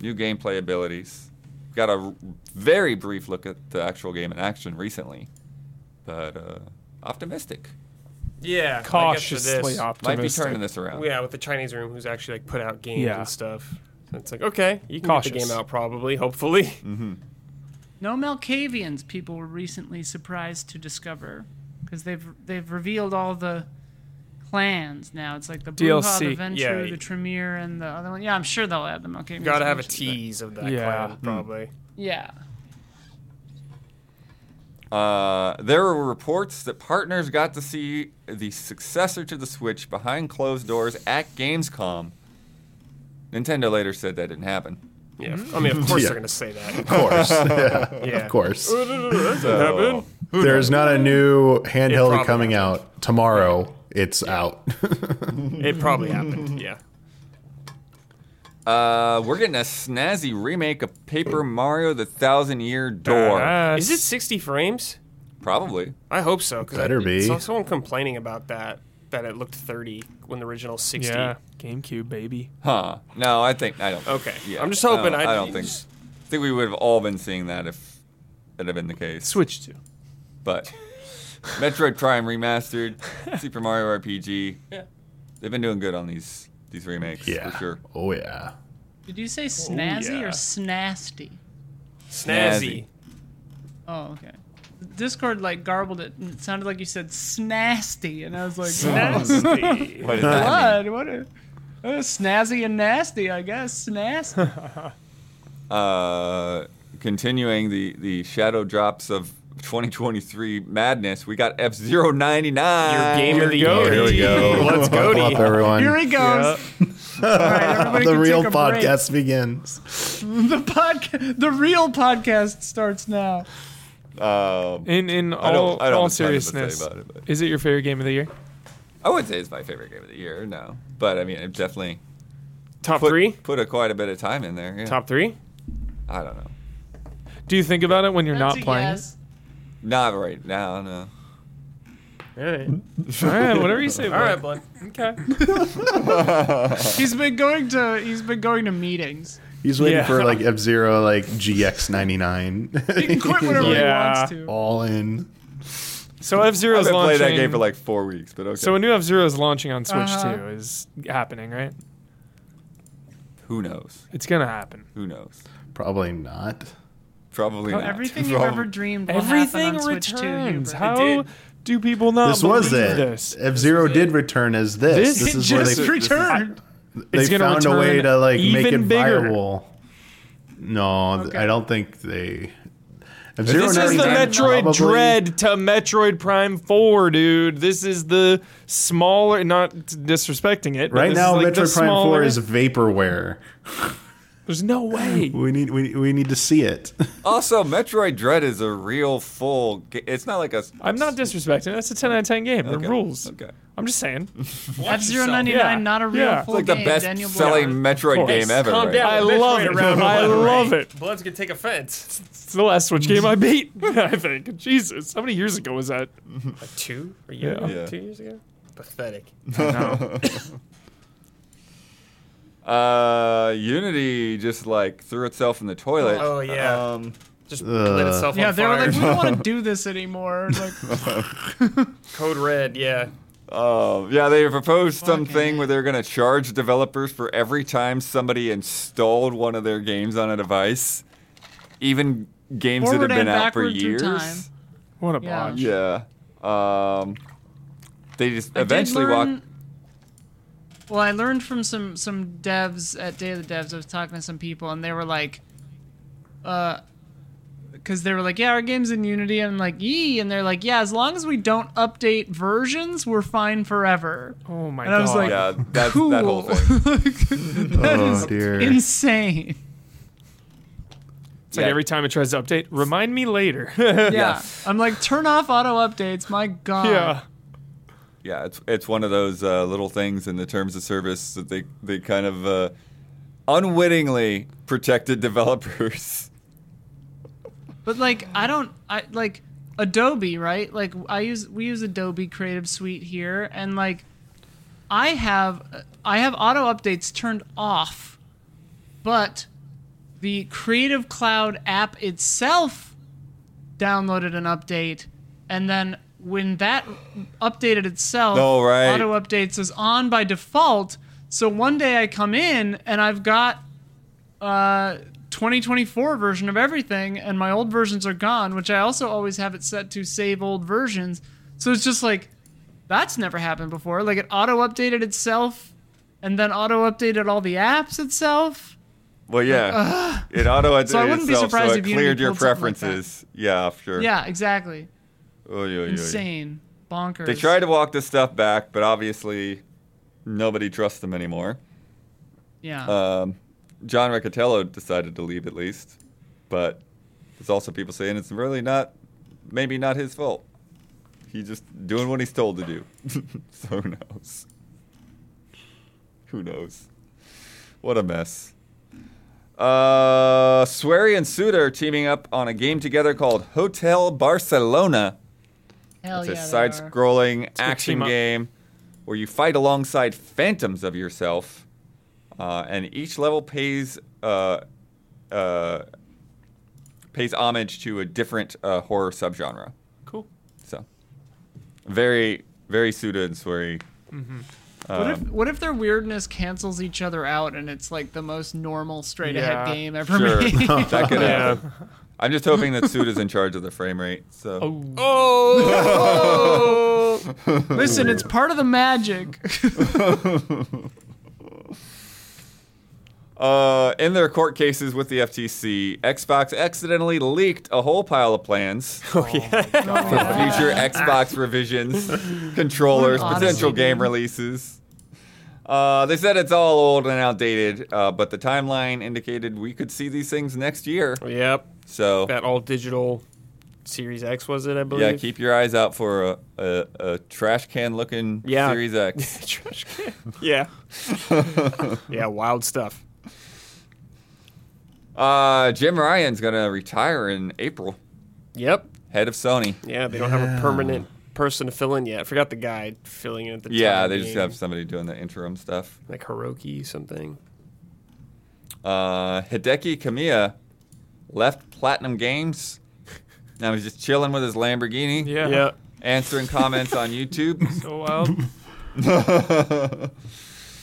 B: new gameplay abilities. Got a r- very brief look at the actual game in action recently, but uh, optimistic.
C: Yeah. I
E: Cautiously
C: guess
B: Might be
E: optimistic.
B: turning this around.
C: Yeah, with the Chinese room who's actually like put out games
E: Yeah.
C: and stuff. So it's like okay, you can get
E: Cautious.
C: the game out probably, hopefully.
B: Mm.
A: No Malkavians, people were recently surprised to discover, because they've they've revealed all the clans now. It's like the Bruja, the
E: DLC.
A: Ventru,
C: Yeah.
A: the Tremere, and the other one. Yeah, I'm sure they'll add the Malkavians.
C: Got to have a
A: eventually,
C: tease of that
E: Yeah. Mm.
C: clan probably.
A: but- Yeah.
B: Uh, there were reports that partners got to see the successor to the Switch behind closed doors at Gamescom. Nintendo later said that didn't happen.
C: Yeah.
E: Mm.
C: I mean, of course
D: Yeah.
C: they're going to say that.
D: of course yeah,
C: Yeah.
D: of course
B: So,
D: There's not a new handheld
C: probably
D: coming out tomorrow. It's out.
C: It probably happened. Yeah.
B: uh, we're getting a snazzy remake of Paper Mario: The Thousand Year Door.
E: Uh,
C: Is it 60 frames?
B: Probably.
C: I hope so. 'cause
D: Better
C: I,
D: be.
C: Saw someone complaining about that that it looked 30 when the original 60.
E: Yeah. GameCube baby.
B: Huh? No, I think I don't.
C: Okay.
B: Yeah.
C: I'm just hoping.
B: No,
C: I,
B: I don't think. I think we would have all been seeing that if it had been the case.
E: Switch to.
B: but Metroid Prime remastered, Super Mario RPG.
C: Yeah.
B: They've been doing good on these these remakes
D: yeah.
B: for sure.
D: Oh yeah.
A: Did you say snazzy
C: Oh, yeah.
A: or snasty?
C: snazzy.
A: Oh, okay. Discord like garbled it, and it sounded like you said snasty, and I was like,
C: Snazzy.
B: What is that?
A: God, what a uh, snazzy and nasty, I guess. Snazzy.
B: Uh, continuing the the shadow drops of 2023 madness, we got F 099
C: Your game of the
B: Uh,
E: Here we
D: Oh, Here
C: year.
D: we go.
C: Let's go,
D: Buckle up,
C: D.
D: everyone.
A: Here he goes. All right, everybody
D: the
A: can
D: real
A: take a break.
D: podcast begins.
A: The podcast, the real podcast starts now.
B: Um,
E: In in
B: I don't-
E: all,
B: I don't have a
E: all
B: ton to say
E: seriousness,
B: about it, but-
E: is it your favorite game of the year?
B: I would say it's my favorite game of the year. No, but I mean, it definitely
C: Top
B: put
C: three?
B: put a quite a bit of time in there. Yeah.
C: Top three?
B: I don't know.
E: Do you think about it when you're
A: That's
E: not
A: a
E: playing?
A: yes.
B: Not right now. No.
C: All right.
E: All right, whatever you say.
C: All right, bud.
E: Okay.
A: He's been going to he's been going to meetings.
D: He's waiting
C: Yeah.
D: for like F Zero, like GX ninety nine.
A: He can quit whenever
E: Yeah.
A: he wants to.
D: All in.
E: So F Zero
B: I've
E: is
B: been playing
E: launching.
B: that game for like four weeks, but okay.
E: so a new F Zero is launching on Switch
A: Uh-huh.
E: too. Is happening right?
B: who knows?
E: It's gonna happen.
B: Who knows?
D: Probably not.
B: Probably
A: Oh,
B: not.
A: Everything you've
B: Prob-
A: ever dreamed will
E: Everything
A: happen on Switch 2.
E: returns.
A: Hubert.
E: How
C: did.
E: do people not
D: this was
E: Oh, believe
D: it.
E: this?
D: F Zero did return as
E: This-
D: this. This,
A: It
D: is where
A: just
D: they,
A: returned.
D: they
E: It's gonna
D: found a
E: return
D: way to like make
E: even
D: it
E: bigger.
D: viable. No, th-
A: Okay.
D: I don't think they. F Zero
E: This is the Metroid Dread to Metroid Prime 4, dude. This is the smaller, not disrespecting it. but
D: Right
E: this
D: now,
E: is like the
D: Metroid Prime
E: smaller-
D: Four is vaporware.
E: There's no way.
D: We need we, we need to see it.
B: Also, Metroid Dread is a real full. Ga- it's not like a.
E: I'm not disrespecting. That's a 10 out of 10 game.
B: Okay,
E: The rules.
B: Okay.
E: I'm just saying.
A: F099,
E: Yeah.
A: not a real
E: Yeah. It's
A: full
B: It's like
A: game.
B: the best
A: Daniel
B: selling
A: Blair.
B: Metroid game ever.
C: Calm
B: right?
C: down.
E: I
C: Metroid
E: love it.
C: around
E: I
C: one,
E: love
C: right?
E: it.
C: Blood's gonna take offense.
E: It's the last Switch game I beat, I think. Jesus. How many years ago was that?
C: Like two? A year?
E: Yeah.
C: ago?
B: Yeah.
C: Two years ago? Pathetic.
B: Uh, Unity just like threw itself in the toilet.
C: Oh, yeah.
B: Um,
C: Just lit itself
A: Yeah,
C: on
A: they were
C: fire.
A: like, we don't want to do this anymore. Like,
C: Code Red. Yeah.
B: uh, yeah, they proposed
A: Fucking
B: something where they're gonna charge developers for every time somebody installed one of their games on a device, even games
A: Forward
B: that have
A: and
B: been out for
A: backward through
B: years.
A: time.
E: What a
A: Yeah.
E: botch.
B: Yeah. Um, they just
A: I did
B: eventually
A: learn-
B: walked.
A: Well, I learned from some some devs at Day of the Devs. I was talking to some people, and they were like, uh, because they were like, yeah, our game's in Unity, and I'm like, yee, and they're like, yeah, as long as we don't update versions, we're fine forever.
E: Oh my
A: And
E: god.
A: I was like,
B: Yeah, that's
A: cool.
B: that whole thing.
A: That
D: Oh,
A: is
D: dear.
A: insane.
E: it's like
B: yeah.
E: every time it tries to update, remind me later.
A: Yeah. I'm like, turn off auto updates. My God.
E: yeah.
B: Yeah, it's it's one of those uh, little things in the terms of service that they they kind of uh, unwittingly protected developers.
A: But like I don't I like Adobe, right? Like I use we use Adobe Creative Suite here and like I have I have auto updates turned off. But the Creative Cloud app itself downloaded an update and then when that updated itself,
B: Oh, right.
A: auto updates is on by default. So one day I come in and I've got uh, 2024 version of everything, and my old versions are gone, which I also always have it set to save old versions. So it's just like, that's never happened before. Like it auto updated itself, and then auto updated all the apps itself.
B: Well, yeah, it auto updated
A: So I wouldn't be
B: itself,
A: surprised
B: so it
A: if Unity
B: cleared your
A: pulled something like that.
B: preferences. yeah, sure.
A: Yeah, exactly.
B: Oy, oy, oy.
A: Insane. Bonkers.
B: They tried to walk this stuff back, but obviously nobody trusts them anymore.
A: Yeah.
B: Um, John Riccatello decided to leave at least, but there's also people saying it's really not, maybe not his fault. He's just doing what he's told to do. so who knows? Who knows? What a mess. Uh, Swery and Suda are teaming up on a game together called Hotel Barcelona.
A: Hell
B: It's
A: yeah.
B: a
A: they
B: side
A: are.
B: scrolling action
E: team up.
B: game where you fight alongside phantoms of yourself, uh, and each level pays uh, uh, pays homage to a different uh, horror subgenre.
E: Cool.
B: So, very very suited and sweary.
A: What
B: um,
A: if what if their weirdness cancels each other out and it's like the most normal straight ahead
E: Yeah.
A: game ever
B: Sure,
A: made?
B: that could
E: Yeah.
B: happen. I'm just hoping that Suda's in charge of the frame rate. So.
C: Oh.
A: Listen, it's part of the magic.
B: Uh, in their court cases with the FTC, Xbox accidentally leaked a whole pile of plans for future Xbox revisions, controllers,
A: What an
B: potential
A: oddity.
B: game releases. Uh, they said it's all old and outdated, uh, but the timeline indicated we could see these things next year.
C: Yep.
B: So
C: That all digital Series X was it? I believe.
B: yeah, keep your eyes out for a, a, a trash can looking
C: Yeah.
B: Series X.
C: Trash can. Yeah. yeah. Wild stuff.
B: Uh, Jim Ryan's gonna retire in April,
C: Yep.
B: head of Sony.
C: Yeah. They don't have a permanent person to fill in yet. I forgot the guy filling in at the
B: Yeah,
C: time
B: they just
C: being,
B: have somebody doing the interim stuff.
C: like Hiroki something.
B: Uh, Hideki Kamiya left Platinum Games. Now he's just chilling with his Lamborghini,
E: Yeah. Oh,
C: Yeah.
B: answering comments on YouTube.
E: So wild.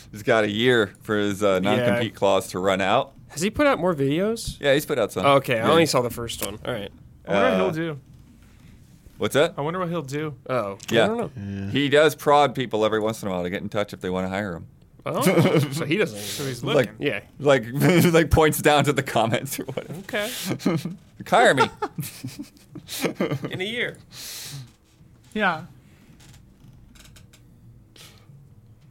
B: he's got a year for his uh, non-compete clause to run out.
C: Has he put out more videos?
B: Yeah, he's put out some.
C: Okay, I
B: Yeah.
C: only saw the first one. All right.
E: I wonder what
B: Uh,
E: he'll do.
B: What's that?
E: I wonder what he'll do.
C: Oh,
B: Yeah.
C: I don't know.
B: He does prod people every once in a while to get in touch if they want to hire him.
C: Oh, so he doesn't.
E: So he's
B: Like-
E: looking.
C: yeah.
B: Like, like points down to the comments or whatever.
E: okay.
B: Hire me.
C: In a year.
A: Yeah.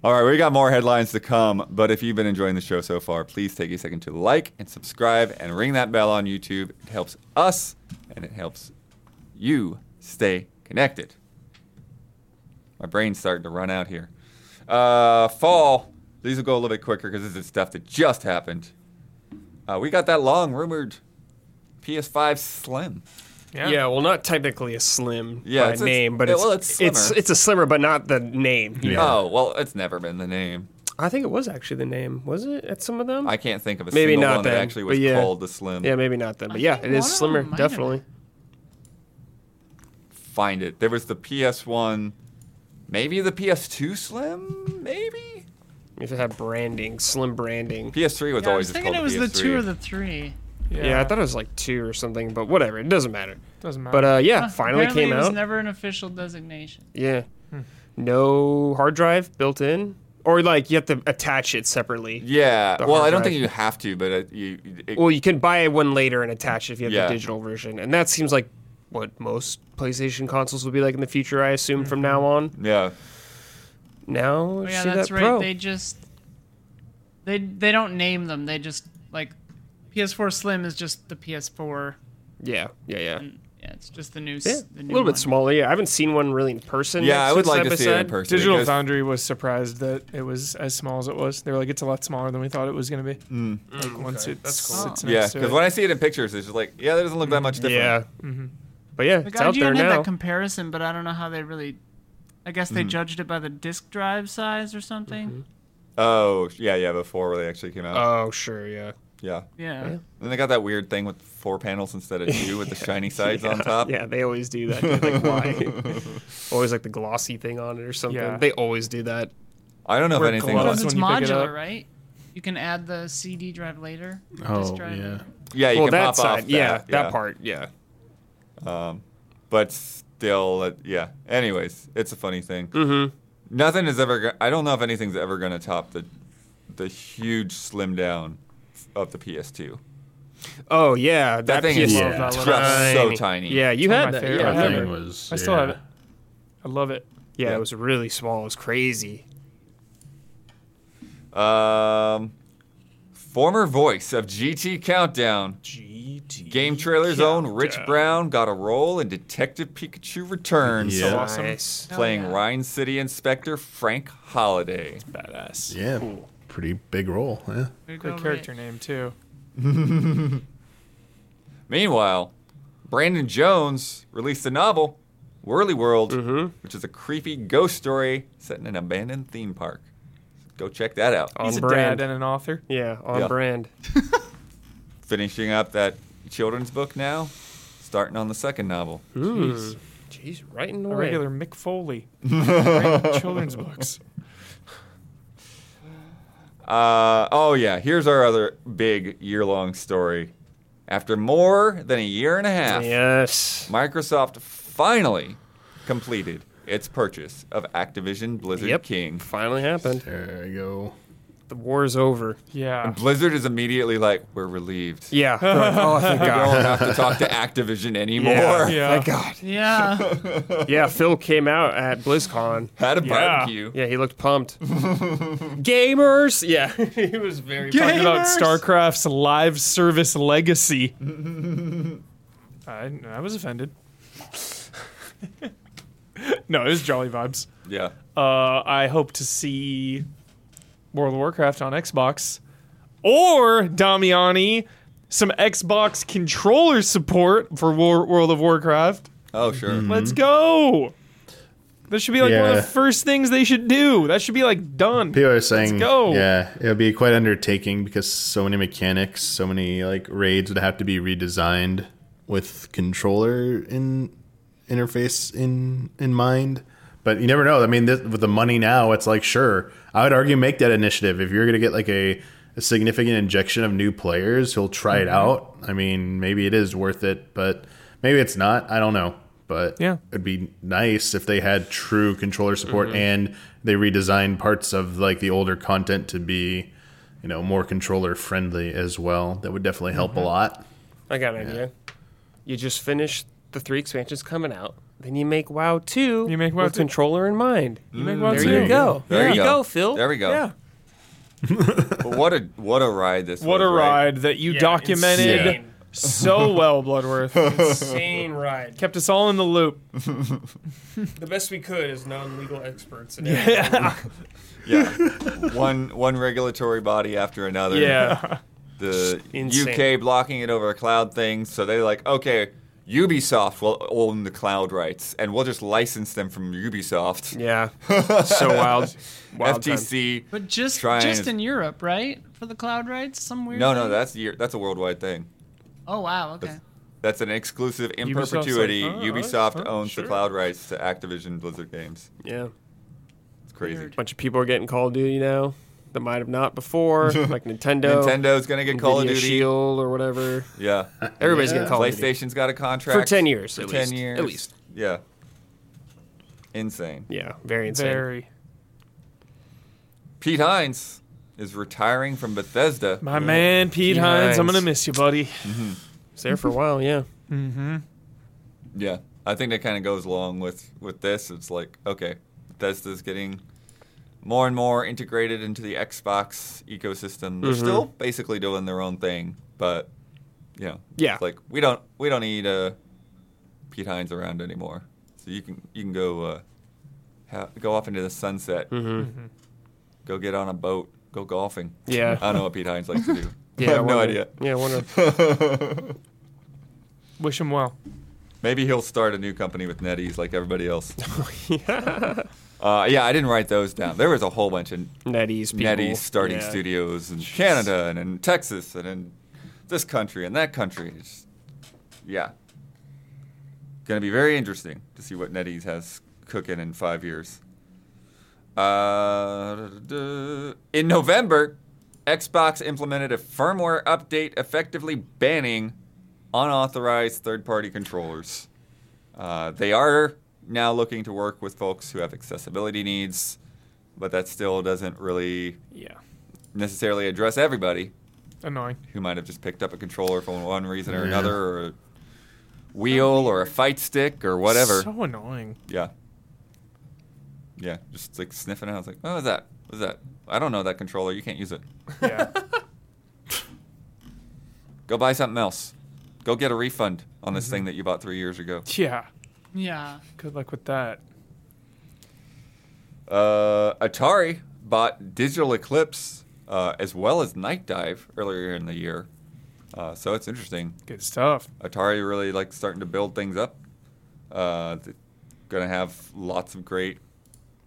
B: All right, we got more headlines to come, but if you've been enjoying the show so far, please take a second to like and subscribe and ring that bell on YouTube. It helps us and it helps you stay connected. My brain's starting to run out here. Uh, fall. These will go a little bit quicker because this is stuff that just happened. Uh, we got that long rumored PS5 Slim.
E: Yeah.
C: Yeah. well, not technically a slim
B: Yeah,
C: by
B: it's- it's-
C: name, but
B: yeah,
C: it's,
B: well, it's
C: it's it's
B: slimmer.
C: a slimmer, but not the name.
D: Yeah.
B: Oh, well, it's never been the name.
C: I think it was actually the name. Was it at some of them?
B: I can't think of a
C: Maybe
B: single
C: not
B: one that
C: then,
B: actually was
C: but yeah.
B: called the Slim.
C: yeah, maybe not them,
A: I
C: but yeah,
A: think
C: it
A: one
C: is
A: of them
C: slimmer,
A: might have
C: definitely.
B: find it. There was the PS1, maybe the PS2 Slim, maybe
C: If it had branding, slim branding.
B: PS3 was
A: Yeah, I
B: always
A: was
B: just
A: thinking
B: called
A: it was
B: the
A: the
B: PS3.
A: two or the three.
E: Yeah.
C: Yeah. I thought it was like two or something, but whatever, it doesn't matter.
E: doesn't matter.
C: But uh, yeah,
A: Huh,
C: finally
A: apparently
C: came
A: It was
C: out.
A: never an official designation.
C: yeah, no hard drive built in, or like you have to attach it separately.
B: yeah.
C: the
B: well,
C: hard
B: I don't
C: drive.
B: think you have to, but it, you. It,
C: Well, you can buy one later and attach it if you have
B: Yeah.
C: the digital version, and that seems like what most PlayStation consoles will be like in the future. I assume from now on.
B: yeah.
C: Now,
A: Mm-hmm. Oh, yeah,
C: see
A: that's
C: that
A: right.
C: Pro.
A: They just they they don't name them. They just like PS4 Slim is just the PS4.
C: Yeah, yeah, yeah.
A: And, yeah, it's just the new. s-
C: Yeah,
A: the
C: a
A: new
C: little
A: one.
C: bit smaller. Yeah, I haven't seen one really in person.
B: Yeah, I
C: next
B: would
C: side
B: like
C: by
B: to see it in
C: side.
B: person.
E: Digital
B: because-
E: Foundry was surprised that it was as small as it was. They were like, it's a lot smaller than we thought it was going to be. Like, once it sits
B: Yeah,
E: next to
B: because
E: it.
B: when I see it in pictures, it's just like, yeah, that doesn't look that much different.
C: Yeah, but yeah,
A: Like,
C: it's out
A: IGN
C: there
A: Mm-hmm. had
C: now.
A: that comparison, but I don't know how they really. I guess they judged it by the disk drive size or something.
B: Oh, yeah, yeah. Before they actually came out.
C: oh, sure, yeah,
B: yeah.
A: Yeah.
B: Then they got that weird thing with four panels instead of two with the shiny sides on top.
C: yeah. They always do that. dude, Like why? always like the glossy thing on it or something.
E: Yeah.
C: They always do that.
B: I don't know if
E: We're
B: anything.
E: gloves.
A: Because
B: Else.
E: That's
A: it's
E: when you pick it
A: modular,
E: up.
A: right? You can add the CD drive later. or
D: Oh
A: disk drive
D: yeah.
A: later.
B: Yeah, you
C: well,
B: can
C: that
B: pop
C: side,
B: off.
C: yeah,
B: that,
C: that part, yeah.
B: but still, uh, yeah. Anyways, it's a funny thing. Mm-hmm. Nothing is ever. go- I don't know if anything's ever going to top the the huge slim down of the PS2.
C: Oh yeah, that,
B: That, thing is
C: PS-
D: Yeah.
E: Love that
B: just
E: little-
B: so tiny.
C: Yeah,
E: It's
C: you
E: one
C: had
E: of my
C: that.
E: favorite.
C: Yeah, I
D: That
E: remember.
D: thing
C: remember.
D: was.
E: I still
D: yeah.
E: have it. I love it.
C: yeah,
B: Yeah.
C: it was really small. It was crazy.
B: Um, former voice of GT Countdown,
C: GT.
B: Game Trailer's own Rich Brown got a role in Detective Pikachu Returns,
D: Yeah.
E: Awesome.
C: Nice.
B: playing
A: Oh, yeah.
B: Rhine City Inspector Frank Holiday.
E: Badass.
D: Yeah. Pretty big role. Yeah.
A: There you
E: Great
A: go,
E: character
A: Rich.
E: name, too.
B: Meanwhile, Brandon Jones released a novel, Whirly World, which is a creepy ghost story set in an abandoned theme park. Go check that out.
C: On
E: He's a
C: brand.
E: dad and an author.
C: Yeah, on
B: Yeah.
C: brand.
B: Finishing up that children's book now, starting on the second novel.
C: Jeez. Jeez, right in the
E: A
C: way.
E: regular Mick Foley. Great children's books.
B: Uh, oh, yeah, here's our other big year long story. After more than a year and a half,
C: Yes.
B: Microsoft finally completed its purchase of Activision Blizzard
C: Yep.
B: King.
C: Finally happened.
D: There you go.
C: the war's over.
E: Yeah.
B: Blizzard is immediately like, we're relieved.
C: Yeah. They're like, oh, thank
B: We don't have
C: God.
B: to talk to Activision anymore.
C: Yeah.
E: Yeah.
C: Thank God.
A: Yeah.
C: Yeah, Phil came out at BlizzCon.
B: Had a
E: Yeah.
B: barbecue.
C: Yeah, he looked pumped. Gamers. Yeah, he was very.
E: Talking about
A: Gamers!
E: StarCraft's live service legacy. I, I was offended. no, it was jolly vibes.
B: Yeah.
E: Uh, I hope to see World of Warcraft on Xbox or Damiani some Xbox controller support for War- World of Warcraft.
B: Oh, sure.
E: Let's go. That should be like one of
D: Yeah.
E: the first things they should do. That should be like done.
D: People are saying,
E: go.
D: yeah, it would be quite undertaking because so many mechanics, so many like raids would have to be redesigned with controller in interface in in mind. But you never know. I mean, this, with the money now, it's like sure. I would argue make that initiative if you're going to get like a, a significant injection of new players who'll try
B: Mm-hmm.
D: it out. I mean, maybe it is worth it, but maybe it's not. I don't know. But
E: Yeah.
D: it'd be nice if they had true controller support
B: Mm-hmm.
D: and they redesigned parts of like the older content to be you know more controller friendly as well that would definitely help
B: Mm-hmm.
D: a lot
C: I got an idea. You just finish the three expansions coming out, then you make WoW two.
E: You make WoW
C: with
E: 2.
C: controller in mind.
E: You make one
C: There
E: too.
C: you go.
B: There you go.
C: Phil.
B: There we go.
E: Yeah.
B: But what a what a ride this
E: What a
B: was, right?
E: ride that you documented
D: insane.
E: so well, Bloodworth.
C: Insane ride.
E: Kept us all in the loop.
C: The best we could as non-legal experts. In
B: Yeah. one one regulatory body after another.
C: yeah.
B: The
C: Insane.
B: UK blocking it over a cloud thing. So they're like, okay, Ubisoft will own the cloud rights and we'll just license them from Ubisoft.
C: Yeah. So wild. wild time.
B: FTC.
A: But just
B: Trying
A: just
B: is-
A: in Europe, right? For the cloud rights, some weird.
B: No, no,
A: thing?
B: that's year, that's a worldwide thing.
A: Oh wow. Okay.
B: That's- That's an exclusive in
E: Ubisoft's like,
B: perpetuity.
E: "Oh,
B: Ubisoft
E: alright,
B: owns
E: sure."
B: the cloud rights to Activision Blizzard games.
C: Yeah.
B: It's crazy.
A: Weird.
C: bunch of people are getting Call of Duty now that might have not before, like Nintendo,
B: Nintendo's gonna get Call of
C: Nvidia
B: Duty.
C: Shield or whatever.
B: Yeah.
C: Everybody's getting Call of Duty
B: PlayStation's got a contract
C: for ten years
B: For
C: at
B: 10
C: least.
B: years.
C: At least.
B: Yeah. Insane.
C: Yeah, very insane.
E: Very.
B: Pete Hines is retiring from Bethesda.
E: My man, Pete,
C: Pete
E: Hines, I'm
C: Hines.
E: going to miss you, buddy.
C: It's there for a while. Yeah.
B: Yeah. I think that kind of goes along with with this. It's like, okay, Bethesda's getting more and more integrated into the Xbox ecosystem.
C: Mm-hmm.
B: They're still basically doing their own thing, but you know,
C: Yeah.
B: it's like we don't we don't need uh, Pete Hines around anymore. So you can you can go uh, ha- go off into the sunset.
C: Mm-hmm.
B: Go get on a boat. Go golfing.
C: Yeah.
B: I don't know what Pete Hines likes to do.
C: Yeah.
B: I have no
C: wonder-
B: idea.
C: Yeah, I wonder.
E: Wish him well.
B: Maybe he'll start a new company with NetEase like everybody else. Uh, yeah, I didn't write those down. There was a whole bunch of
C: NetEase people.
B: NetEase starting
C: Yeah.
B: studios in Canada and in Texas and in this country and that country. It's- yeah. Going to be very interesting to see what NetEase has cooking in five years. Uh, duh. in November, Xbox implemented a firmware update effectively banning unauthorized third party controllers. Uh, they are now looking to work with folks who have accessibility needs, but that still doesn't really
E: Yeah.
B: necessarily address everybody
E: Annoying.
B: who might have just picked up a controller for one reason or another, or a wheel, or a fight stick, or whatever.
E: So annoying.
B: yeah. Yeah, just like sniffing it. I was like, oh, is that? What's that? I don't know that controller. You can't use it.
E: Yeah.
B: Go buy something else. Go get a refund on this
E: Mm-hmm.
B: thing that you bought three years ago.
E: yeah.
A: Yeah.
E: Good luck with that.
B: Uh, Atari bought Digital Eclipse uh, as well as Night Dive earlier in the year. Uh, so it's interesting.
E: Good stuff.
B: Atari really like starting to build things up. Uh, th- gonna have lots of great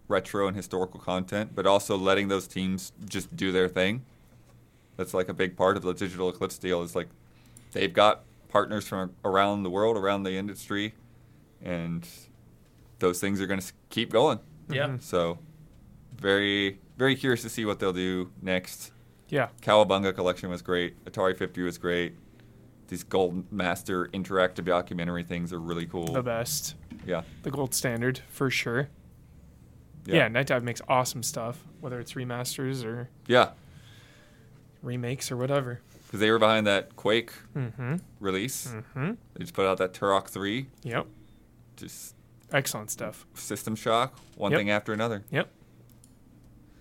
B: retro and historical content, but also letting those teams just do their thing. That's like a big part of the Digital Eclipse deal. Is like they've got partners from around the world, around the industry, and those things are gonna s- keep going.
C: Yeah.
B: So very very curious to see what they'll do next.
E: Yeah.
B: Cowabunga collection was great. Atari 50 was great. These Gold Master interactive documentary things are really
E: The
B: cool.
E: best.
B: Yeah.
E: The gold standard, for sure. Yeah.
B: Yeah.
E: Night Dive makes awesome stuff, whether it's remasters or
B: Yeah.
E: remakes or whatever. Mm-hmm.
B: because they were behind that Quake release. They just put out that Turok 3,
E: Yep.
B: just
E: Excellent stuff.
B: System Shock, one
E: Yep.
B: thing after another.
E: Yep.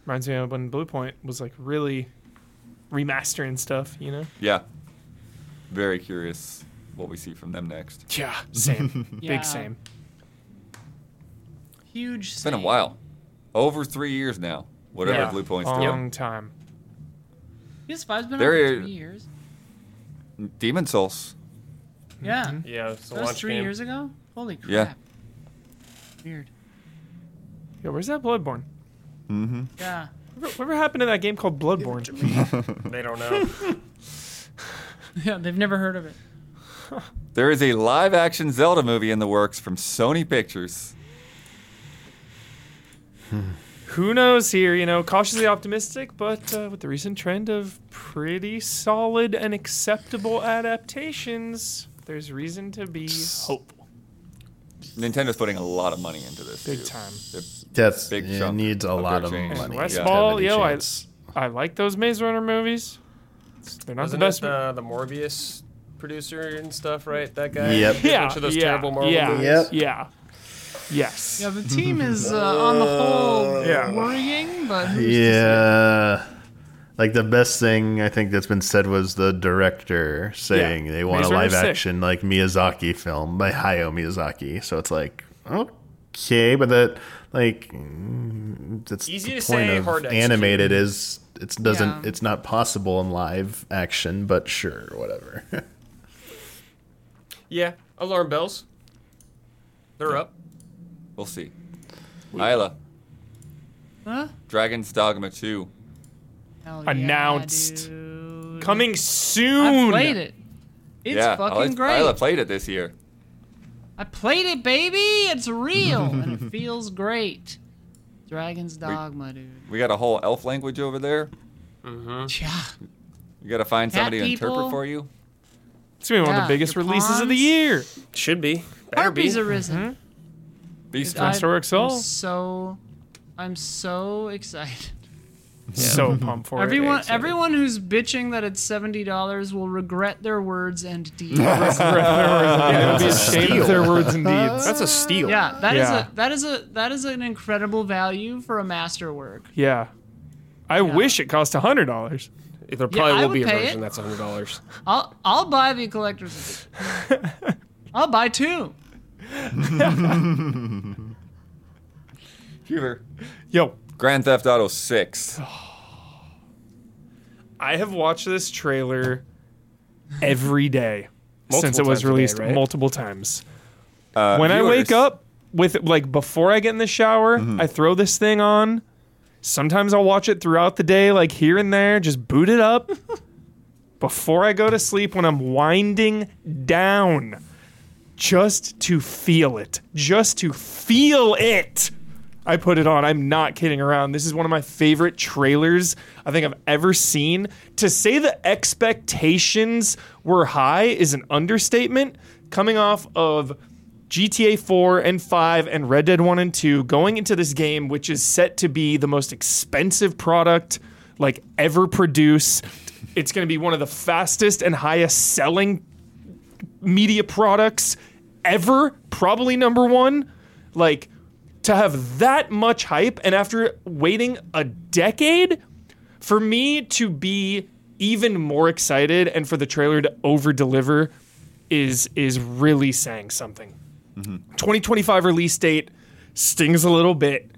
E: Reminds me of when Blue Point was like really remastering stuff, you know?
B: Yeah. Very curious what we see from them next.
E: Yeah, same.
A: Yeah.
E: Big same.
A: Huge.
B: It's been a while. Over three years now. Whatever
E: yeah.
B: Blue Point's
E: Long
B: doing.
E: time.
A: PS5's been
B: There
A: there
B: is-
A: three years.
B: Mm, Demon Souls.
A: Yeah.
C: Yeah, Mm-hmm. it's a
A: That was
C: launch
A: three
C: game.
A: years ago? Holy crap.
B: Yeah.
A: Weird.
E: Yo, where's that Bloodborne?
A: Yeah.
E: Whatever whatever happened to that game called Bloodborne?
C: They don't know.
A: Yeah, they've never heard of it.
B: There is a live action Zelda movie in the works from Sony Pictures.
E: Who knows here? You know, cautiously optimistic, but uh, with the recent trend of pretty solid and acceptable adaptations, there's reason to be hopeful.
B: Nintendo's putting a lot of money into this.
E: Big
B: too.
E: time.
B: They're-
D: That's
B: Big
D: it
B: chunk
D: needs a
B: of
D: lot
B: their
D: of
B: change.
D: money.
B: West
D: to
E: Ball,
D: have any
E: yo, I-
D: chance.
E: I like those Maze Runner movies. They're not
C: Wasn't
E: the best.
C: it the, the Morbius producer and stuff, right? That guy.
D: Yep.
C: Did a
E: yeah,
C: bunch of those
E: yeah,
C: terrible Marvel
E: yeah,
C: movies.
D: Yep.
E: yeah, yes.
A: Yeah, the team is uh, on the whole
E: Yeah.
A: worrying, but who's to say?
D: Yeah. Like the best thing I think that's been said was the director saying they want
E: Maze
D: a
E: Runner
D: live
E: six.
D: action like Miyazaki film by Hayao Miyazaki. So it's like okay, but that like mm, that's
C: Easy
D: the point
C: to say,
D: of
C: hard to execute.
D: animated is it doesn't
A: Yeah.
D: it's not possible in live action, but sure, whatever.
C: Yeah. Alarm bells.
E: Mm-hmm.
C: They're up.
B: We'll see. Isla,
A: Huh?
B: Dragon's Dogma 2.
A: Hell
E: Announced.
A: Yeah, dude.
E: Coming
A: I
E: soon.
A: played it. It's
B: yeah,
A: fucking
B: Isla,
A: great.
B: Isla played it this year.
A: I played it, baby. It's real and it feels great. Dragon's Dogma, dude.
B: We got a whole elf language over there.
A: Yeah.
B: You got to find
A: Cat
B: somebody to interpret
A: people.
B: for you.
E: It's gonna be one of
A: Yeah,
E: the biggest
A: your
E: releases of the
A: pawns.
E: year.
C: Should be. Better be.
A: Harpies arisen.
B: Beast
A: I-
E: Storyworks
A: I'm
E: all.
A: so, I'm so excited.
E: So
C: Mm-hmm.
E: pumped for
A: everyone,
E: it.
A: everyone who's bitching that it's seventy dollars will regret their words and deeds.
E: Everyone, it would be a shame if their words and deeds.
C: That's a steal.
A: yeah, that is
E: Yeah.
A: a that is a that is an incredible value for a masterwork.
E: Yeah. I wish it cost hundred dollars.
C: There probably
A: I
C: will
A: would
C: be a
A: pay
C: version
A: it.
C: that's hundred dollars.
A: I'll I'll buy the collector's edition. I'll buy two.
B: Huber.
E: Yo,
B: Grand Theft Auto 6.
E: I have watched this trailer every day since
C: Multiple
E: it was
C: times a day,
E: released
C: right?
E: multiple times.
B: Uh,
E: When I wake
B: viewers, Mm-hmm.
E: up with like before I get in the shower, I throw this thing on. Sometimes I'll watch it throughout the day, like here and there, just boot it up. before I go to sleep, when I'm winding down, just to feel it, just to feel it. I put it on. I'm not kidding around. This is one of my favorite trailers I think I've ever seen. To say the expectations were high is an understatement. Coming off of GTA 4 and 5 and Red Dead 1 and 2, going into this game, which is set to be the most expensive product like ever produced. It's going to be one of the fastest and highest selling media products ever, probably number one. Like, to have that much hype and after waiting a decade for me to be even more excited and for the trailer to over deliver is is really saying something
B: Mm-hmm.
E: 2025 release date stings a little bit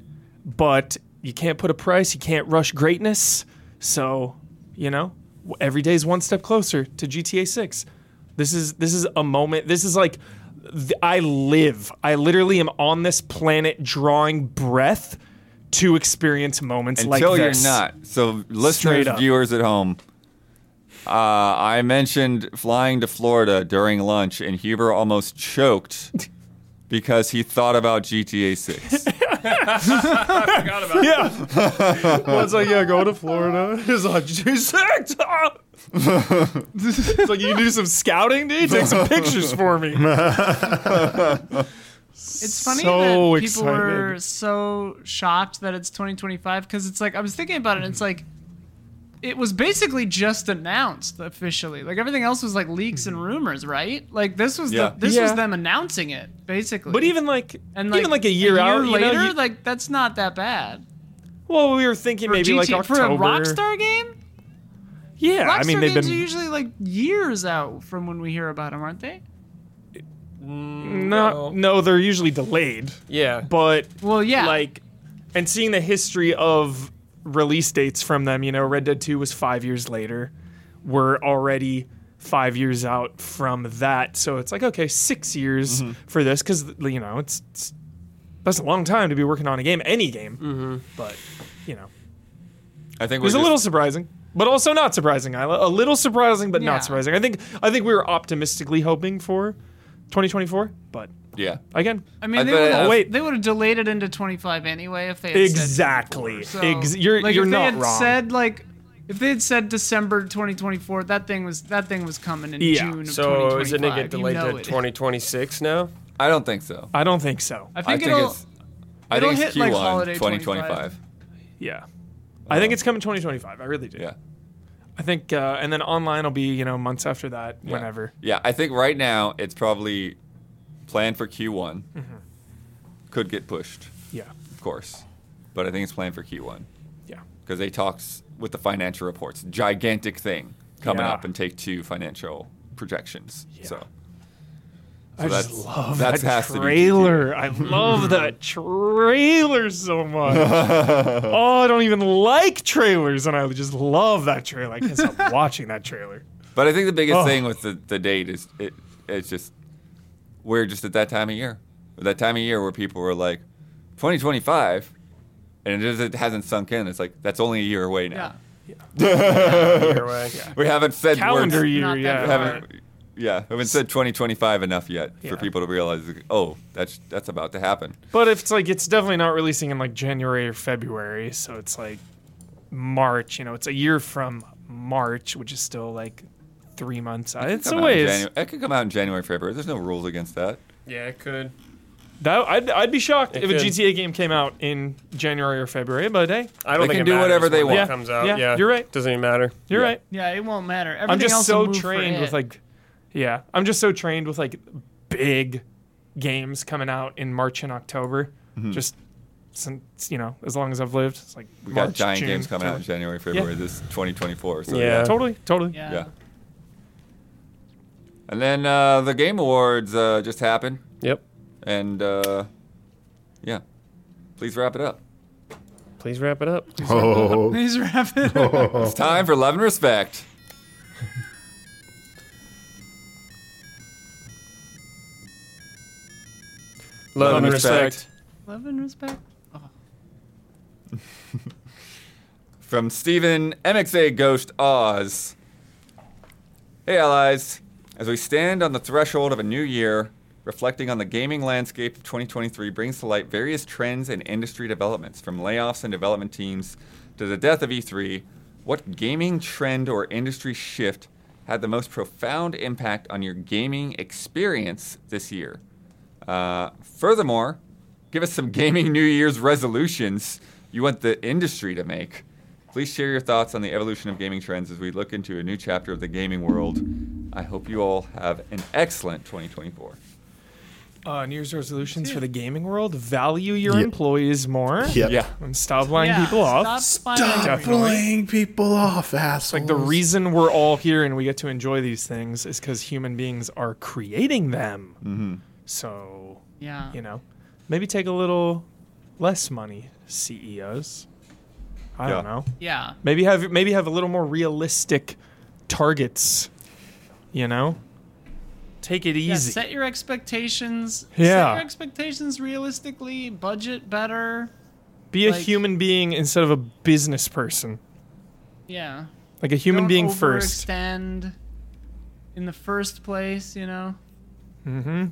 E: but you can't put a price you can't rush greatness so you know w- every day is one step closer to gta 6 this is this is a moment this is like th- i live i literally am on this planet drawing breath to experience moments like
B: Until
E: this
B: you're not. So, listeners,
E: Straight up.
B: viewers at home, uh, I mentioned flying to Florida during lunch, and Huber almost choked because he thought about GTA 6.
E: yeah well, it's like yeah go to florida it's like GTA 6 ah! it's like you can do some scouting dude take some pictures for me
A: It's funny
E: So
A: that people
E: excited.
A: were so shocked that it's 2025 because it's like I was thinking about it. And it's like it was basically just announced officially. Like everything else was like leaks and rumors, right? Like this was
B: Yeah.
A: the, this was
E: Yeah.
A: them announcing it basically.
E: But even like
A: and
E: even like a year, out you know,
A: later,
E: you-
A: like that's not that bad.
E: well, we were thinking
A: For
E: maybe like
A: GTA
E: October.
A: for a Rockstar game.
E: Yeah,
A: Rockstar
E: I mean they've
A: games
E: been
A: are usually like years out from when we hear about them, aren't they?
E: no, no, they're usually delayed.
C: Yeah.
E: But
A: Well, yeah.
E: like, and seeing the history of release dates from them, you know, Red Dead Two was five years later. We're already five years out from that, so it's like okay, six years for this because you know it's, it's that's a long time to be working on a game, any game. But you know,
B: I think
E: It was
B: we're
E: a
B: just-
E: little surprising, but also not surprising. Isla. A little surprising, but
A: Yeah.
E: not surprising. I think I think we were optimistically hoping for 2024, but
B: yeah.
E: again,
A: I mean,
B: I
A: they
B: bet-
A: would have,
E: wait.
A: They would have delayed it into 25 anyway if they had said 24.
E: exactly.
A: So,
E: Ex- you're
A: like,
E: you're
A: if they
E: not
A: had
E: wrong.
A: Said like if they had said December 2024, that thing was that thing was coming in
E: Yeah.
A: June of
C: So
A: 2025.
C: is it gonna get delayed
A: you know
C: to
A: it.
C: 2026 now?
B: I don't think so.
E: I don't think so.
A: I
B: I
A: think,
B: think
A: it'll.
B: it's I
A: it'll
B: think it's
A: hit, like,
B: Q1
A: holiday
B: 2025.
E: Yeah. I think it's coming 2025. I really do.
B: Um, Yeah.
E: I think, uh, and then online will be you know months after that,
B: Yeah.
E: whenever.
B: Yeah, I think right now it's probably planned for Q1.
A: Mm-hmm.
B: Could get pushed,
E: Yeah,
B: of course, but I think it's planned for Q1
E: yeah.
B: because they talked with the financial reports. Gigantic thing coming
E: Yeah.
B: up and take two financial projections. So
E: I just
B: that's-
E: love
B: that
E: that,
B: has to be
E: trailer. I love that trailer so much. oh, I don't even like trailers, and I just love that trailer. I can't stop watching that trailer.
B: But I think the biggest
E: Oh.
B: thing with the, the date is it, it's just we're just at that time of year. That time of year where people were like, 2025, and it, just, it hasn't sunk in. It's like, that's only a year away
A: Yeah.
B: now.
C: Either way.
B: We haven't said
E: Calendar
B: words.
E: year,
A: Not that
E: yeah.
A: far.
B: Haven't, yeah, we haven't said 2025 enough yet
E: Yeah.
B: for people to realize, oh, that's that's about to happen.
E: But if it's like it's definitely not releasing in like January or February, so it's like March. You know, it's a year from March, which is still like three months out. It's a
B: Come out in
E: ways.
B: Janu- it could come out in January, February. There's no rules against that.
C: Yeah, it could.
E: That I'd, I'd be shocked
C: It
E: if
C: could.
E: a GTA game came out in January or February. But hey,
C: I don't
B: They
C: think
B: can
C: it
B: do whatever
C: matters
B: they
C: when it
E: want.
C: Comes out.
E: Yeah,
C: Yeah,
E: you're right.
C: Doesn't even matter.
E: you're
B: Yeah.
E: right.
A: Yeah, it won't matter. Everything
E: I'm just
A: else
E: so
A: will move for
E: trained with
A: it.
E: like, yeah, I'm just so trained with like big games coming out in March and October. Just since you know, as long as I've lived, it's like
B: Mm-hmm. We
E: March,
B: got giant
E: June,
B: games coming out in
E: July.
B: January, February this 2024. So yeah.
C: Yeah.
E: Totally, totally.
A: yeah.
B: Yeah. And then uh, the Game Awards uh, just happened,
C: Yep.
B: and uh, yeah, please wrap it up.
C: Please wrap it up.
D: Oh,
A: These rapid.
B: It's time for love and respect.
C: Love,
B: and
C: and
B: respect.
C: respect.
A: Love and respect.
B: From Stephen MXA Ghost Oz. Hey, allies. As we stand on the threshold of a new year, reflecting on the gaming landscape of 2023 brings to light various trends and industry developments, from layoffs and development teams to the death of E3. What gaming trend or industry shift had the most profound impact on your gaming experience this year? Uh, furthermore, give us some gaming New Year's resolutions you want the industry to make. Please share your thoughts on the evolution of gaming trends as we look into a new chapter of the gaming world. I hope you all have an excellent 2024.
E: Uh, New Year's resolutions for the gaming world: value your
D: Yeah.
E: employees more
D: yep.
B: Yeah.
E: and stop lying
A: Yeah,
E: people off.
A: Stop,
D: Stop
A: spying on me.
D: playing people off, assholes.
E: Like the reason we're all here and we get to enjoy these things is because human beings are creating them.
B: Mm-hmm.
E: So
A: Yeah.
E: you know, maybe take a little less money, CEOs. I don't
B: Yeah.
E: know.
A: Yeah.
E: Maybe have maybe have a little more realistic targets. You know, take it
A: Yeah,
E: easy.
A: set your expectations. Set
E: Yeah.
A: your expectations realistically. Budget better.
E: Be a
A: like-
E: human being instead of a business person.
A: Yeah.
E: Like a human
A: Don't
E: being first.
A: Overextend in the first place, you know.
E: Mm-hmm.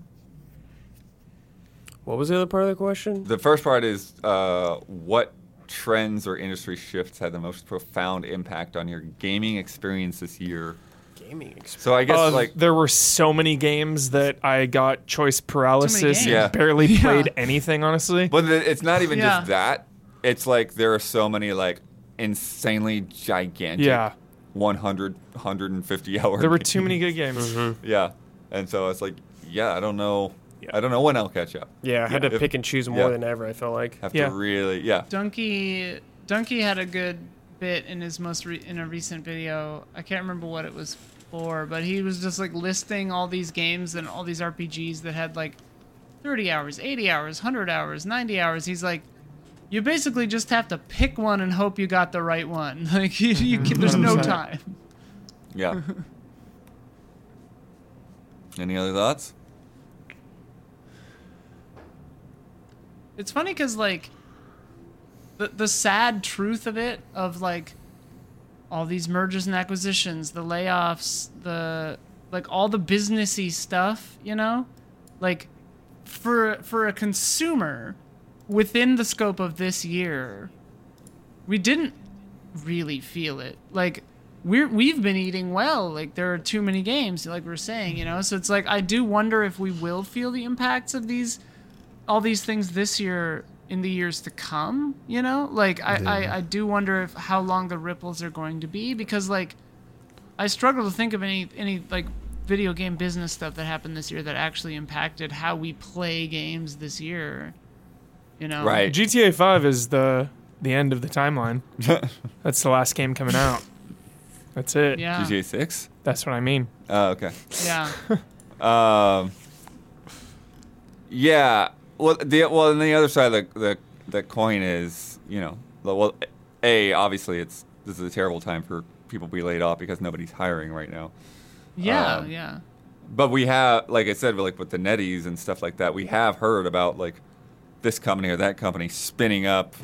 C: What was the other part of the question?
B: The first part is uh, what trends or industry shifts had the most profound impact on your gaming experience this year?
C: Gaming experience.
B: So I guess
E: Uh,
B: like
E: there were so many games that I got choice
A: games.
E: paralysis and
B: Yeah.
E: barely
A: Yeah.
E: played anything. Honestly,
B: But the- it's not even
A: Yeah.
B: just that. It's like there are so many like insanely gigantic.
E: Yeah.
B: 100, 150 hour.
E: There were
B: game.
E: too many good games.
B: Mm-hmm. Yeah, and so I was like, yeah, I don't know,
C: Yeah.
B: I don't know when I'll catch up.
C: Yeah, I had to
B: If-
C: pick and choose more
B: yeah.
C: than ever. I felt like.
B: Have
E: Yeah.
B: to really, yeah,
A: Donkey Donkey had a good bit in his most re- in a recent video. I can't remember what it was for, but he was just like listing all these games and all these RPGs that had like 30 hours, 80 hours, 100 hours, 90 hours. He's like you basically just have to pick one and hope you got the right one. Like you, you can, there's no
E: 100%.
A: time.
B: yeah. Any other thoughts?
A: It's funny because like the the sad truth of it of like all these mergers and acquisitions, the layoffs, the like all the businessy stuff, you know, like for for a consumer within the scope of this year, we didn't really feel it. Like we're we've been eating well. Like there are too many games, like we're saying, you know. So it's like I do wonder if we will feel the impacts of these all these things this year in the years to come you know like I, I i do wonder if how long the ripples are going to be because like i struggle to think of any any like video game business stuff that happened this year that actually impacted how we play games this year you know
B: Right.
E: GTA 5 is the the end of the timeline. That's the last game coming out. That's it.
A: yeah
B: GTA Six.
E: That's what I mean.
B: Oh, okay.
A: yeah
B: Um, yeah. Well, the well, and the other side of the the, the coin is, you know, the- well, a obviously it's this is a terrible time for people to be laid off because nobody's hiring right now.
A: yeah
B: Um,
A: yeah
B: But we have, like I said, like with the Netties and stuff like that, we have heard about like this company or that company spinning up,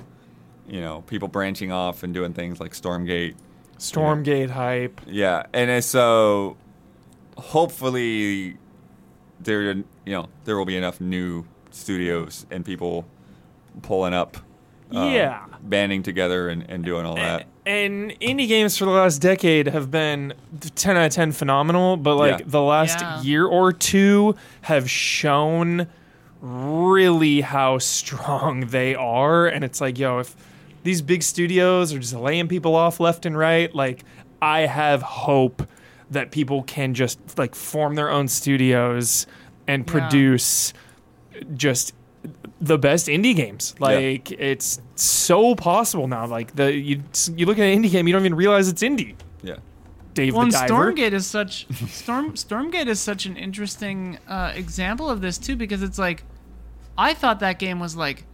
B: you know, people branching off and doing things like Stormgate
E: Stormgate hype.
B: yeah, and it's so hopefully there you know there will be enough new studios and people pulling up, Uh, um,
E: Yeah.
B: banding together and, and doing all that.
E: And indie games for the last decade have been 10 out of 10 phenomenal, but like
B: Yeah.
E: the last
A: Yeah.
E: year or two have shown really how strong they are. And it's like, yo, if these big studios are just laying people off left and right, like, I have hope that people can just like form their own studios and
A: Yeah.
E: produce just the best indie games. Like it's so possible now. Like the you you look at an indie game, you don't even realize it's indie.
B: Yeah,
E: Dave
A: Well,
E: the
A: and
E: Diver.
A: Stormgate is such Storm Stormgate is such an interesting uh, example of this too because it's like I thought that game was like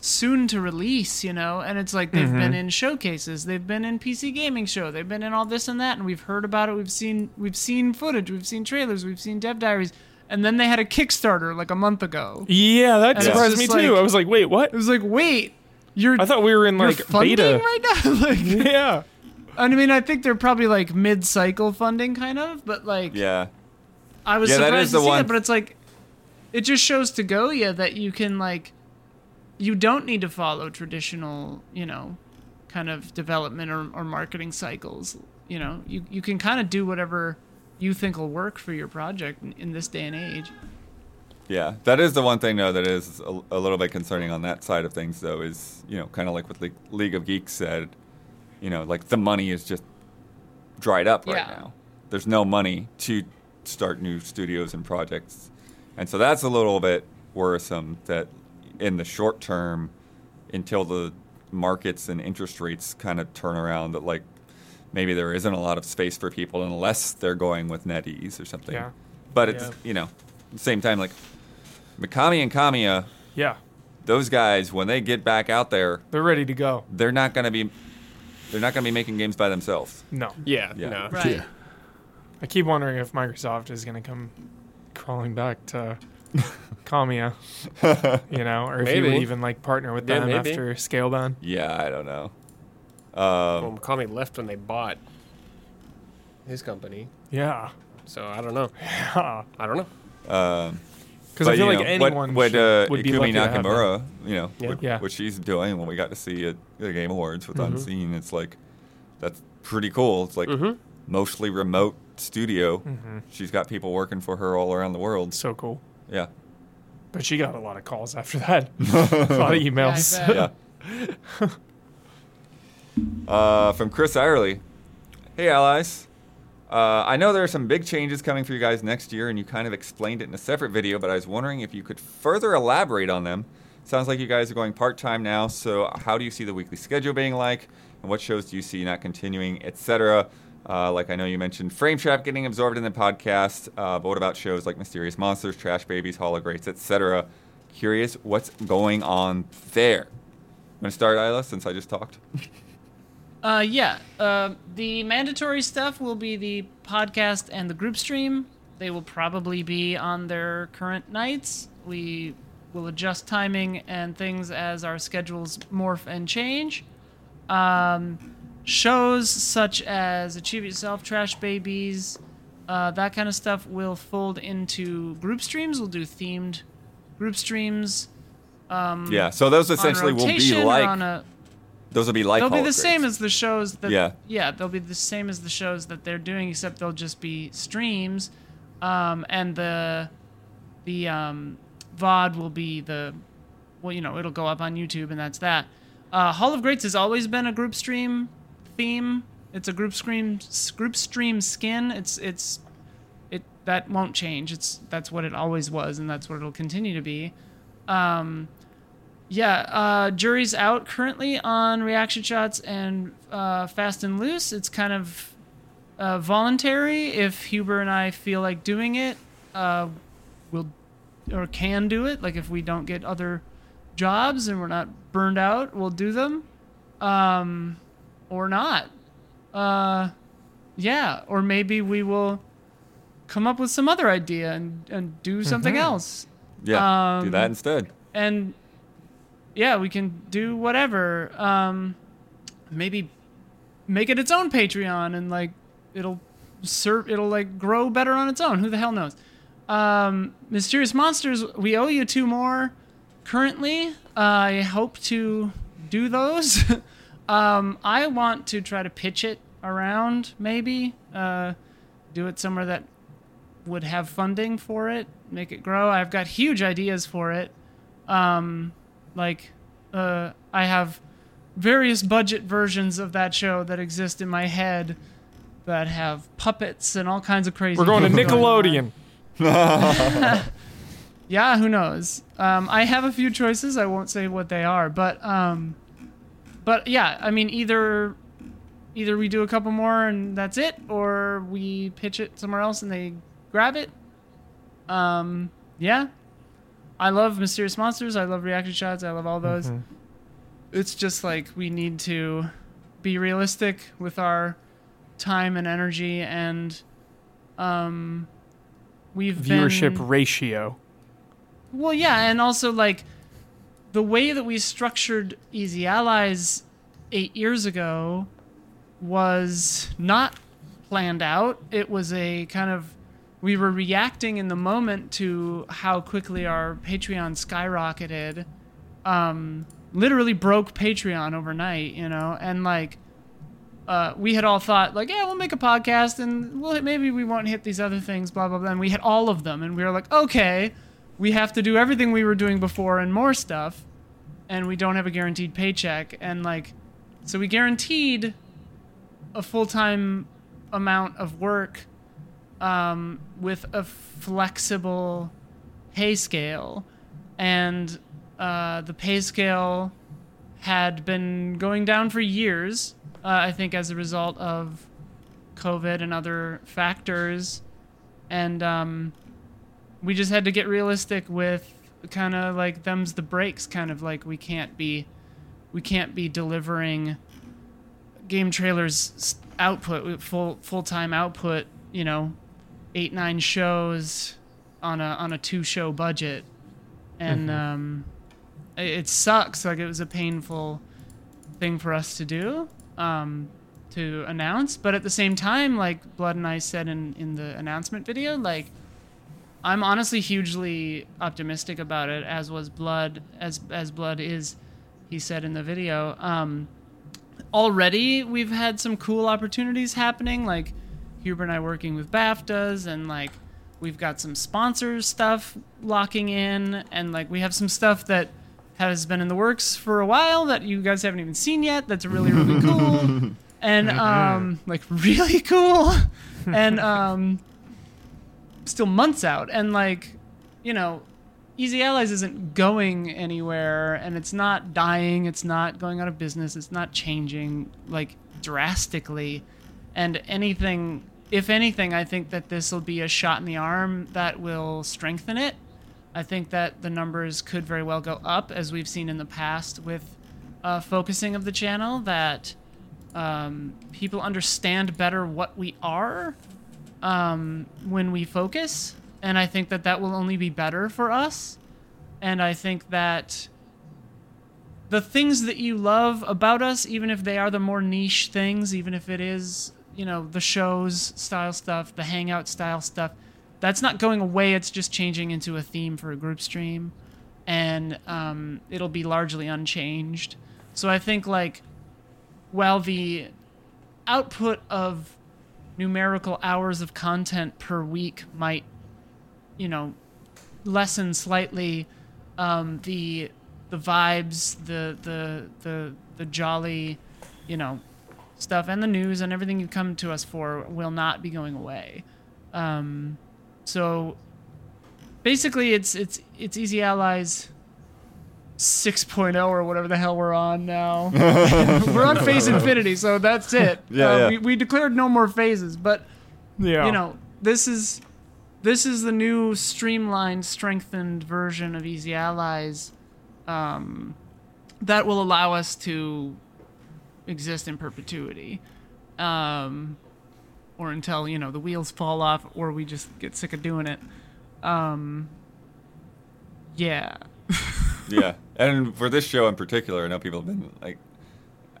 A: soon to release, you know, and it's like they've
E: Mm-hmm.
A: been in showcases, they've been in PC gaming show, they've been in all this and that, and we've heard about it, we've seen we've seen footage, we've seen trailers, we've seen dev diaries, and then they had a Kickstarter like a month ago.
E: Yeah, that
A: it's
E: surprised me
A: just
E: too.
A: like-
E: I was like, wait, what?
A: It was like, wait, you're
E: I thought we were in
A: you're
E: like
A: funding
E: beta.
A: right now, like.
E: Yeah.
A: I mean, I think they're probably like mid-cycle funding, kind of, but like,
B: yeah,
A: I was
B: Yeah, that
A: surprised
B: is
A: to
B: the
A: see
B: one-
A: that, but it's like it just shows to Goya that you can like you don't need to follow traditional, you know, kind of development or, or marketing cycles. You know, you you can kind of do whatever you think will work for your project in, in this day and age.
B: yeah. That is the one thing though that is a, a little bit concerning on that side of things though is you know kind of like what Le- League of Geeks said, you know, like the money is just dried up right
A: Yeah.
B: now. There's no money to start new studios and projects. And so that's a little bit worrisome that in the short term, until the markets and interest rates kind of turn around, that like maybe there isn't a lot of space for people unless they're going with NetEase or something.
E: Yeah.
B: But it's,
E: Yeah.
B: you know, at the same time, like Mikami and Kamiya,
E: Yeah.
B: those guys, when they get back out there,
E: They're ready to go.
B: they're not going to be. They're not going to be making games by themselves.
E: No.
C: Yeah.
B: Yeah.
C: No.
A: Right.
D: Yeah.
E: I keep wondering if Microsoft is going to come crawling back to Kamiya, you know, or if you would
C: Maybe.
E: even like partner with
C: Yeah,
E: them
C: maybe.
E: after Scalebound.
B: Yeah, I don't know.
C: Well, Konami left when they bought his company,
E: Yeah.
C: so I don't know.
E: Because
C: I don't know.
E: I
B: But,
E: feel
B: you
E: like
B: know, what-
E: anyone
B: what,
E: should-
B: uh,
E: would be
B: Ikumi
E: lucky to have them.
B: Nakamura, you know,
C: Yeah.
B: What,
E: Yeah.
B: what she's doing, what we got to see at the Game Awards with
E: Mm-hmm.
B: Unseen, it's like that's pretty cool. It's like mostly remote studio.
E: Mm-hmm.
B: She's got people working for her all around the world.
E: So cool.
B: Yeah,
E: But she got a lot of calls after that. a lot of emails.
A: Yeah, I bet.
B: yeah. uh, from Chris Ireley. Hey, allies. Uh, I know there are some big changes coming for you guys next year, and you kind of explained it in a separate video, but I was wondering if you could further elaborate on them. Sounds like you guys are going part time now, so how do you see the weekly schedule being like, and what shows do you see not continuing, etc.? Uh, like I know you mentioned Frame Trap getting absorbed in the podcast, uh, but what about shows like Mysterious Monsters, Trash Babies, Hologrates, etc.? Curious what's going on there. I'm gonna start Isla since I just talked.
A: Uh, yeah. Uh, the mandatory stuff will be the podcast and the group stream. They will probably be on their current nights. We will adjust timing and things as our schedules morph and change. Um, shows such as Achieve Yourself, Trash Babies, uh, that kind of stuff will fold into group streams. We'll do themed group streams.
B: yeah, so those
A: Mm-hmm. on
B: essentially will be
A: rotation or
B: like
A: on a,
B: those will be like
A: they'll be the
B: Hologrates.
A: same as the shows that
B: Yeah.
A: they'll be the same as the shows that they're doing except they'll just be streams um, and the the um, vod will be the well you know it'll go up on youtube and that's that uh, hall of greats has always been a group stream theme it's a group stream group stream skin it's it's it that won't change it's that's what it always was and that's what it'll continue to be yeah, uh, jury's out currently on reaction shots and uh, fast and loose. It's kind of uh, voluntary. If Huber and I feel like doing it, uh, we'll or can do it. Like if we don't get other jobs and we're not burned out, we'll do them, um, or not. Uh, yeah, or maybe we will come up with some other idea and and do something else
B: Yeah, do
A: um,
B: that instead.
A: and yeah, we can do whatever. Um, maybe make it its own Patreon and like it'll serve it'll like grow better on its own. Who the hell knows? Um, Mysterious Monsters, we owe you two more currently. I hope to do those. um, I want to try to pitch it around maybe. Uh, do it somewhere that would have funding for it, make it grow. I've got huge ideas for it um, like uh, I have various budget versions of that show that exist in my head that have puppets and all kinds of crazy.
E: We're going to
A: things on.
E: Nickelodeon.
A: Yeah, who knows? Um, I have a few choices. I won't say what they are, but um, but yeah, I mean either either we do a couple more and that's it, or we pitch it somewhere else and they grab it. Um, yeah, I love mysterious monsters. I love reaction shots. I love all those. It's just like we need to be realistic with our time and energy and um, we've
E: Viewership
A: been,
E: ratio.
A: well, yeah, and also like the way that we structured Easy Allies eight years ago was not planned out. It was a kind of we were reacting in the moment to how quickly our Patreon skyrocketed. Um, literally broke Patreon overnight, you know, and like uh, we had all thought like, yeah, we'll make a podcast and we'll maybe we won't hit these other things, blah blah blah. And we hit all of them, and we were like, okay, we have to do everything we were doing before and more stuff, and we don't have a guaranteed paycheck, and like, so we guaranteed a full time amount of work um, with a flexible pay scale, and uh, the pay scale had been going down for years. Uh, I think as a result of COVID and other factors, and um, we just had to get realistic with kind of like them's the breaks. Kind of like we can't be, we can't be delivering game trailers s- output full full time output. You know, eight nine shows on a on a two show budget, and um, it, it sucks. Like it was a painful thing for us to do um, to announce but at the same time like blood and i said in, in the announcement video like i'm honestly hugely optimistic about it as was blood as as blood is he said in the video um, already we've had some cool opportunities happening like huber and i working with baftas and like we've got some sponsor stuff locking in and like we have some stuff that has been in the works for a while that you guys haven't even seen yet. That's really really cool, and um, like really cool, and um, still months out, and like, you know, Easy Allies isn't going anywhere, and it's not dying, it's not going out of business, it's not changing like drastically, and anything. If anything, I think that this will be a shot in the arm that will strengthen it I think that the numbers could very well go up, as we've seen in the past with uh, focusing of the channel, that um, people understand better what we are um, when we focus. And I think that that will only be better for us. And I think that the things that you love about us, even if they are the more niche things, even if it is, you know, the shows style stuff, the hangout style stuff, that's not going away. It's just changing into a theme for a group stream, and um, it'll be largely unchanged. So I think like, while the output of numerical hours of content per week might, you know, lessen slightly, um, the the vibes, the the the the jolly, you know, stuff, and the news and everything you come to us for will not be going away. Um, so basically it's it's it's easy allies 6.0 or whatever the hell we're on now we're on phase infinity so that's it Uh,
B: Yeah, yeah.
A: We, we declared no more phases but
E: Yeah.
A: you know this is this is the new streamlined strengthened version of easy allies um, that will allow us to exist in perpetuity um, or until you know the wheels fall off or we just get sick of doing it um, yeah
B: yeah. And for this show in particular, I know people have been like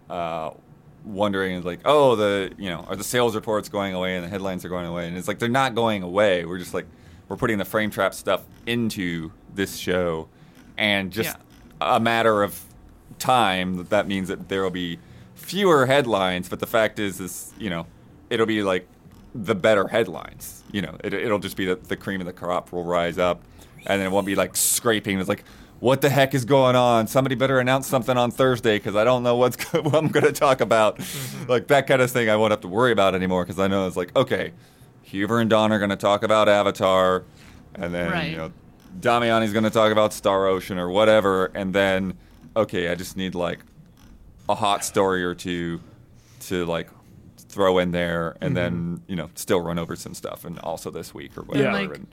B: uh, wondering, like, oh, the you know, are the sales reports going away and the headlines are going away? And it's like they're not going away. We're just like we're putting the frame trap stuff into this show, and just a matter of time that that means that there will be fewer headlines. But the fact is, is you know, it'll be like the better headlines. You know, it, it'll just be that the cream of the crop will rise up, and then it won't be like scraping. It's like, what the heck is going on? Somebody better announce something on Thursday because I don't know what's go- what I'm going to talk about. Like that kind of thing, I won't have to worry about anymore because I know it's like, okay, Huber and Don are going to talk about Avatar, and then
A: Right.
B: you know, Damiani's going to talk about Star Ocean or whatever, and then okay, I just need like a hot story or two to like throw in there
E: Mm-hmm.
B: and then you know still run over some stuff and also this week or whatever
A: like,
B: and-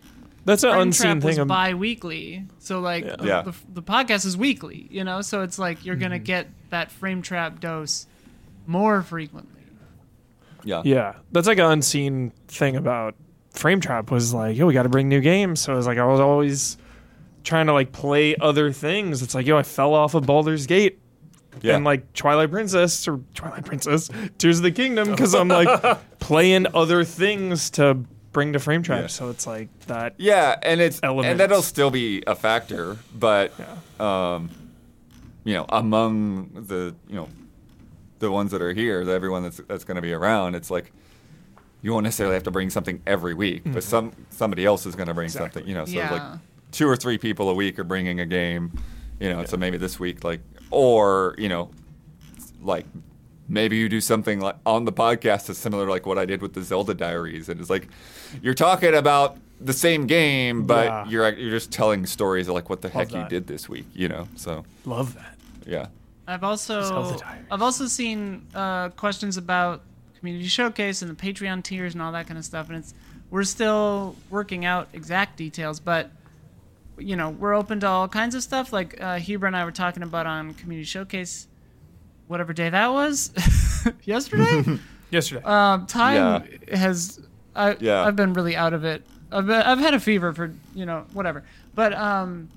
E: That's an
A: Frame Trap
E: unseen
A: was
E: thing. I'm-
A: bi-weekly so like The,
B: Yeah.
A: the, the podcast is weekly you know so it's like you're
E: Mm-hmm.
A: gonna get that frame trap dose more frequently
B: yeah
E: Yeah, that's like an unseen thing about Frame Trap was like, yo, we got to bring new games. So it was like I was always trying to like play other things. It's like, yo, I fell off of Baldur's Gate
B: yeah
E: and like Twilight Princess or Twilight Princess Tears of the Kingdom because I'm like playing other things to bring to Frame Trap.
B: Yeah.
E: So it's like that.
B: yeah and it's
E: Elements.
B: and that'll still be a factor but um you know among the you know the ones that are here the- everyone that's that's going to be around it's like you won't necessarily have to bring something every week but
E: Mm-hmm.
B: some somebody else is going to bring something you know so
A: yeah
B: like two or three people a week are bringing a game, you know. So maybe this week, like, or you know, like maybe you do something like on the podcast that's similar to like what I did with the Zelda Diaries, and it's like you're talking about the same game, but
E: Yeah.
B: you're act- you're just telling stories of like what the heck you
E: that.
B: did this week, you know. So
E: Love that.
B: yeah,
A: I've also
E: Zelda Diaries.
A: I've also seen uh, questions about community showcase and the Patreon tiers and all that kind of stuff, and it's we're still working out exact details, but you know we're open to all kinds of stuff. Like uh, Huber and I were talking about on community showcase, whatever day that was, yesterday.
E: Yesterday.
A: Um, time has. I,
B: Yeah.
A: I've been really out of it. I've, been- I've had a fever for you know whatever, but um,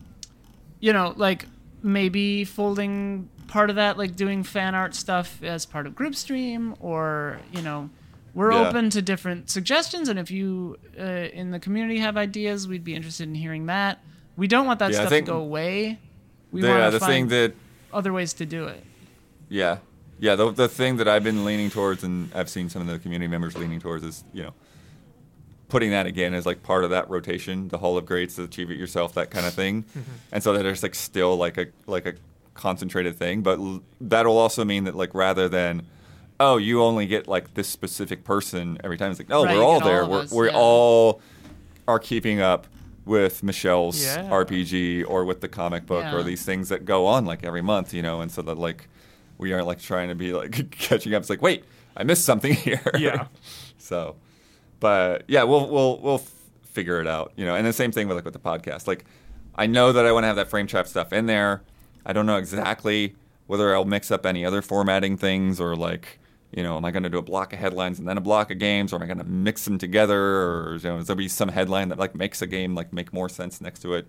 A: you know like maybe folding part of that, like doing fan art stuff as part of group stream, or you know, we're
B: Yeah.
A: open to different suggestions, and if you uh, in the community have ideas, we'd be interested in hearing that. We don't want that
B: Yeah, I
A: stuff
B: think-
A: to go away. We
B: yeah.
A: want
B: uh, The
A: to
B: thing
A: find
B: that
A: other ways to do it.
B: Yeah. Yeah, the, the thing that I've been leaning towards and I've seen some of the community members leaning towards is, you know, putting that again as like part of that rotation, the Hall of Greats, the Achieve It Yourself, that kind of thing.
A: Mm-hmm.
B: And so that is like still like a like a concentrated thing, but l- that'll also mean that like rather than oh you only get like this specific person every time, it's like no
A: Right,
B: we're all
A: you get all
B: there,
A: of
B: we're
A: us,
B: we
A: yeah.
B: all are keeping up with Michelle's
E: Yeah.
B: RPG or with the comic book
A: Yeah.
B: or these things that go on like every month, you know, and so that like we aren't like trying to be like catching up. It's like wait. I missed something here.
E: Yeah.
B: So, but yeah, we'll we'll we'll f- figure it out, you know. And the same thing with like with the podcast. Like, I know that I want to have that frame trap stuff in there. I don't know exactly whether I'll mix up any other formatting things or like, you know, am I going to do a block of headlines and then a block of games, or am I going to mix them together, or you know, is there be some headline that like makes a game like make more sense next to it?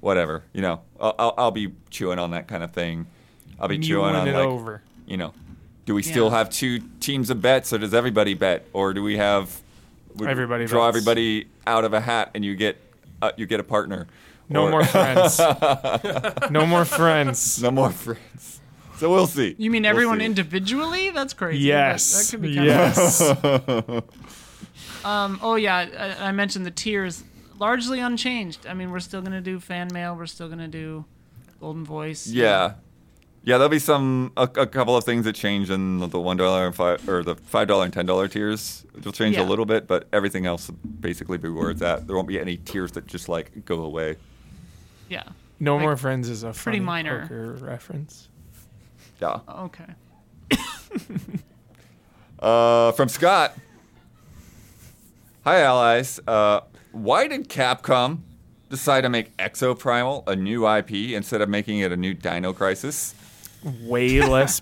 B: Whatever, you know, I'll I'll, I'll be chewing on that kind of thing. I'll be
E: You
B: chewing
E: win
B: on
E: it
B: like
E: over.
B: you know, do we still
A: Yeah.
B: have two teams of bets, or does everybody bet, or do we have we
E: Everybody
B: draw
E: bets.
B: everybody out of a hat and you get uh, you get a partner?
E: No
B: Or-
E: more friends. no more friends.
B: no more friends. So we'll see.
A: You mean
B: We'll
A: everyone
B: see.
A: individually? That's crazy. That-
E: Yes.
A: That, could be kind of
E: yes.
A: Um, oh yeah, I, I mentioned the tiers largely unchanged. I mean, we're still gonna do fan mail. We're still gonna do golden voice.
B: Yeah. Yeah, there'll be some a, a couple of things that change in the one dollar and five or the five dollar and ten dollar tiers. It'll change
A: Yeah.
B: a little bit, but everything else will basically be where it's at. There won't be any tiers that just like go away.
A: yeah.
E: No
A: Like,
E: more friends is a pretty
A: minor.
E: minor poker reference.
B: Yeah.
A: Okay.
B: Uh, from Scott. Hi, allies. Uh, why did Capcom decide to make Exoprimal a new IP instead of making it a new Dino Crisis?
E: Way less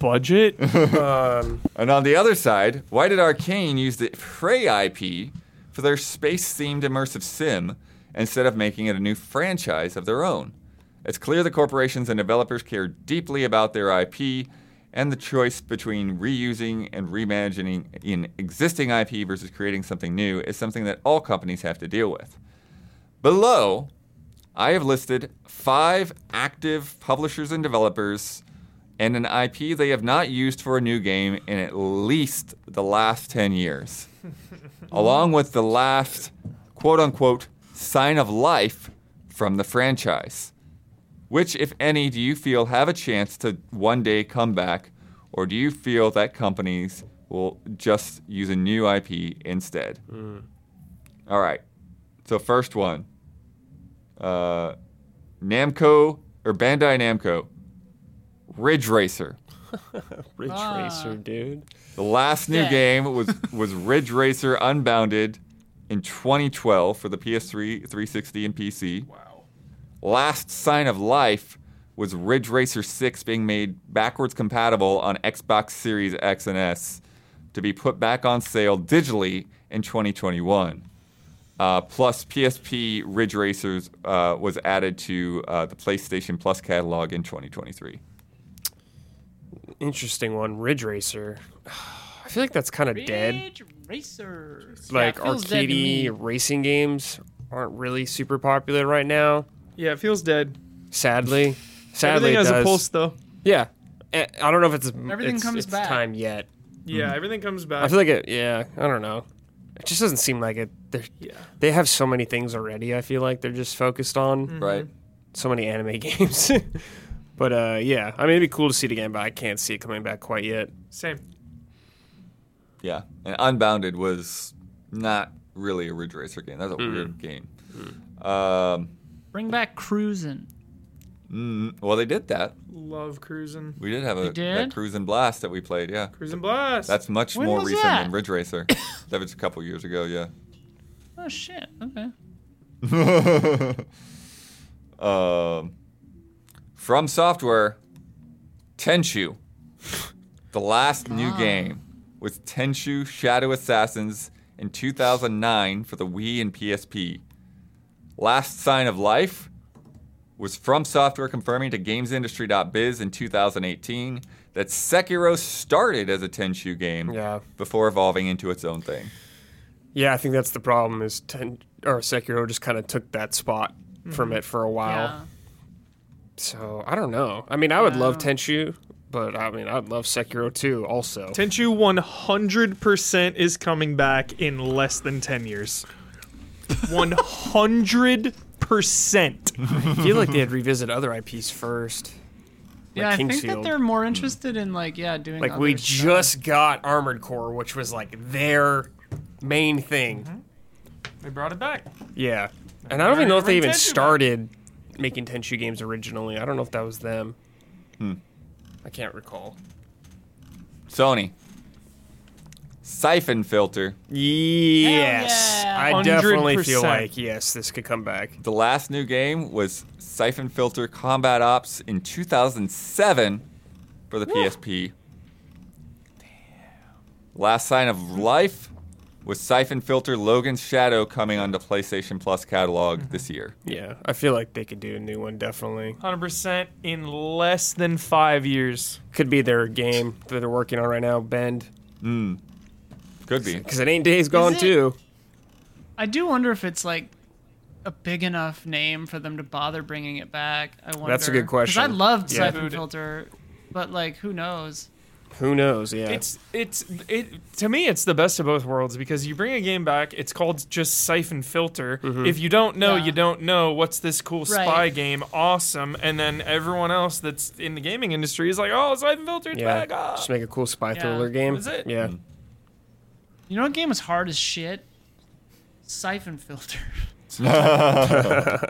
E: budget.
B: And on the other side, why did Arcane use the Prey IP for their space themed immersive sim instead of making it a new franchise of their own? It's clear the corporations and developers care deeply about their IP and the choice between reusing and reimagining in existing IP versus creating something new is something that all companies have to deal with. Below, I have listed five active publishers and developers and an IP they have not used for a new game in at least the last 10 years, along with the last quote unquote sign of life from the franchise. Which, if any, do you feel have a chance to one day come back, or do you feel that companies will just use a new IP instead? All right. So, first one uh, Namco or Bandai Namco, Ridge Racer.
C: Ridge Racer, dude.
B: The last new
A: Yeah.
B: game was was Ridge Racer Unbounded in 2012 for the PS3, 360, and PC. Wow. Last Sign of Life was Ridge Racer 6 being made backwards compatible on Xbox Series X and S to be put back on sale digitally in 2021. Uh, plus, PSP Ridge Racers uh, was added to uh, the PlayStation Plus catalog in 2023.
C: Interesting one, Ridge Racer. I feel like that's kind of dead.
A: Ridge Racer.
C: Like
A: yeah, it feels dead to me.
C: arcadey racing games aren't really super popular right now.
E: yeah, it feels dead.
C: Sadly, sadly,
E: Everything
C: it
E: has
C: does. Hmm.
E: a pulse though.
C: Yeah, Eh, I don't know if it's
A: Everything
C: it's-
A: comes
C: it's
A: back.
C: time yet.
E: Yeah, everything comes back.
C: I feel like it. Yeah, I don't know. It just doesn't seem like it. They're,
E: yeah.
C: they have so many things already. I feel like they're just focused on
E: Mm.
B: Right?
C: so many anime games. but uh, yeah, I mean, it'd be cool to see it again, but I can't see it coming back quite yet.
E: Same.
B: Yeah, and Unbounded was not really a Ridge Racer game. That's a
A: Mm-hmm.
B: weird game. Um,
A: Bring back cruising.
B: mm, well, they did that.
E: Love cruising.
B: We did have a
A: did?
B: that Cruise and Blast that we played. Yeah,
E: Cruising blast.
B: that's much
A: When
B: more
A: was
B: recent
A: that?
B: than Ridge Racer. that was a couple years ago. Yeah.
A: Oh shit. Okay.
B: um, from software, Tenchu. The last new game was Tenchu Shadow Assassins in 2009 for the Wii and PSP. Last Sign of Life was From Software confirming to GamesIndustry.biz in 2018 that Sekiro started as a Tenchu game
C: Yeah.
B: before evolving into its own thing.
C: Yeah, I think that's the problem. Is ten or Sekiro just kind of took that spot from it for a while.
A: Mm-hmm. Yeah.
C: So I don't know. I mean, I would love Tenchu, But I mean, I'd love Sekiro 2 also.
E: Tenchu 100% is coming back in less than 10 years. 100%.
C: I feel like they'd revisit other IPs first.
A: yeah, I think that
C: Kingsfield.
A: they're more interested in like yeah doing
C: Like we
A: other stuff.
C: just got Armored Core, which was like their main thing.
A: Mm-hmm.
E: They brought it back.
C: Yeah, and I don't even know if they even
E: Tenchu back.
C: started making Tenchu games originally. I don't know if that was them. Hmm. I can't recall.
B: Sony. Siphon filter.
C: Yes,
A: yeah.
C: I definitely feel
E: 100%.
C: like yes, this could come back.
B: The last new game was Siphon Filter Combat Ops in 2007 for the PSP. Last Sign of Life was Siphon Filter Logan's Shadow coming onto PlayStation Plus catalog
C: Mm-hmm.
B: this year.
C: Yeah, I feel like they could do a new one. Definitely
E: 100% in less than 5 years.
C: could be their game that they're working on right now. Bend
B: Could be.
C: because it ain't days gone
A: it?
C: too.
A: I do wonder if it's like a big enough name for them to bother bringing it back. I wonder.
C: That's a good question.
A: 'Cause I loved
C: Yeah.
A: Siphon Filter, but like who knows?
C: Who knows? Yeah,
E: It's it's it to me it's the best of both worlds because you bring a game back, it's called just Siphon Filter.
C: Mm-hmm.
E: If you don't know,
A: Yeah.
E: you don't know what's this cool spy
A: Right.
E: game, awesome, and then everyone else that's in the gaming industry is like, "Oh, Siphon Filter's
C: yeah.
E: back." Ah.
C: Just make a cool spy
A: Yeah.
C: thriller game.
E: Is it?
C: Yeah.
A: You know what game is hard as shit? Siphon Filter. I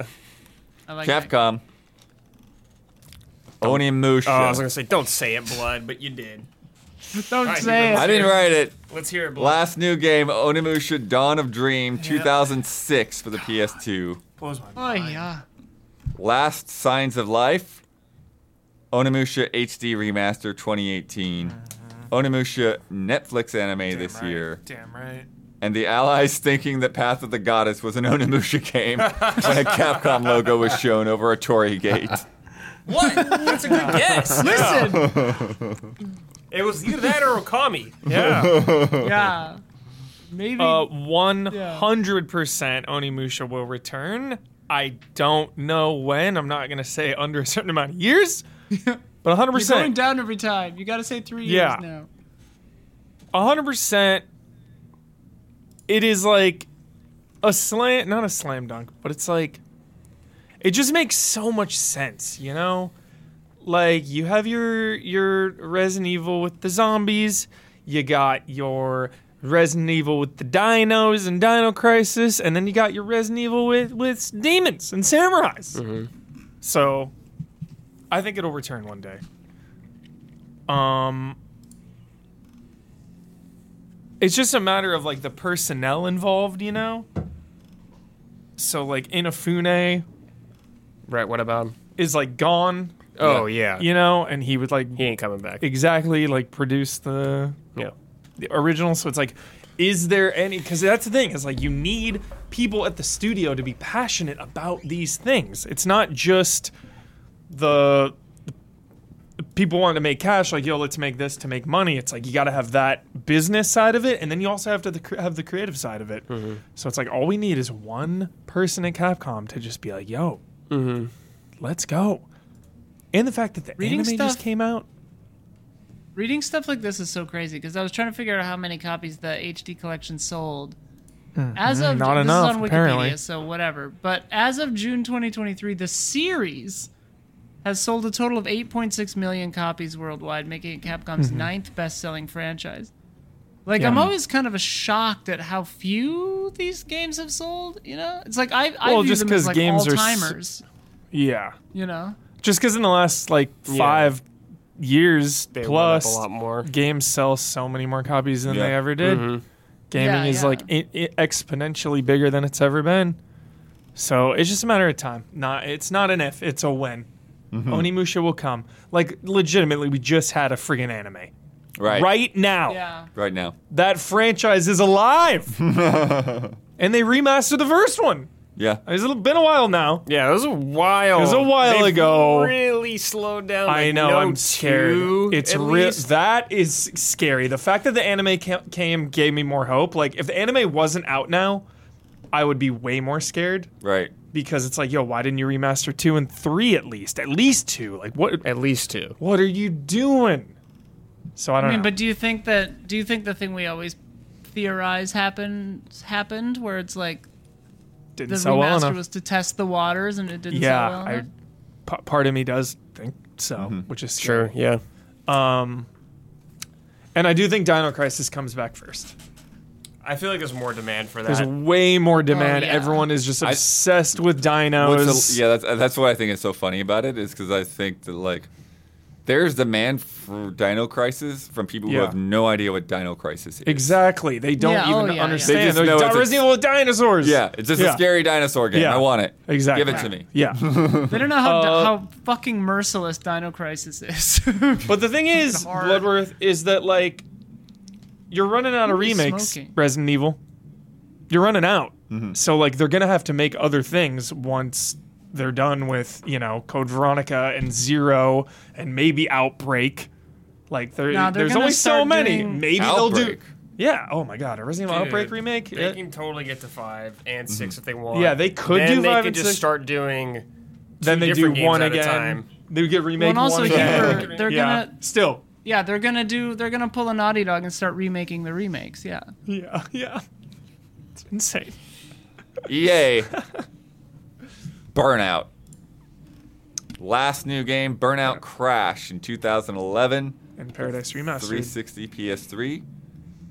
A: like that.
B: Capcom. Onimusha.
C: Oh, I was gonna say, don't say it, blood, but you did.
A: Don't
C: Alright,
A: say it.
B: I didn't write it.
C: Let's hear it, blood.
B: Last new game, Onimusha Dawn of Dream, 2006 for the PS2.
A: Oh yeah.
B: Last Signs of Life, Onimusha HD Remaster 2018, Onimusha Netflix anime this year,
E: Damn right.
B: and the allies thinking that Path of the Goddess was an Onimusha game when a Capcom logo was shown over a Torii gate.
C: What? That's a good guess.
A: Listen.
C: It was either that or Okami.
E: Yeah.
A: yeah. Maybe.
E: Uh, 100% Onimusha will return. I don't know when. I'm not going to say under a certain amount of years, but
A: You're going
E: 100%.
A: down every time. You got to say three
E: Yeah.
A: years now.
E: 100%. It is like a slam, not a slam dunk, but it's like, it just makes so much sense, you know? Like you have your your Resident Evil with the zombies, you got your Resident Evil with the dinos and Dino Crisis, and then you got your Resident Evil with with demons and samurais. So, I think it'll return one day. Um, it's just a matter of like the personnel involved, you know. So like Inafune
C: Right, what about him?
E: is like gone
C: Oh, yeah.
E: you know, and he would like
C: He ain't coming back.
E: exactly like produce the
C: Yeah.
E: the original. So it's like, is there any? Because that's the thing. Is like you need people at the studio to be passionate about these things. It's not just the the people wanting to make cash. Like yo, let's make this to make money. It's like you got to have that business side of it, and then you also have to the, cre- have the creative side of it. So it's like all we need is one person at Capcom to just be like, yo, let's go. And the fact that the
A: Reading
E: anime just
A: stuff-
E: came out.
A: Reading stuff like this is so crazy because I was trying to figure out how many copies the HD collection sold. As of
E: not
A: this
E: enough,
A: is on Wikipedia,
E: apparently.
A: so whatever. But as of June 2023, the series has sold a total of 8.6 million copies worldwide, making it Capcom's ninth best-selling franchise. Like I'm always kind of shocked at how few these games have sold. You know, it's like I I
E: Well,
A: view
E: just
A: them as
E: 'cause
A: like
E: games are s-
A: all-timers.
E: Yeah.
A: You know,
E: just because in the last like five years
C: They
E: plus,
C: went up a lot more. Mm-hmm.
E: games sell so many more copies than
B: Yeah.
E: they ever did. Gaming
A: Yeah,
E: is
A: yeah.
E: like i i exponentially bigger than it's ever been. So it's just a matter of time. Not it's not an if, it's a when.
C: Mm-hmm.
E: Onimusha will come. Like legitimately, we just had a friggin' anime
B: Right.
E: right now.
A: yeah.
B: Right now.
E: That franchise is alive, and they remastered the first one.
B: Yeah.
E: It's been a while now.
C: Yeah, it was a while. It
E: was a while ago.
C: Really slowed down.
E: I
C: like,
E: know.
C: no
E: I'm scared.
C: two,
E: it's
C: at
E: real.
C: least.
E: That is scary. The fact that the anime ca- came gave me more hope. Like if the anime wasn't out now, I would be way more scared.
B: Right.
E: because it's like, yo, why didn't you remaster two and three at least? At least two. Like what
C: At least two.
E: what are you doing? So I don't
A: I mean,
E: know.
A: but do you think that do you think the thing we always theorize happens happened where it's like the
E: didn't sell well
A: remaster
E: enough.
A: was to test the waters and it didn't
E: yeah,
A: sell well
E: I
A: enough?
E: p- part of me does think so, which is
C: Sure. Yeah.
E: And I do think Dino Crisis comes back first.
C: I feel like there's more demand for
E: There's way more demand.
A: Oh, yeah.
E: Everyone is just obsessed with dinos.
B: What's a- yeah, that's uh, that's what I think is so funny about it is because I think that like there's demand for Dino Crisis from people who
E: Yeah.
B: have no idea what Dino Crisis is.
E: Exactly. They don't
A: Yeah, oh,
E: even
A: yeah, yeah.
E: understand.
B: They just
E: They're
B: know
E: like,
B: it's a-
E: Resident Evil with dinosaurs.
B: Yeah, it's just
E: Yeah.
B: a scary dinosaur game.
E: Yeah.
B: I want it.
E: Exactly.
B: Give it to me.
E: Yeah.
A: They don't know how,
E: Uh,
A: how fucking merciless Dino Crisis is.
E: but the thing is,
A: Hard.
E: Bloodworth, is that like you're running out of
A: Who's
E: remakes,
A: smoking?
E: Resident Evil. You're running out.
B: Mm-hmm.
E: So like they're gonna have to make other things once they're done with, you know, Code Veronica and Zero and maybe Outbreak. Like there,
A: Nah, they're
E: there's
A: gonna
E: only so
A: start
E: many.
A: doing-
E: Maybe they'll do.
B: Outbreak.
E: Yeah. Oh my God, a Resident Evil Outbreak
C: Dude,
E: remake.
C: They
E: Uh,
C: can totally get to five and six if they want.
E: Yeah, they could
C: Mm-hmm. Then
E: do
C: they
E: five
C: could
E: and
C: just
E: six.
C: start doing.
E: then they do
C: different games
E: one
C: at a
E: again.
C: time.
E: They would get remake
A: well, and also
E: one
A: here
E: again.
A: they're- they're
E: yeah.
A: gonna
E: Still.
A: yeah they're gonna do they're gonna pull a Naughty Dog and start remaking the remakes. Yeah,
E: Yeah. Yeah. It's insane.
B: EA. Burnout. Last new game, Burnout Crash in 2011,
E: And Paradise Remastered.
B: 360 PS3.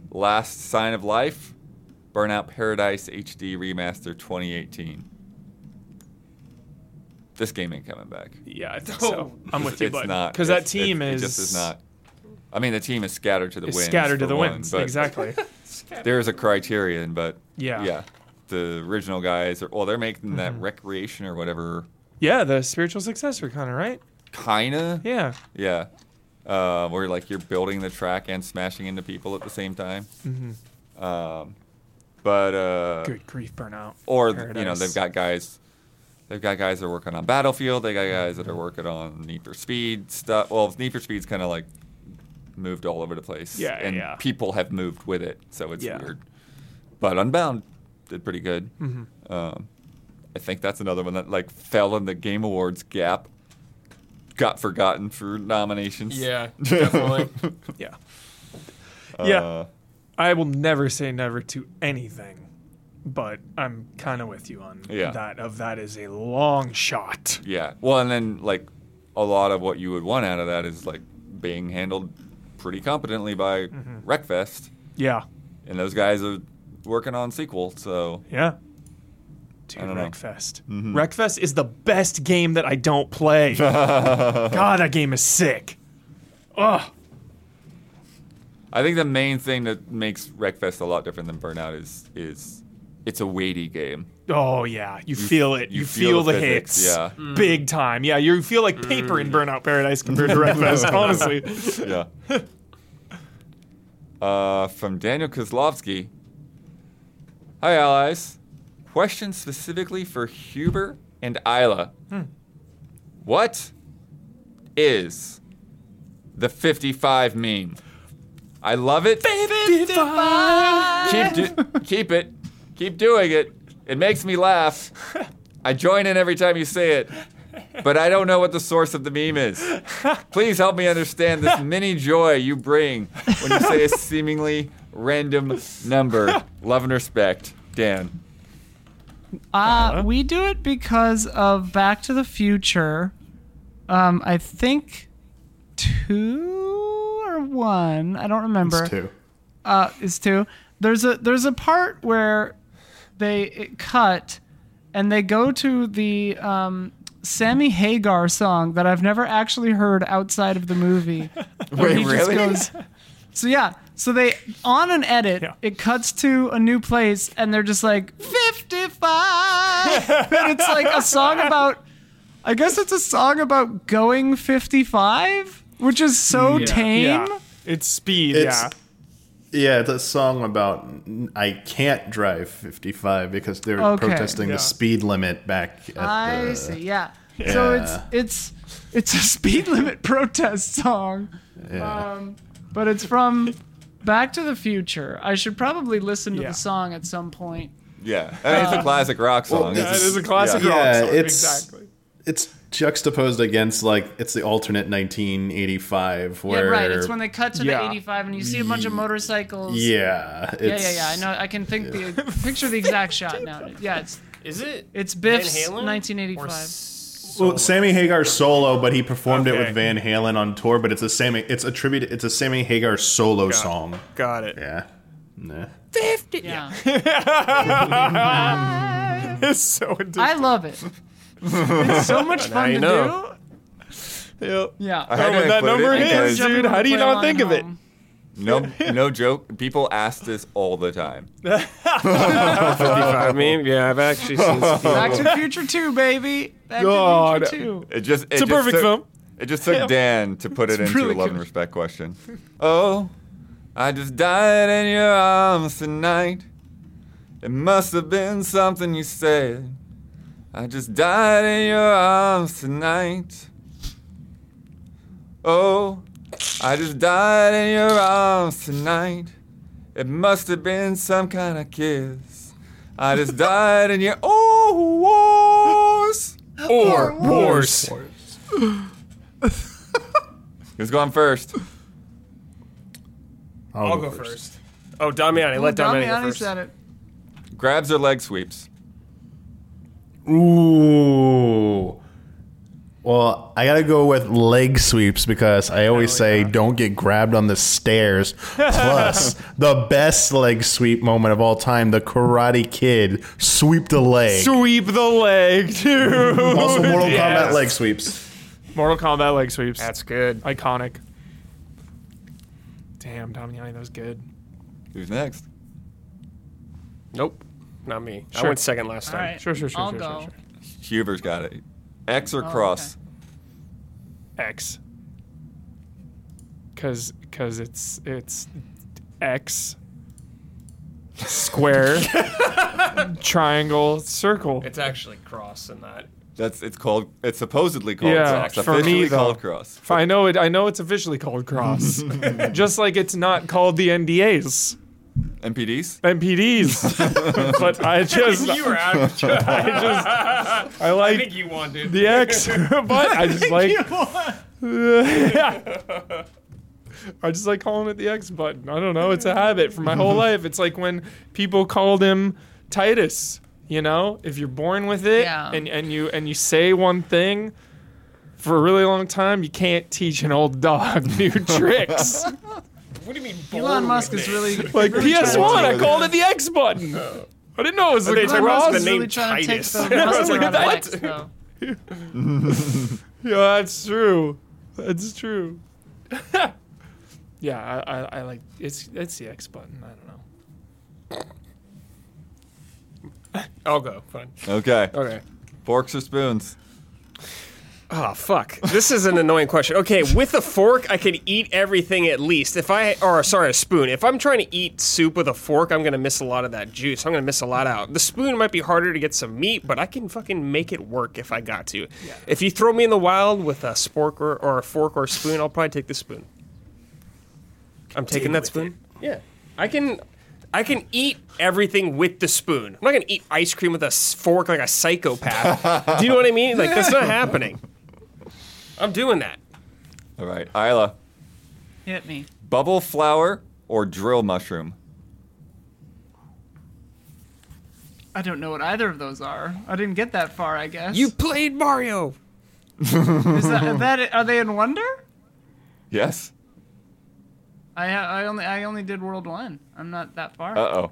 B: Last Sign of Life, Burnout Paradise HD Remaster 2018. This game ain't coming back.
E: Yeah, I think
C: No.
E: so. I'm with you,
B: it's
E: bud.
B: not
E: Because that
B: it's- it's-
E: team
B: it
E: is
B: just is not. I mean, the team is scattered to the
E: is
B: winds.
E: scattered to
B: for
E: the
B: one,
E: winds.
B: but
E: Exactly.
B: There is a criterion, but
E: Yeah. Mm-hmm.
B: yeah, the original guys are well, they're making that recreation or whatever,
E: yeah, the spiritual successor, kind of right.
B: kinda.
E: Yeah.
B: Yeah. Uh, where like you're building the track and smashing into people at the same time. Mm-hmm. Um, but uh,
E: Good grief, burnout.
B: or you know
E: Paradise.
B: they've got guys, they've got guys that are working on Battlefield. They got guys that are working on Need for Speed stuff. Well, Need for Speed's kind of like moved all over the place.
E: Yeah, yeah,
B: and
E: yeah.
B: people have moved with it, so it's
E: Yeah.
B: weird. But Unbound did pretty good.
E: Mm-hmm.
B: Um, I think that's another one that like fell in the Game Awards gap. Got forgotten for nominations.
C: Yeah, definitely.
E: Yeah. yeah.
B: Uh,
E: I will never say never to anything, but I'm kind of with you on
B: Yeah.
E: that. Of that is a long shot.
B: Yeah. Well, and then like a lot of what you would want out of that is like being handled pretty competently by
E: Mm-hmm.
B: Wreckfest,
E: Yeah.
B: and those guys are working on sequel. So
E: Yeah. Dude,
B: don't know.
E: Wreckfest. Wreckfest is the best game that I don't play. God, that game is sick. Ugh.
B: I think the main thing that makes Wreckfest a lot different than Burnout is is it's a weighty game.
E: Oh yeah, you, feel it. You,
B: you
E: feel,
B: feel
E: the,
B: the
E: hits.
B: physics, yeah.
A: Mm.
E: Big time. Yeah, you feel like paper in Burnout Paradise compared to Wreckfest, honestly.
B: Yeah. uh, from Daniel Kozlovsky. Hi, allies. Question specifically for Huber and Isla. What is the 55 meme? I love it. Keep, do- keep it. Keep doing it. It makes me laugh. I join in every time you say it, but I don't know what the source of the meme is. Please help me understand this mini joy you bring when you say a seemingly random number. Love and respect, Dan.
E: Uh-huh.
A: uh, we do it because of Back to the Future. Um, I think two or one. I don't remember.
D: It's two.
A: uh, is two. There's a there's a part where they it cut and they go to the um, Sammy Hagar song that I've never actually heard outside of the movie. Wait,
B: really?
A: so yeah, so they on an edit
E: Yeah.
A: it cuts to a new place and they're just like 55, and it's like a song about. I guess it's a song about going 55, which is so tame.
E: Yeah. It's speed,
D: It's-
E: yeah.
D: Yeah, it's a song about n- I can't drive 55 because they're
A: Okay.
D: protesting
E: Yeah.
D: the speed limit back at
A: I
D: the
A: see. Yeah. So it's it's it's a speed limit protest song,
D: yeah.
A: um, but it's from Back to the Future. I should probably listen to
E: Yeah.
A: the song at some point.
B: Yeah, I mean, it's a classic rock song.
E: Yeah, it
B: It's-
E: is a classic
B: yeah.
E: rock
D: Yeah,
E: song.
D: it's-
E: exactly.
D: It's juxtaposed against like it's the alternate 1985
A: Yeah,
D: where
A: right. It's when they cut to the
E: Yeah.
A: 85 and you see a bunch of motorcycles.
D: yeah, it's,
A: Yeah, yeah, yeah. I know. I can think the picture the exact shot now. Yeah, it's
C: Is it?
A: it's Biff's
C: Van Halen? Or
A: 1985.
C: s-
D: Well, Sammy Hagar solo, but he performed it
C: Okay.
D: with Van Halen on tour. But it's a Sammy. It's attributed. It's a Sammy Hagar solo song.
C: Got it.
D: Yeah. Nah.
A: yeah.
E: It's so addictive.
A: I love it. It's so much fun
C: you
A: to
C: know.
E: Yep.
A: do. Yeah.
B: I had
E: Oh,
B: to
E: that
B: include
E: number
B: it
E: is,
B: because-
E: dude, how do you not think of it?
B: No, no joke. People ask this all the time.
C: I mean, yeah, I've actually seen. some people-
A: Back to the Future 2, baby. Back
E: God.
A: to the Future 2.
B: It just
E: It's a perfect film.
B: It just took Dan to put it into
A: really
B: a love and
A: good.
B: respect question. Oh, I just died in your arms tonight. It must have been something you said. I just died in your arms tonight. Oh, I just died in your arms tonight. It must have been some kind of kiss. I just died in your oh, wars.
C: Or wars.
B: Who's going first?
D: I'll,
E: I'll go first.
C: Oh, Damiani, let Damiani go
A: Damiani
C: first.
A: said it.
B: Grabs or leg sweeps?
D: Ooh. Well, I gotta go with leg sweeps because I always say don't get grabbed on the stairs. Plus, the best leg sweep moment of all time: the Karate Kid sweep the leg.
E: Sweep the leg, dude.
D: Also, Mortal
E: Yes.
D: Kombat leg sweeps.
E: Mortal Kombat leg sweeps.
C: That's good.
E: iconic. Damn, Damiani, that was good.
B: Who's next?
C: Nope, not me. I
E: Sure.
C: went second last
A: All
C: time.
A: right.
E: Sure, sure, sure,
A: I'll
E: sure,
A: go.
E: sure, sure.
B: Huber's got it. X or
A: Oh,
B: cross?
E: X. Cause, cause it's it's X square triangle circle.
C: It's actually cross in that.
B: That's it's called. It's supposedly called
E: Yeah,
B: cross.
E: for me,
B: Officially
E: though.
B: called cross.
E: I know it. I know it's officially called cross, just like it's not called the NDAs,
B: MPDs.
E: MPDs. but I just,
C: You were out. Of
E: I just, I like
C: you won, dude.
E: the X, but I just like. I just like calling it the X button. I don't know. It's a habit for my whole life. It's like when people called him Titus. You know, if you're born with it
A: Yeah.
E: and, and you and you say one thing for a really long time, you can't teach an old dog new tricks.
C: What do you mean?
A: Elon Musk is really
E: Like PS One, I
B: to-
E: called it the X button. I didn't know it was the
C: they talking about
E: cross.
C: the
A: really
C: name
A: trying to take
C: Titus.
A: the
C: I was
A: muster
E: like,
A: out of
E: that-
A: X, though.
E: Yeah, that's true. That's true. yeah, I, I, I like it's it's the X button. I don't know.
C: I'll go. Fine.
B: Okay.
C: Okay.
B: Forks or spoons?
C: Oh fuck! This is an annoying question. Okay, with a fork, I could eat everything at least. If I, or sorry, a spoon. If I'm trying to eat soup with a fork, I'm gonna miss a lot of that juice. I'm gonna miss a lot out. The spoon might be harder to get some meat, but I can fucking make it work if I got to. If you throw me in the wild with a spork or, or a fork or a spoon, I'll probably take the spoon. I'm taking that spoon. Yeah, I can. I can eat everything with the spoon. I'm not gonna eat ice cream with a s- fork like a psychopath. Do you know what I mean? Like that's not happening. I'm doing that.
B: All right, Isla.
A: Hit me.
B: Bubble flower or drill mushroom?
A: I don't know what either of those are. I didn't get that far, I guess.
C: You played Mario.
A: Is that, that are they in Wonder?
B: Yes.
A: I I only I only did World One. I'm not that far.
B: Uh oh.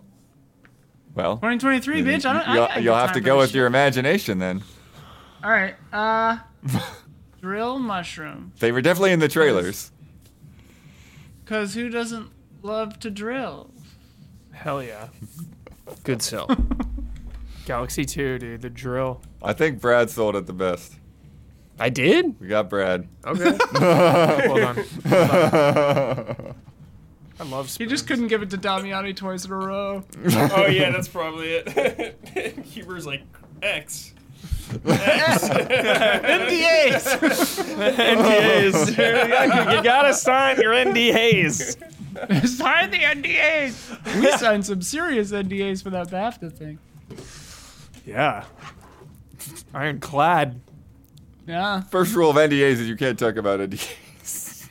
B: Well,
A: 2023, bitch. I don't. I-
B: you'll,
A: I,
B: you'll have to go with your
A: your.
B: imagination then.
A: All right. Uh, drill mushroom.
B: They were definitely in the trailers.
A: Cause who doesn't love to drill?
E: Hell yeah,
C: Good sell.
E: Galaxy Two, dude. The drill.
B: I think Brad sold it the best.
C: I did.
B: We got Brad.
C: Okay.
E: Well done. I love.
A: He
E: Spoons.
A: just couldn't give it to Damiani twice in a row.
C: oh yeah, that's probably it. Huber's like X.
A: NDAs.
E: NDAs. dude. you gotta sign your NDAs.
A: Sign the NDAs. We signed some serious NDAs for that BAFTA thing.
E: Yeah. Ironclad.
A: Yeah.
B: First rule of NDAs is you can't talk about NDAs.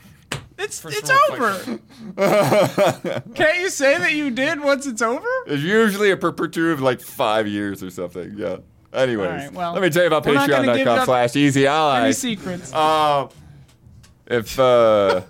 A: It's
E: First
A: it's
E: of all,
A: over. Can't you say that you did once it's over?
B: it's usually a perpetuity of like five years or something. Yeah. Anyways,
A: All right, well,
B: let me tell you about
A: we're not gonna give
B: patreon.com
A: up
B: slash easy
A: Any
B: allies.
A: secrets?
B: Uh, if uh,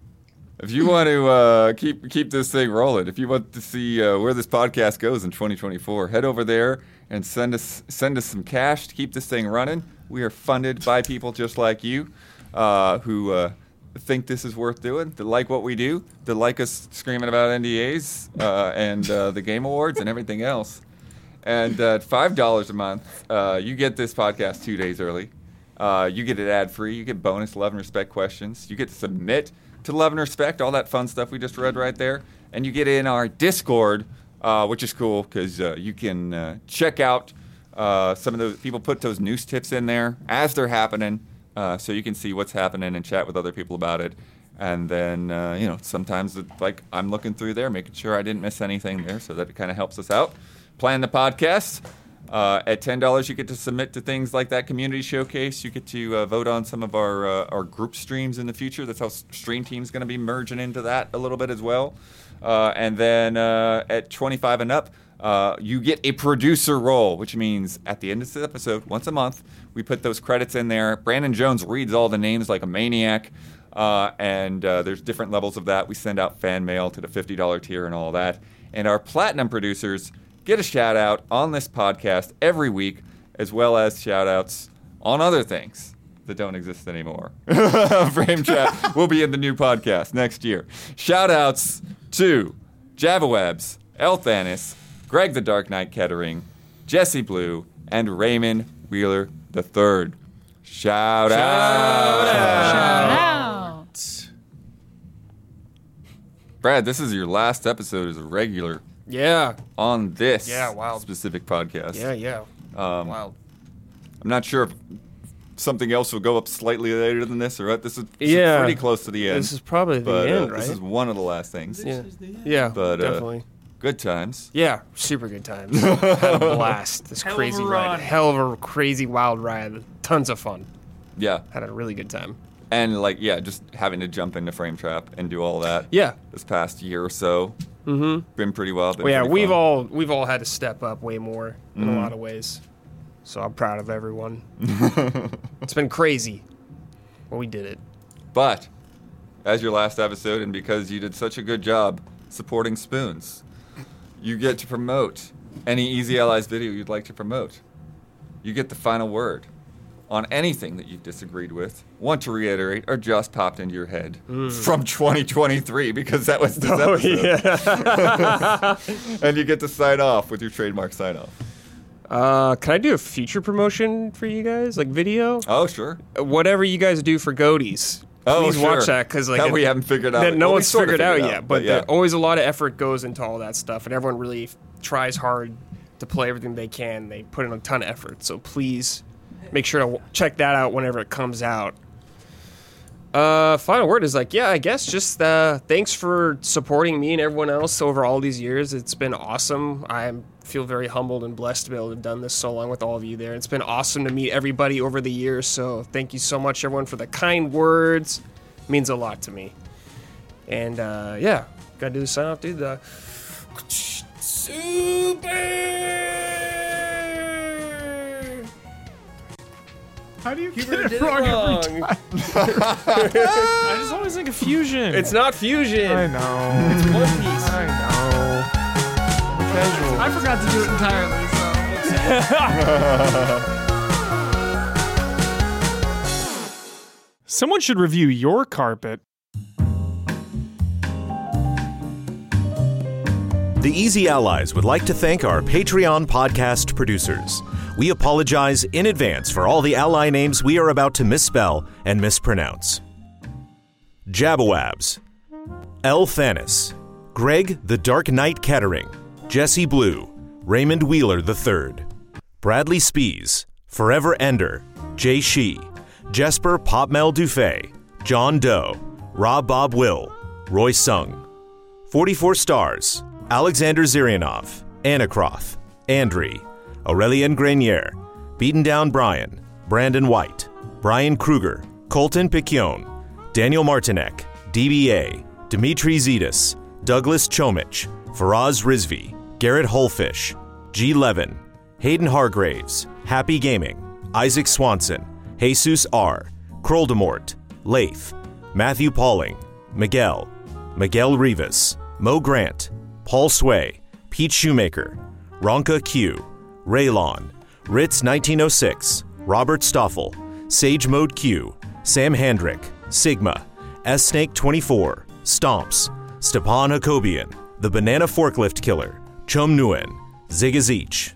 B: if you want to uh, keep keep this thing rolling, if you want to see uh, where this podcast goes in 2024, head over there and send us send us some cash to keep this thing running. We are funded by people just like you uh, who uh, think this is worth doing, that like what we do, that like us screaming about NDAs uh, and uh, the Game Awards and everything else. And uh, at five dollars a month, uh, you get this podcast two days early. Uh, you get it ad free. You get bonus love and respect questions. You get to submit to love and respect, all that fun stuff we just read right there. And you get in our Discord, uh, which is cool because uh, you can uh, check out uh, some of those people put those news tips in there as they're happening, uh, so you can see what's happening and chat with other people about it. And then uh, you know sometimes it, like I'm looking through there, making sure I didn't miss anything there, so that it kind of helps us out. Plan the podcast. Uh, at ten dollars, you get to submit to things like that community showcase. You get to uh, vote on some of our uh, our group streams in the future. That's how Stream Team's going to be merging into that a little bit as well. Uh, and then uh, at twenty five and up, uh, you get a producer role, which means at the end of this episode, once a month, we put those credits in there. Brandon Jones reads all the names like a maniac. Uh, and uh, there's different levels of that. We send out fan mail to the $50 tier and all that. And our platinum producers get a shout out on this podcast every week, as well as shout outs on other things that don't exist anymore. Frame Chat will be in the new podcast next year. Shout outs to Javawebs, El Thanis, Greg the Dark Knight Kettering, Jesse Blue, and Raymond Wheeler III. Shout, out. Brad, this is your last episode as a regular
C: Yeah.
B: on this
C: Yeah, wow.
B: specific podcast.
C: Yeah, yeah.
B: Um,
C: Wild.
B: I'm not sure if something else will go up slightly later than this or what. This is, this is
C: Yeah.
B: pretty close to the end.
C: This is probably the
B: but, uh,
C: end, right?
B: This is one of the last things.
C: yeah. Yeah,
B: But, uh,
C: definitely.
B: Good times.
C: Yeah, super good times. Had a blast. This
E: Hell of a
C: crazy ride.
E: run.
C: Hell of a crazy wild ride. Tons of fun.
B: Yeah.
C: Had a really good time.
B: And like, yeah, just having to jump into Frame Trap and do all that.
C: Yeah.
B: This past year or so. Mm-hmm. Been pretty well. been
C: Well, yeah,
B: pretty
C: we've
B: fun. Mm-hmm.
C: all we've all had to step up way more in a lot of ways. So I'm proud of everyone. it's been crazy. Well, we did it.
B: But as your last episode, and because you did such a good job supporting Spoons, you get to promote any Easy Allies video you'd like to promote. You get the final word on anything that you've disagreed with, want to reiterate, or just popped into your head from 2023 because that was this
C: Oh,
B: episode. and you get to sign off with your trademark sign off.
C: Uh, can I do a future promotion for you guys, like video?
B: Oh, sure.
C: Whatever you guys do for Goaties,
B: Oh,
C: please
B: sure.
C: watch that because like
B: That
C: it-
B: we haven't figured out.
C: that no
B: Well, we
C: one's
B: sorta
C: figured, out,
B: figured out,
C: yet.
B: but
C: But,
B: yeah.
C: there- always a lot of effort goes into all that stuff, and everyone really f- tries hard to play everything they can. They put in a ton of effort, so please make sure to w- check that out whenever it comes out. Uh, final word is like, yeah, I guess just uh, thanks for supporting me and everyone else over all these years. It's been awesome. I feel very humbled and blessed to be able to have done this so long with all of you there. It's been awesome to meet everybody over the years. So thank you so much, everyone, for the kind words. means a lot to me. And uh, yeah, gotta do the sign off, dude. The super.
E: How do you get it wrong? I just always think of fusion.
C: It's not
E: I
C: fusion.
E: know. It's one piece. I know. Casual.
A: I forgot to do it entirely. So.
E: Someone should review your carpet.
F: The Easy Allies would like to thank our Patreon podcast producers. We apologize in advance for all the ally names we are about to misspell and mispronounce. Jabawabs, El Thanis, Greg the Dark Knight Kettering, Jesse Blue, Raymond Wheeler III, Bradley Spees, Forever Ender, Jay Shee, Jesper Popmel Dufay, John Doe, Rob Bob Will, Roy Sung. 44 stars Alexander Zirianov, Anacroth, Andri, Aurelien Grenier, Beaten Down Brian, Brandon White, Brian Kruger, Colton Piccione, Daniel Martinek, DBA, Dimitri Zetas, Douglas Chomich, Faraz Rizvi, Garrett Holfish, G. Levin, Hayden Hargraves, Happy Gaming, Isaac Swanson, Jesus R., Kroldemort, Leif, Matthew Pauling, Miguel, Miguel Rivas, Mo Grant, Paul Sway, Pete Shoemaker, Ronka Q, Raylon, Ritz 1906, Robert Stoffel, Sage Mode Q, Sam Handrick, Sigma, S Snake 24, Stomps, Stepan Hakobian, The Banana Forklift Killer, Chum Nguyen, Zigazich,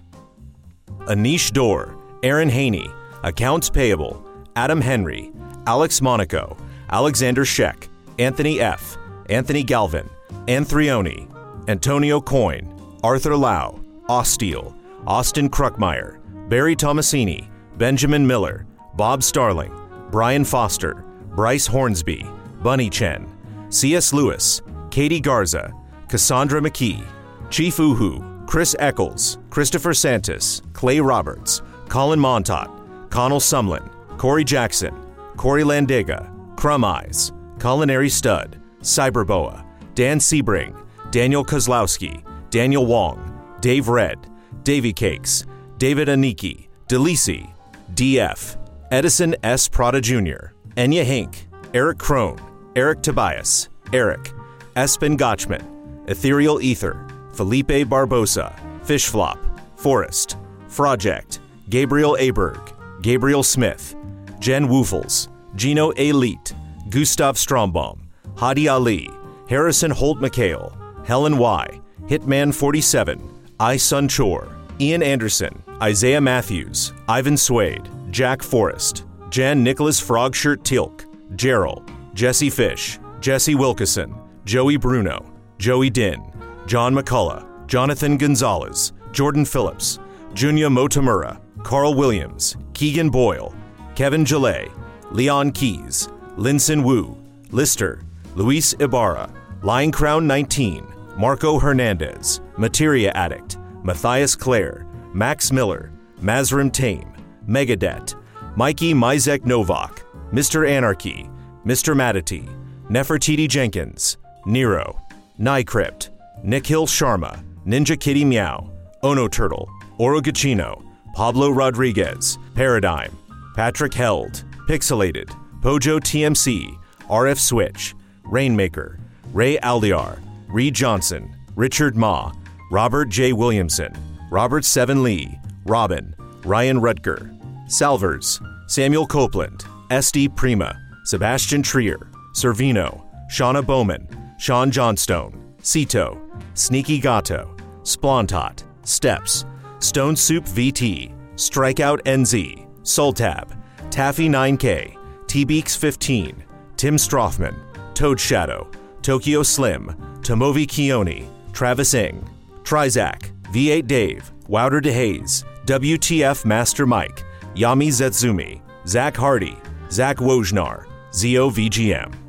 F: Anish Dorr, Aaron Haney, Accounts Payable, Adam Henry, Alex Monaco, Alexander Sheck, Anthony F., Anthony Galvin, Anthrioni, Antonio Coyne, Arthur Lau, Osteal, Austin Kruckmeyer, Barry Tomasini, Benjamin Miller, Bob Starling, Brian Foster, Bryce Hornsby, Bunny Chen, C.S. Lewis, Katie Garza, Cassandra McKee, Chief Uhu, Chris Eccles, Christopher Santis, Clay Roberts, Colin Montot, Connell Sumlin, Corey Jackson, Corey Landega, Crumb Eyes, Culinary Stud, Cyberboa, Dan Sebring, Daniel Kozlowski, Daniel Wong, Dave Red, Davy Cakes, David Aniki, Delisi, DF, Edison S. Prada Jr., Enya Hink, Eric Crone, Eric Tobias, Eric, Espen Gotchman, Ethereal Ether, Felipe Barbosa, Fishflop, Forrest, Project, Gabriel Aberg, Gabriel Smith, Jen Woofles, Gino Elite, Gustav Strombaum, Hadi Ali, Harrison Holt McHale, Helen Y, Hitman 47, I Sun Chor, Ian Anderson, Isaiah Matthews, Ivan Swade, Jack Forrest, Jan Nicholas Frogshirt Tilk, Gerald, Jesse Fish, Jesse Wilkison, Joey Bruno, Joey Din, John McCullough, Jonathan Gonzalez, Jordan Phillips, Junya Motomura, Carl Williams, Keegan Boyle, Kevin Gillet, Leon Keys, Linson Wu, Lister, Luis Ibarra, Lion Crown 19, Marco Hernandez, Materia Addict, Matthias Clare, Max Miller, Mazrim Tame, Megadet, Mikey Mizek Novak, Mr. Anarchy, Mr. Matity, Nefertiti Jenkins, Nero, Nycrypt, Nikhil Sharma, Ninja Kitty Meow, Ono Turtle, Orogachino, Pablo Rodriguez, Paradigm, Patrick Held, Pixelated, Pojo TMC, RF Switch, Rainmaker, Ray Aldiar, Reed Johnson, Richard Ma, Robert J. Williamson, Robert Seven Lee, Robin, Ryan Rutger, Salvers, Samuel Copeland, SD Prima, Sebastian Trier, Servino, Shauna Bowman, Sean Johnstone, Sito, Sneaky Gato, Splontot, Steps, Stone Soup VT, Strikeout NZ, Soltab, Taffy 9K, T-Beaks 15, Tim Strothman, Toad Shadow, Tokyo Slim, Tomovi Keone, Travis Ng, Trizac, V8 Dave, Wouter DeHaze, WTF Master Mike, Yami Zetsumi, Zach Hardy, Zach Wojnar, ZOVGM.